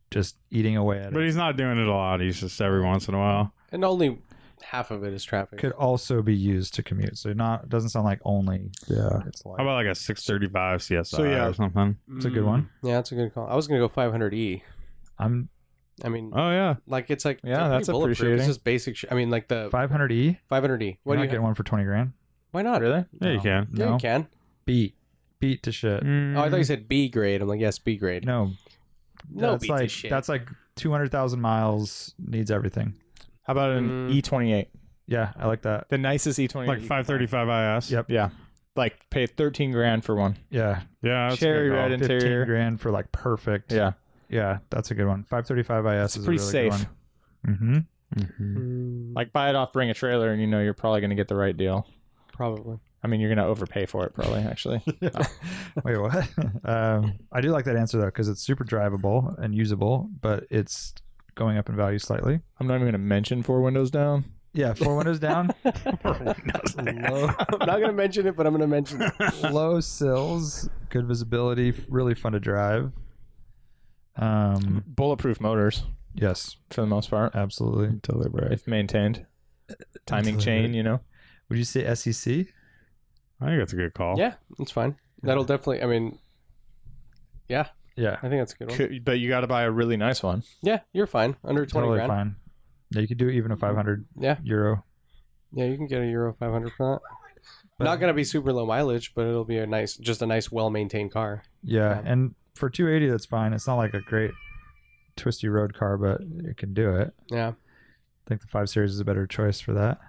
Speaker 1: just eating away at
Speaker 4: But
Speaker 1: it.
Speaker 4: he's not doing it a lot. He's just every once in a while.
Speaker 5: And only half of it is traffic.
Speaker 1: Could also be used to commute. So not doesn't sound like only.
Speaker 4: Yeah.
Speaker 1: It's like
Speaker 4: How about like a 635 CSI
Speaker 2: So, yeah.
Speaker 4: or something?
Speaker 1: it's a good one.
Speaker 4: mm,
Speaker 5: yeah, that's a good call. I was gonna go 500E.
Speaker 1: I'm
Speaker 5: I mean,
Speaker 4: Oh, yeah.
Speaker 5: Like it's like
Speaker 2: Yeah,
Speaker 5: they're
Speaker 2: that's
Speaker 5: pretty bulletproof.
Speaker 2: appreciating.
Speaker 5: It's just basic. Sh- I mean, like
Speaker 4: uh,
Speaker 5: the
Speaker 1: 500e.
Speaker 5: 500D. What do
Speaker 1: What not
Speaker 5: you
Speaker 1: getting
Speaker 5: get?
Speaker 1: one for twenty grand?
Speaker 5: Why not?
Speaker 2: Really?
Speaker 4: Yeah, you
Speaker 1: No.
Speaker 4: can. Mm.
Speaker 5: Yeah,
Speaker 1: No.
Speaker 5: you can.
Speaker 1: Beat, beat to shit.
Speaker 5: Oh, I thought you said B grade. I'm like, yes, B grade.
Speaker 1: Mm-hmm. No,
Speaker 5: No
Speaker 1: that's
Speaker 5: beat to
Speaker 1: like
Speaker 5: shit.
Speaker 1: that's like two hundred thousand miles. Needs everything.
Speaker 2: How about an
Speaker 5: Mm.
Speaker 2: E28?
Speaker 1: Yeah, I like that.
Speaker 2: The nicest E E28.
Speaker 4: like 535 IS.
Speaker 1: Yep.
Speaker 2: Yeah. Like pay 13 grand for one.
Speaker 1: Yeah,
Speaker 4: Yeah. That's a
Speaker 2: Cherry
Speaker 4: good call.
Speaker 2: red and-
Speaker 1: fifteen
Speaker 2: Interior.
Speaker 1: grand for like perfect.
Speaker 2: Yeah.
Speaker 1: yeah, that's a good one. Five thirty-five IS
Speaker 2: It's
Speaker 1: is
Speaker 2: pretty
Speaker 1: a really
Speaker 2: safe.
Speaker 1: Good one. Mm-hmm.
Speaker 4: Mhm.
Speaker 5: Mm,
Speaker 2: Like buy it off, bring a trailer, and you know you're probably gonna get the right deal.
Speaker 5: probably.
Speaker 2: I mean, you're gonna overpay for it probably.
Speaker 5: (laughs)
Speaker 2: Actually,
Speaker 1: Wait, what? (laughs) um, I do like that answer though because it's super drivable and usable, but it's going up in value slightly.
Speaker 2: I'm not even gonna mention four windows down.
Speaker 5: (laughs)
Speaker 1: Yeah, four windows down, low,
Speaker 5: I'm not going to mention it, but I'm going to mention it.
Speaker 1: low sills, good visibility, really fun to drive.
Speaker 5: Mm-hmm.
Speaker 1: Um,
Speaker 2: Bulletproof motors
Speaker 1: yes,
Speaker 2: for the most part, uh,
Speaker 1: absolutely.
Speaker 3: Deliberate.
Speaker 2: if maintained. Timing chain, you know.
Speaker 1: Would you say E SEC?
Speaker 4: I think that's a good
Speaker 1: Oh.
Speaker 4: call.
Speaker 5: Yeah, that's fine. That'll definitely, I mean,
Speaker 1: Yeah,
Speaker 5: I think that's a good one.
Speaker 2: Could, but you got to buy a really nice one.
Speaker 5: Yeah, you're fine. Under 20
Speaker 1: totally
Speaker 5: grand. Mm-hmm.
Speaker 1: fine. Yeah, you could do even a 500
Speaker 5: Yeah.
Speaker 1: euro.
Speaker 5: Yeah, you can get a Euro 500 for that.
Speaker 1: But-
Speaker 5: Not going to be super low mileage, but it'll be a nice, just a nice, well maintained car.
Speaker 1: Yeah,
Speaker 5: Um,
Speaker 1: and for 280, that's fine. It's not like a great twisty road car, but it can do it.
Speaker 5: Yeah.
Speaker 1: I think the five series is a better choice for that.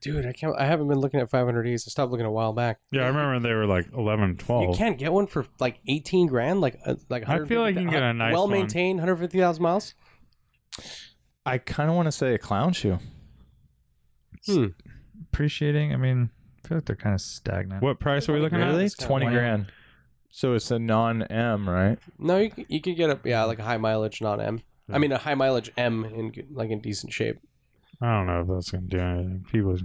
Speaker 5: Dude, I can't. I haven't been looking at 500Es. I stopped looking a while back.
Speaker 4: Yeah, I remember they were like 11, 12.
Speaker 5: You can't get one for like 18 grand, like uh, like.
Speaker 4: Oh. I feel like you can get a nice
Speaker 5: well maintained, 150,000 miles.
Speaker 2: I kind of want to say a clown shoe.
Speaker 1: Appreciating, I mean, I feel like they're kind of stagnant.
Speaker 4: What price are we looking
Speaker 5: Really?
Speaker 4: at?
Speaker 5: It's kinda
Speaker 2: Twenty
Speaker 5: wild.
Speaker 2: grand. So it's a non-M, right?
Speaker 5: No, you c- you could get a yeah like a high mileage non M. I mean a high mileage M in good- like in decent shape.
Speaker 4: I don't know if that's gonna do anything. People,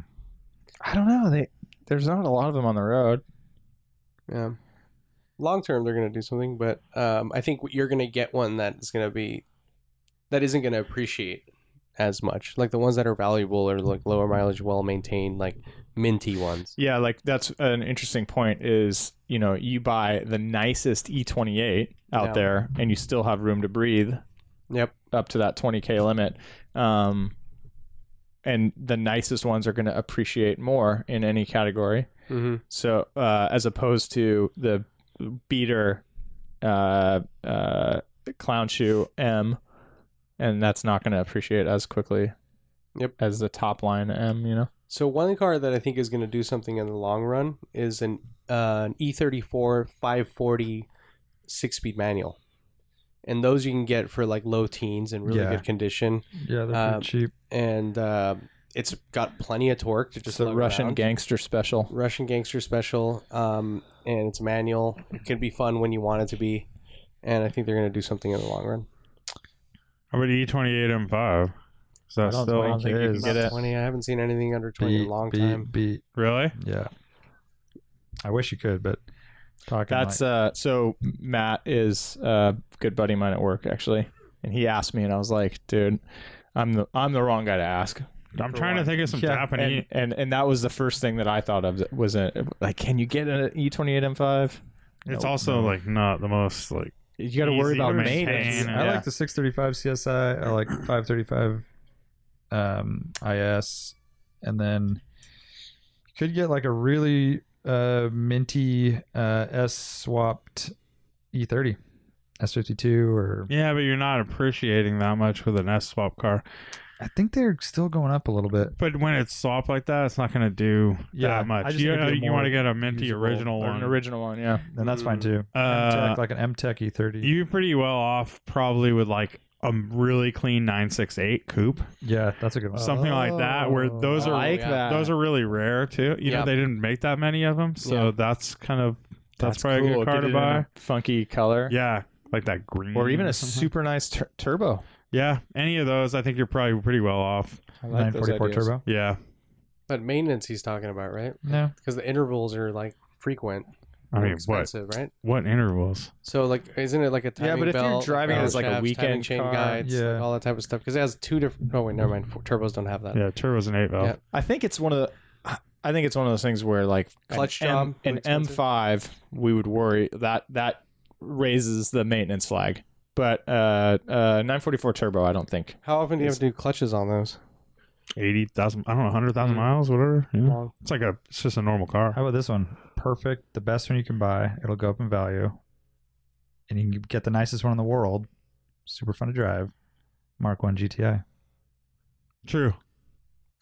Speaker 2: I don't know. They there's not a lot of them on the road.
Speaker 5: Yeah. Long term, they're gonna do something, but um, I think you're gonna get one that is gonna be that isn't gonna appreciate as much. Like the ones that are valuable are like lower mileage, well maintained, like minty ones.
Speaker 2: Yeah, like that's an interesting point. Is you know you buy the nicest E28 out
Speaker 5: Yeah.
Speaker 2: there, and you still have room to breathe
Speaker 5: Yep.
Speaker 2: up to that 20k limit. Um, and the nicest ones are going to appreciate more in any category.
Speaker 5: Mm-hmm.
Speaker 2: So uh, as opposed to the beater uh, uh, clown shoe M, and that's not going to appreciate as quickly.
Speaker 5: Yep.
Speaker 2: As the top line M, you know.
Speaker 5: So one car that I think is going to do something in the long run is an uh, an E34 540 six-speed manual, and those you can get for like low teens in really
Speaker 1: Yeah.
Speaker 5: good condition,
Speaker 1: Yeah, they're pretty
Speaker 5: Um,
Speaker 1: cheap.
Speaker 5: and uh, it's got plenty of torque to just
Speaker 2: It's the
Speaker 5: lug
Speaker 2: Russian
Speaker 5: around.
Speaker 2: gangster special.
Speaker 5: Russian gangster special, um, and it's manual. It can be fun when you want it to be, and I think they're going to do something in the long run.
Speaker 4: how about E twenty eight M five? Is that
Speaker 1: don't
Speaker 4: still
Speaker 1: think it is.
Speaker 4: get
Speaker 5: Not
Speaker 4: it?
Speaker 5: Twenty, I haven't seen anything under twenty in
Speaker 1: Beat,
Speaker 5: a long
Speaker 1: beat,
Speaker 5: time.
Speaker 1: beat.
Speaker 4: really?
Speaker 1: Yeah. I wish you could, but talking
Speaker 2: That's uh so Matt is a good buddy of mine at work actually. And he asked me and I was like, dude, I'm the I'm the wrong guy to ask.
Speaker 4: I'm trying to think of some
Speaker 1: Yeah,
Speaker 4: Japanese.
Speaker 2: And, and and that was the first thing that I thought of that was a, like, can you get an E twenty eight M five?
Speaker 4: It's also like not the most like.
Speaker 2: You gotta worry
Speaker 4: Easy to
Speaker 2: about
Speaker 4: maintain
Speaker 2: maintenance.
Speaker 4: (laughs) and-
Speaker 1: I
Speaker 2: Yeah.
Speaker 1: like the 635 CSI. I
Speaker 4: (clears throat)
Speaker 1: like 535 um, IS, and then you could get like a really uh, minty uh, E S swapped E30, S52, or
Speaker 4: Yeah, but you're not appreciating that much with an S swap car.
Speaker 1: I think they're still going up a little bit.
Speaker 4: But when it's swapped like that, it's not gonna do
Speaker 1: Yeah,
Speaker 4: that
Speaker 1: I
Speaker 4: much.
Speaker 1: just
Speaker 4: You,
Speaker 1: think it'd be
Speaker 4: you
Speaker 1: more
Speaker 4: want to get a minty
Speaker 1: usable
Speaker 4: original
Speaker 2: Or an
Speaker 4: one.
Speaker 2: original one, yeah.
Speaker 1: And that's fine too.
Speaker 4: uh,
Speaker 1: M-Tech, like an M Tech E E30.
Speaker 4: you're pretty well off probably with like a really clean nine six eight coupe,
Speaker 1: yeah, that's a good one.
Speaker 4: something like that. Where
Speaker 1: Oh.
Speaker 4: those
Speaker 2: I
Speaker 4: are
Speaker 2: like
Speaker 5: yeah.
Speaker 2: that.
Speaker 4: those are really rare too. You
Speaker 5: Yeah.
Speaker 4: know, they didn't make that many of them, so
Speaker 5: Yeah.
Speaker 4: that's kind of
Speaker 2: That's
Speaker 4: that's, probably
Speaker 2: cool.
Speaker 4: a good car
Speaker 2: Get
Speaker 4: to
Speaker 2: it in
Speaker 4: buy.
Speaker 2: a funky color.
Speaker 4: Yeah, like that green
Speaker 2: Or even a
Speaker 4: something.
Speaker 2: super nice tur- turbo.
Speaker 4: Yeah, any of those, I think you're probably pretty well off.
Speaker 2: I
Speaker 1: Oh,
Speaker 2: like those
Speaker 1: 944
Speaker 2: ideas.
Speaker 1: turbo.
Speaker 4: Yeah,
Speaker 5: But maintenance, he's talking about, right?
Speaker 1: No,
Speaker 5: Because the intervals are like frequent,
Speaker 4: I mean, what
Speaker 5: expensive, right?
Speaker 4: what intervals?
Speaker 5: So like, isn't it like a timing
Speaker 2: Yeah, but if you're
Speaker 5: belt,
Speaker 2: driving
Speaker 5: bell
Speaker 2: it as, like, a
Speaker 5: shafts,
Speaker 2: weekend
Speaker 5: timing chain
Speaker 2: car,
Speaker 5: guides, like,
Speaker 1: yeah.
Speaker 5: all that type of stuff? Because it has two different. Oh wait, never mind. Four, turbos don't have that.
Speaker 4: Yeah, turbos and eight valve.
Speaker 5: Uh, Yeah.
Speaker 2: I think it's one of the. I think it's one of those things where like
Speaker 5: Clutch
Speaker 2: an
Speaker 5: job,
Speaker 2: M, an M
Speaker 5: expensive.
Speaker 2: five, we would worry that that raises the maintenance flag. But uh, uh, 944 turbo, I don't think.
Speaker 5: How often do you have to do clutches on those?
Speaker 4: Eighty thousand, I don't know, hundred thousand miles, whatever. Yeah.
Speaker 5: Long.
Speaker 4: It's like a, it's just a normal car.
Speaker 1: How about this one? Perfect, the best one you can buy. It'll go up in value, and you can get the nicest one in the world. Super fun to drive. Mark One GTI.
Speaker 4: True.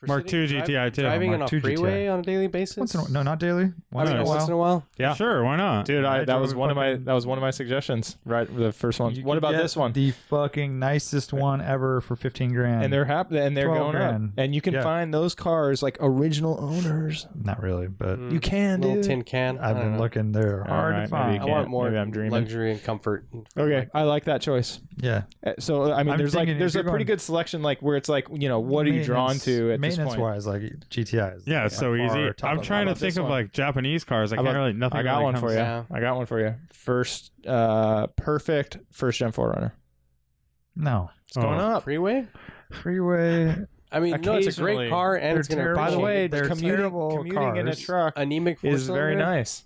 Speaker 4: Mark II
Speaker 5: sitting-
Speaker 4: GTI too.
Speaker 5: driving
Speaker 1: Mark
Speaker 5: on a
Speaker 1: II GTI.
Speaker 5: freeway on a daily basis.
Speaker 1: Once in a while. No, not daily. Once
Speaker 5: I
Speaker 1: in
Speaker 5: mean,
Speaker 1: a
Speaker 5: once
Speaker 1: while.
Speaker 5: in a while.
Speaker 2: Yeah.
Speaker 4: Sure, why not?
Speaker 2: Dude, I,
Speaker 1: I
Speaker 2: that was
Speaker 1: drove a
Speaker 2: one of my
Speaker 1: fucking-
Speaker 2: that was one of my suggestions. Right, the first one.
Speaker 1: You
Speaker 2: What
Speaker 1: can
Speaker 2: about
Speaker 1: get
Speaker 2: this one?
Speaker 1: The fucking nicest one ever for 15 grand.
Speaker 2: and they're happy, and they're
Speaker 1: 12
Speaker 2: going
Speaker 1: grand.
Speaker 2: up, and you can
Speaker 1: Yeah.
Speaker 2: find those cars like original owners.
Speaker 1: not really, but
Speaker 2: You can,
Speaker 5: Mm, little
Speaker 2: dude.
Speaker 5: tin can. I
Speaker 1: I've
Speaker 5: don't
Speaker 1: been
Speaker 5: know.
Speaker 1: looking. They're
Speaker 2: All
Speaker 1: hard
Speaker 2: right,
Speaker 1: to find.
Speaker 2: maybe
Speaker 5: I
Speaker 2: you
Speaker 5: want
Speaker 2: can't.
Speaker 5: more
Speaker 2: Maybe I'm dreaming.
Speaker 5: luxury and comfort.
Speaker 2: Okay, I like that choice.
Speaker 1: Yeah.
Speaker 2: Uh, So I mean,
Speaker 1: I'm
Speaker 2: there's like
Speaker 1: thinking if
Speaker 2: there's a
Speaker 1: you're
Speaker 2: pretty
Speaker 1: going-
Speaker 2: good selection, like where it's like you know what are you drawn
Speaker 1: Maintenance-
Speaker 2: to at this
Speaker 1: maintenance
Speaker 2: point?
Speaker 1: wise, like GTIs.
Speaker 4: Yeah, it's so
Speaker 1: By far
Speaker 4: easy.
Speaker 1: top
Speaker 4: I'm
Speaker 1: of the
Speaker 4: trying to
Speaker 2: about this
Speaker 4: think of
Speaker 2: one?
Speaker 4: like Japanese cars. I
Speaker 2: How
Speaker 4: can't
Speaker 2: about-
Speaker 4: really nothing.
Speaker 2: I got
Speaker 4: really
Speaker 2: one for
Speaker 4: comes-
Speaker 2: you.
Speaker 5: Yeah.
Speaker 2: I got one for you. First, uh, perfect first gen Forerunner.
Speaker 1: No.
Speaker 2: It's going
Speaker 4: Oh.
Speaker 2: up.
Speaker 5: freeway.
Speaker 1: Freeway.
Speaker 5: I mean, no, it's a
Speaker 2: Occasionally,
Speaker 5: great car, and
Speaker 1: they're
Speaker 5: it's gonna.
Speaker 1: terrible.
Speaker 2: By the way,
Speaker 1: They're
Speaker 2: commuting,
Speaker 1: terrible
Speaker 2: commuting in a
Speaker 1: cars.
Speaker 2: truck
Speaker 5: anemic four
Speaker 2: is very
Speaker 5: cylinder?
Speaker 2: nice.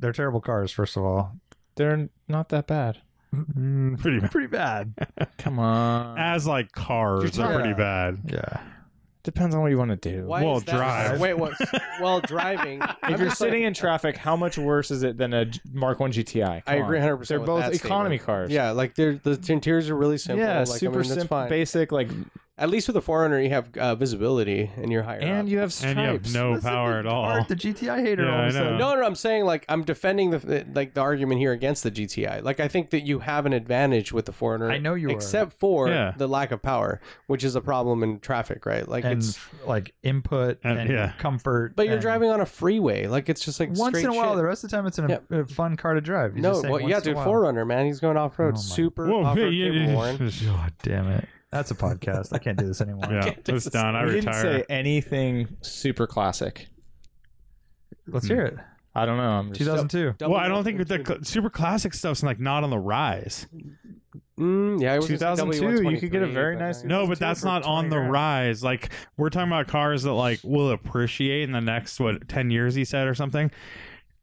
Speaker 1: They're terrible cars, first of all. Mm-hmm.
Speaker 2: They're not that bad.
Speaker 4: Mm, pretty bad.
Speaker 1: Pretty bad.
Speaker 2: Come on.
Speaker 4: As like cars,
Speaker 2: You're
Speaker 4: they're pretty
Speaker 1: talking-
Speaker 4: bad.
Speaker 1: Yeah.
Speaker 2: Depends on what you want to do.
Speaker 5: Why
Speaker 4: Well,
Speaker 5: is that-
Speaker 4: drive.
Speaker 5: Wait, what?
Speaker 1: (laughs)
Speaker 5: Well, driving.
Speaker 2: If you're sitting in traffic, how much worse is it than a G- Mark One GTI?
Speaker 5: I
Speaker 2: Come
Speaker 5: agree
Speaker 2: on.
Speaker 5: 100.
Speaker 2: They're both economy cars.
Speaker 5: (laughs) Yeah, like they're the interiors are really simple.
Speaker 2: Yeah,
Speaker 5: like, I
Speaker 2: super
Speaker 5: mean, that's
Speaker 2: simple,
Speaker 5: fine.
Speaker 2: basic, like,
Speaker 5: At least with the Forerunner, you have uh, visibility, and you're higher.
Speaker 2: and
Speaker 5: up.
Speaker 2: you have stripes.
Speaker 4: And you have no power at all.
Speaker 1: Art, the GTI hater.
Speaker 4: Yeah,
Speaker 1: all
Speaker 4: I
Speaker 1: of a sudden.
Speaker 4: know.
Speaker 5: No, no, I'm saying like I'm defending the like the argument here against the GTI. Like I think that you have an advantage with the Forerunner.
Speaker 1: I know you are.
Speaker 5: except for
Speaker 4: Yeah.
Speaker 5: the lack of power, which is a problem in traffic, right? Like
Speaker 1: And
Speaker 5: it's
Speaker 1: like input
Speaker 4: And-
Speaker 1: and,
Speaker 4: yeah.
Speaker 1: comfort.
Speaker 5: but you're
Speaker 1: and-
Speaker 5: driving on a freeway, like it's just like
Speaker 1: once
Speaker 5: straight
Speaker 1: in a while.
Speaker 5: shit.
Speaker 1: The rest of the time, it's an, a fun car to drive. You're
Speaker 5: no,
Speaker 1: just saying
Speaker 5: well,
Speaker 1: once
Speaker 5: yeah,
Speaker 1: in a
Speaker 5: dude,
Speaker 1: while.
Speaker 5: Forerunner, man, he's going off road,
Speaker 1: Oh my-
Speaker 5: super
Speaker 1: (laughs)
Speaker 4: Whoa,
Speaker 5: off road
Speaker 4: you-
Speaker 5: capable. Warren.
Speaker 1: God damn it. That's a podcast. I can't do this anymore.
Speaker 4: Yeah, it's done. I
Speaker 2: We didn't say
Speaker 4: retire.
Speaker 2: anything super classic.
Speaker 1: Let's hear it.
Speaker 2: I don't know. I'm just,
Speaker 1: 2002.
Speaker 4: Well, I don't think the cl- super classic stuff's like not on the rise.
Speaker 5: Mm, yeah, it was
Speaker 2: 2002, you could get a very nice-
Speaker 4: No, but that's not on the rise. Like we're talking about cars that like will appreciate in the next what ten years he said or something.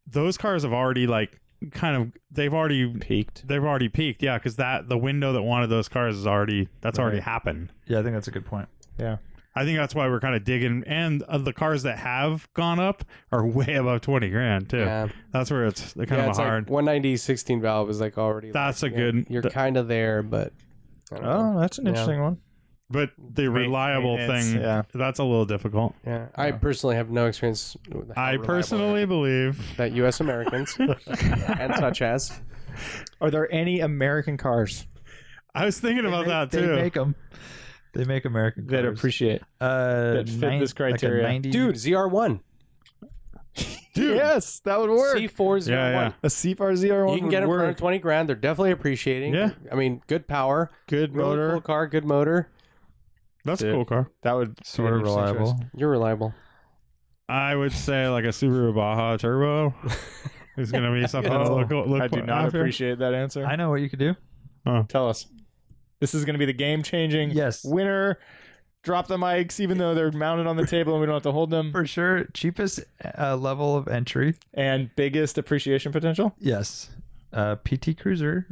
Speaker 4: Those cars have already like kind of they've already
Speaker 2: peaked.
Speaker 4: they've already peaked. Yeah, because that the window that wanted those cars is already that's already
Speaker 1: Right.
Speaker 4: happened.
Speaker 1: Yeah, I think that's a good point.
Speaker 4: I think that's why we're kind of digging. And uh, the cars that have gone up are (laughs) way above twenty grand too.
Speaker 5: Yeah,
Speaker 4: That's where it's kind
Speaker 5: yeah
Speaker 4: of
Speaker 5: it's
Speaker 4: a
Speaker 5: like
Speaker 4: hard.
Speaker 5: 190 16 valve is like already.
Speaker 4: that's a
Speaker 5: like, you know,
Speaker 4: good.
Speaker 5: You're
Speaker 4: th-
Speaker 5: kind of there, but. I don't know.
Speaker 2: Oh, that's an
Speaker 5: Yeah.
Speaker 2: interesting one.
Speaker 4: but the reliable
Speaker 2: maintenance,
Speaker 4: thing.
Speaker 2: yeah.
Speaker 4: That's a little difficult.
Speaker 5: Yeah, I personally have no experience. With how
Speaker 4: I
Speaker 5: reliable
Speaker 4: personally believe
Speaker 5: that U.S.
Speaker 4: (laughs)
Speaker 5: Americans and such as
Speaker 2: Are there any American cars
Speaker 4: I was thinking about that
Speaker 1: They
Speaker 4: too.
Speaker 1: make them. They make American
Speaker 2: that
Speaker 1: cars.
Speaker 2: appreciate?
Speaker 1: uh,
Speaker 2: that fit
Speaker 1: nine-
Speaker 2: this criteria.
Speaker 1: Like a 90,
Speaker 5: dude ZR1,
Speaker 4: Dude.
Speaker 2: Yes, that would work.
Speaker 5: C4 ZR1.
Speaker 4: Yeah, yeah.
Speaker 2: A CFR ZR1
Speaker 5: You can
Speaker 2: would
Speaker 5: get them for
Speaker 2: work.
Speaker 5: under twenty grand. They're definitely appreciating.
Speaker 4: Yeah.
Speaker 5: I mean, good power,
Speaker 2: Good
Speaker 5: really
Speaker 2: motor.
Speaker 5: cool car, good motor.
Speaker 4: That's
Speaker 2: Yeah.
Speaker 4: a cool car.
Speaker 2: That would be
Speaker 1: sort
Speaker 2: an
Speaker 1: of
Speaker 2: interesting choice.
Speaker 1: reliable.
Speaker 5: You're reliable.
Speaker 4: I would say like a Subaru Baja Turbo is going to be something to
Speaker 2: Oh,
Speaker 4: look, look
Speaker 2: I do not
Speaker 4: after.
Speaker 2: appreciate that answer.
Speaker 1: I know what you could do.
Speaker 2: Tell us. This is going to be the game changing
Speaker 1: Yes.
Speaker 2: winner. Drop the mics, even though they're mounted on the table and we don't have to hold them.
Speaker 1: For sure, cheapest uh, level of entry.
Speaker 2: And biggest appreciation potential.
Speaker 1: Yes. Uh, PT Cruiser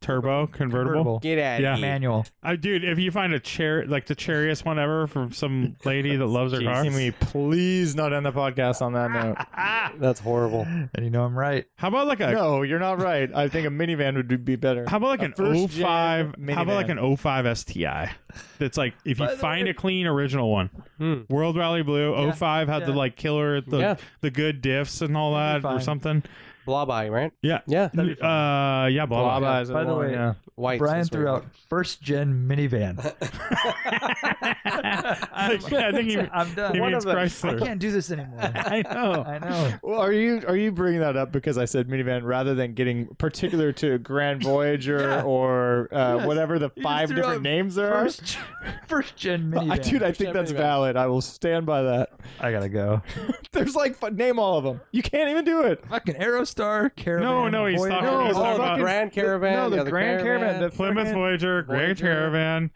Speaker 4: Turbo convertible.
Speaker 1: convertible.
Speaker 5: Get at
Speaker 4: Yeah.
Speaker 5: it.
Speaker 1: manual.
Speaker 4: I dude, if you find a chair like the cherriest one ever
Speaker 2: (laughs)
Speaker 4: from some lady that loves her car.
Speaker 2: Can we please not end the podcast on that
Speaker 1: (laughs)
Speaker 2: note?
Speaker 5: That's horrible.
Speaker 1: And you know I'm right.
Speaker 4: How about like a
Speaker 2: no, you're not right. I think a minivan would be better.
Speaker 4: How about like
Speaker 2: A
Speaker 4: an
Speaker 2: first
Speaker 4: 05
Speaker 2: gen
Speaker 4: How about like
Speaker 2: minivan.
Speaker 4: an 05 STI? That's like if you find a clean original one.
Speaker 5: Hmm.
Speaker 4: World Rally Blue 05 had the
Speaker 1: yeah.
Speaker 4: like killer the
Speaker 5: Yeah.
Speaker 4: the good diffs and all that or
Speaker 1: fine.
Speaker 4: something.
Speaker 5: Blob eye, right?
Speaker 4: Yeah.
Speaker 5: Yeah.
Speaker 4: Uh yeah, blah blah.
Speaker 2: Blabba is
Speaker 1: By the
Speaker 2: one,
Speaker 1: way,
Speaker 2: yeah.
Speaker 5: White.
Speaker 1: Brian
Speaker 5: is what
Speaker 1: threw
Speaker 5: it
Speaker 1: out first gen minivan.
Speaker 4: (laughs) I think he,
Speaker 1: I'm done.
Speaker 4: he means
Speaker 1: I
Speaker 4: Chrysler.
Speaker 1: can't do this anymore.
Speaker 4: I
Speaker 1: (laughs)
Speaker 4: know.
Speaker 1: I know.
Speaker 2: Well, are you are you bringing that up because I said minivan rather than getting particular to
Speaker 1: (laughs)
Speaker 2: Grand Voyager or uh, whatever the
Speaker 1: You
Speaker 2: five
Speaker 1: threw
Speaker 2: different
Speaker 1: out
Speaker 2: names there are?
Speaker 1: First, first gen
Speaker 2: (laughs)
Speaker 1: minivan.
Speaker 2: I, dude, I think that's valid. I will stand by that.
Speaker 1: I gotta go.
Speaker 2: (laughs) There's like f- name all of them. You can't even do it.
Speaker 1: Fucking Aerostar, Caravan.
Speaker 4: No, (laughs) no, he's
Speaker 1: Voyager.
Speaker 4: talking-
Speaker 2: No,
Speaker 4: he's
Speaker 2: it's
Speaker 4: talking
Speaker 5: the
Speaker 4: about
Speaker 5: Grand Caravan,
Speaker 2: No, the,
Speaker 5: yeah, the
Speaker 2: Grand Caravan.
Speaker 5: Caravan.
Speaker 2: the
Speaker 4: Plymouth
Speaker 2: fucking-
Speaker 4: Voyager, Grand
Speaker 5: Voyager.
Speaker 4: Caravan.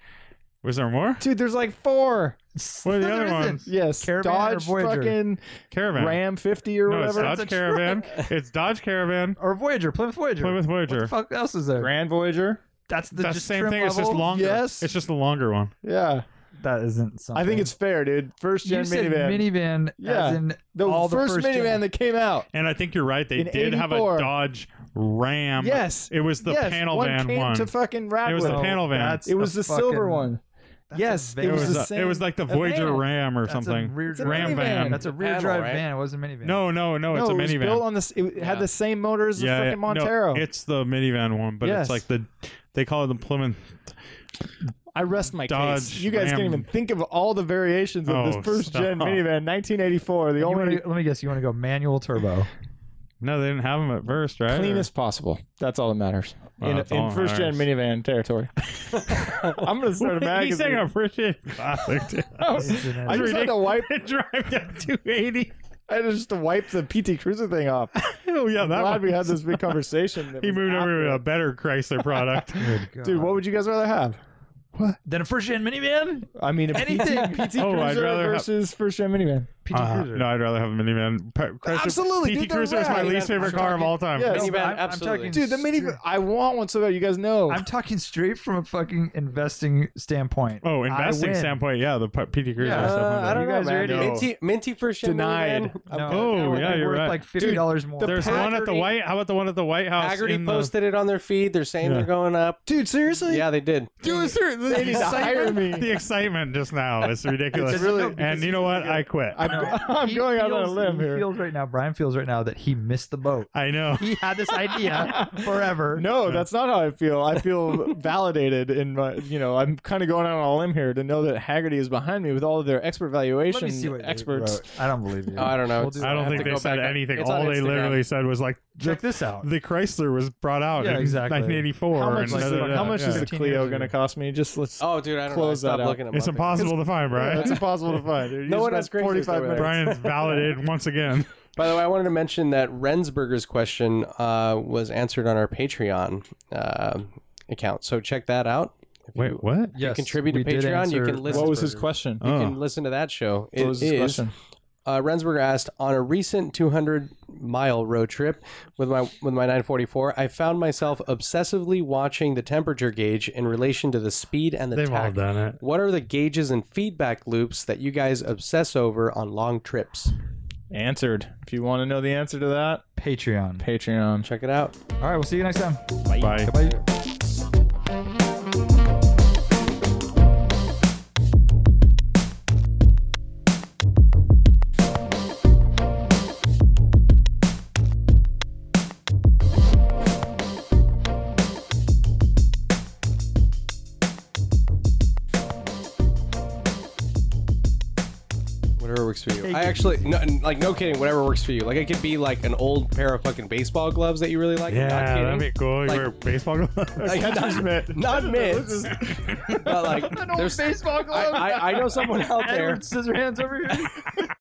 Speaker 4: Was there more?
Speaker 2: Dude, there's like four.
Speaker 4: What are the other
Speaker 1: There isn't.
Speaker 4: ones?
Speaker 2: Yes,
Speaker 1: Caravan or
Speaker 2: Dodge
Speaker 1: Voyager?
Speaker 2: fucking
Speaker 4: Caravan.
Speaker 2: Ram 50 or
Speaker 4: no, it's
Speaker 2: whatever.
Speaker 4: Dodge Caravan. it's
Speaker 2: (laughs)
Speaker 4: Dodge Caravan.
Speaker 1: Or Voyager, Plymouth Voyager.
Speaker 4: Plymouth
Speaker 1: What
Speaker 4: Voyager.
Speaker 1: the fuck else is there?
Speaker 2: Grand Voyager.
Speaker 1: That's the
Speaker 4: That's the
Speaker 1: just
Speaker 4: same
Speaker 1: trim
Speaker 4: thing. It's just
Speaker 1: level?
Speaker 4: longer.
Speaker 2: Yes.
Speaker 4: It's just the longer one.
Speaker 2: Yeah,
Speaker 1: That isn't something.
Speaker 2: I think it's fair, dude. First
Speaker 1: you
Speaker 2: gen
Speaker 1: said
Speaker 2: minivan.
Speaker 1: minivan.
Speaker 2: Yeah.
Speaker 1: As in
Speaker 2: the
Speaker 1: all
Speaker 2: first,
Speaker 1: the first
Speaker 2: minivan
Speaker 1: gen.
Speaker 2: that came out.
Speaker 4: And I think you're right. They
Speaker 2: In
Speaker 4: did have a
Speaker 2: 84.
Speaker 4: Dodge Ram.
Speaker 2: Yes.
Speaker 4: It was the
Speaker 2: yes,
Speaker 4: panel
Speaker 2: one
Speaker 4: van
Speaker 2: came
Speaker 4: one.
Speaker 2: to fucking rap
Speaker 4: It was
Speaker 2: with.
Speaker 4: the panel van.
Speaker 1: Oh, that's
Speaker 2: It was
Speaker 1: a
Speaker 2: the silver
Speaker 1: fucking-
Speaker 2: one.
Speaker 1: That's
Speaker 3: Yes,
Speaker 1: a
Speaker 3: it
Speaker 4: It
Speaker 3: was
Speaker 4: was,
Speaker 3: the
Speaker 4: a-
Speaker 3: same-
Speaker 4: it was like the
Speaker 3: a
Speaker 4: Voyager
Speaker 3: van.
Speaker 4: Ram or
Speaker 1: That's a
Speaker 4: something.
Speaker 1: rear
Speaker 3: It's a
Speaker 1: drive.
Speaker 3: minivan.
Speaker 4: van.
Speaker 1: That's a rear
Speaker 5: Panel,
Speaker 1: drive
Speaker 5: right?
Speaker 1: van. It wasn't a minivan.
Speaker 4: No, no, no. Oh, It's
Speaker 2: no,
Speaker 4: a
Speaker 2: it was
Speaker 4: minivan.
Speaker 2: built on this. It
Speaker 5: Yeah.
Speaker 2: had the same motor as the
Speaker 4: yeah, yeah,
Speaker 2: fucking Montero.
Speaker 4: No, it's the minivan one, but
Speaker 2: Yes.
Speaker 4: it's like the they call it the Plymouth.
Speaker 2: I rest my
Speaker 4: Dodge
Speaker 2: case. You guys
Speaker 4: Ram.
Speaker 2: can't even think of all the variations of
Speaker 4: Oh,
Speaker 2: this first gen
Speaker 4: stop.
Speaker 2: minivan, 1984. The
Speaker 1: You wanna-
Speaker 2: only
Speaker 1: let me guess. You want to go manual turbo? (laughs)
Speaker 4: No, they didn't have them at first, right?
Speaker 2: cleanest possible. That's all that matters
Speaker 4: Wow,
Speaker 2: in,
Speaker 4: that's all
Speaker 2: in
Speaker 4: that
Speaker 2: first gen
Speaker 4: matters.
Speaker 2: minivan
Speaker 4: (laughs)
Speaker 2: territory. I'm gonna start a
Speaker 4: Or...
Speaker 2: magazine.
Speaker 4: (laughs) He's saying a freaking (laughs) classic. dude.
Speaker 2: (laughs) I just had to (laughs) wipe.
Speaker 4: drive that
Speaker 2: (laughs)
Speaker 4: 280.
Speaker 2: I just to wipe the PT Cruiser thing off.
Speaker 4: Oh yeah,
Speaker 2: I'm
Speaker 4: (laughs) that
Speaker 2: glad
Speaker 4: one.
Speaker 2: we had this
Speaker 4: (laughs)
Speaker 2: big conversation. that
Speaker 4: He
Speaker 2: was
Speaker 4: moved over
Speaker 2: after.
Speaker 4: to a better Chrysler product.
Speaker 1: Good God.
Speaker 2: Dude, what would you guys rather have?
Speaker 1: Then a first gen minivan?
Speaker 2: I mean, a PT,
Speaker 1: Anything.
Speaker 2: PT Cruiser
Speaker 4: (laughs) Oh, I'd rather have-
Speaker 2: versus first gen minivan.
Speaker 1: PT
Speaker 4: Uh,
Speaker 1: Cruiser.
Speaker 4: no, I'd rather have a minivan. P- Chrysler,
Speaker 2: Absolutely,
Speaker 4: PT
Speaker 2: dude, they're
Speaker 4: Cruiser is my
Speaker 2: rad.
Speaker 4: least favorite car of all time.
Speaker 2: Yes.
Speaker 1: No,
Speaker 5: Minivan,
Speaker 1: I'm- I'm
Speaker 5: absolutely.
Speaker 1: talking
Speaker 2: Dude, the
Speaker 1: straight- Oh.
Speaker 2: minivan. I want one so bad. You guys know.
Speaker 1: I'm talking straight from a fucking investing standpoint.
Speaker 4: Oh, investing
Speaker 1: win.
Speaker 4: standpoint, yeah, the P- PT Cruiser.
Speaker 1: Yeah.
Speaker 4: is
Speaker 2: Uh,
Speaker 4: definitely
Speaker 2: I don't
Speaker 4: the-
Speaker 2: know,
Speaker 1: guys
Speaker 2: man.
Speaker 1: ready?
Speaker 2: No.
Speaker 5: Minty, minty first gen
Speaker 2: Denied.
Speaker 5: minivan?
Speaker 1: No.
Speaker 4: Oh,
Speaker 1: That
Speaker 4: yeah,
Speaker 1: would be
Speaker 4: you're
Speaker 1: worth
Speaker 4: right.
Speaker 1: Like fifty dollars more.
Speaker 4: There's one at the
Speaker 5: Haggerty-
Speaker 4: White. How about the one at the White House?
Speaker 5: Haggerty
Speaker 4: in the-
Speaker 5: posted it on their feed. They're saying
Speaker 4: Yeah.
Speaker 5: they're going up.
Speaker 2: Dude, seriously?
Speaker 5: Yeah, they did.
Speaker 2: Dude, is there,
Speaker 4: (laughs)
Speaker 2: they need to hire me.
Speaker 4: the excitement just now. It's ridiculous.
Speaker 1: It's really-
Speaker 4: and you know what? I quit.
Speaker 2: I'm, (laughs)
Speaker 4: I,
Speaker 2: I'm
Speaker 1: He
Speaker 2: going out on a
Speaker 1: feels-
Speaker 2: limb
Speaker 1: he
Speaker 2: here.
Speaker 1: Feels right now. Brian feels right now that he missed the boat. (laughs)
Speaker 4: know.
Speaker 1: He had this idea (laughs) forever.
Speaker 2: No, that's not how I feel. I feel
Speaker 1: (laughs)
Speaker 2: validated in my, you know, I'm kind of going out on a limb here to know that Haggerty is behind me with all of their expert valuation
Speaker 1: Let me see what they
Speaker 2: experts.
Speaker 1: wrote. I don't believe you.
Speaker 5: Oh, I don't know.
Speaker 1: We'll
Speaker 5: It's-
Speaker 1: do
Speaker 4: I
Speaker 5: I
Speaker 4: don't
Speaker 5: have
Speaker 4: think
Speaker 5: to
Speaker 4: they
Speaker 5: go
Speaker 4: said
Speaker 5: back up.
Speaker 4: anything.
Speaker 5: It's
Speaker 4: All
Speaker 5: on
Speaker 4: they
Speaker 5: Instagram.
Speaker 4: literally said was like
Speaker 1: check this out.
Speaker 4: the Chrysler was brought out
Speaker 1: Yeah,
Speaker 4: in
Speaker 1: exactly.
Speaker 4: 1984.
Speaker 2: How much,
Speaker 4: and
Speaker 2: is,
Speaker 4: da- da- da-
Speaker 2: how much is
Speaker 4: yeah.
Speaker 2: the
Speaker 1: 15 years
Speaker 2: Clio
Speaker 1: ago.
Speaker 2: going to cost me? Just let's.
Speaker 5: Oh, dude, I don't
Speaker 2: Close
Speaker 5: know. I
Speaker 2: that
Speaker 5: stopped
Speaker 2: out.
Speaker 5: looking at
Speaker 4: It's
Speaker 5: them.
Speaker 4: impossible to find, right?
Speaker 2: That's impossible to
Speaker 1: (laughs)
Speaker 2: find. dude. You
Speaker 5: No one
Speaker 2: spent
Speaker 5: has Craigslist
Speaker 2: 45
Speaker 5: over there.
Speaker 2: minutes.
Speaker 5: (laughs)
Speaker 4: Brian's validated once again.
Speaker 5: By the way, I wanted to mention that Rensburger's question uh, was answered on our Patreon uh, account. So check that out.
Speaker 4: Wait, what?
Speaker 1: Yes,
Speaker 5: contribute to
Speaker 1: we did
Speaker 5: Patreon, you
Speaker 1: answer
Speaker 5: can listen-
Speaker 2: What was his
Speaker 1: Rensburger.
Speaker 2: question?
Speaker 5: You
Speaker 4: Oh.
Speaker 5: can listen to that show. It
Speaker 2: What was his
Speaker 5: is-
Speaker 2: question?
Speaker 5: Uh, Rensburger asked on a recent 200 mile road trip with my with my 944. I found myself obsessively watching the temperature gauge in relation to the speed and the
Speaker 4: They've all
Speaker 5: tack.
Speaker 4: done it.
Speaker 5: What are the gauges and feedback loops that you guys obsess over on long trips?
Speaker 2: Answered. If you want to know the answer to that,
Speaker 1: Patreon.
Speaker 2: Patreon.
Speaker 5: Check it out.
Speaker 1: All right, we'll see you next time.
Speaker 4: Bye.
Speaker 1: Bye.
Speaker 5: Whatever works for you. I actually, no, like, no kidding. Whatever works for you. Like, it could be like an old pair of fucking baseball gloves that you really like.
Speaker 4: Yeah,
Speaker 5: not kidding.
Speaker 4: that'd be cool. You
Speaker 5: Like-
Speaker 4: wear baseball (laughs) gloves.
Speaker 5: (laughs) Like, not, not mitts,
Speaker 4: (laughs)
Speaker 5: but like there's
Speaker 1: baseball
Speaker 5: I, I, I know someone out there.
Speaker 1: Edward Scissorhands over here.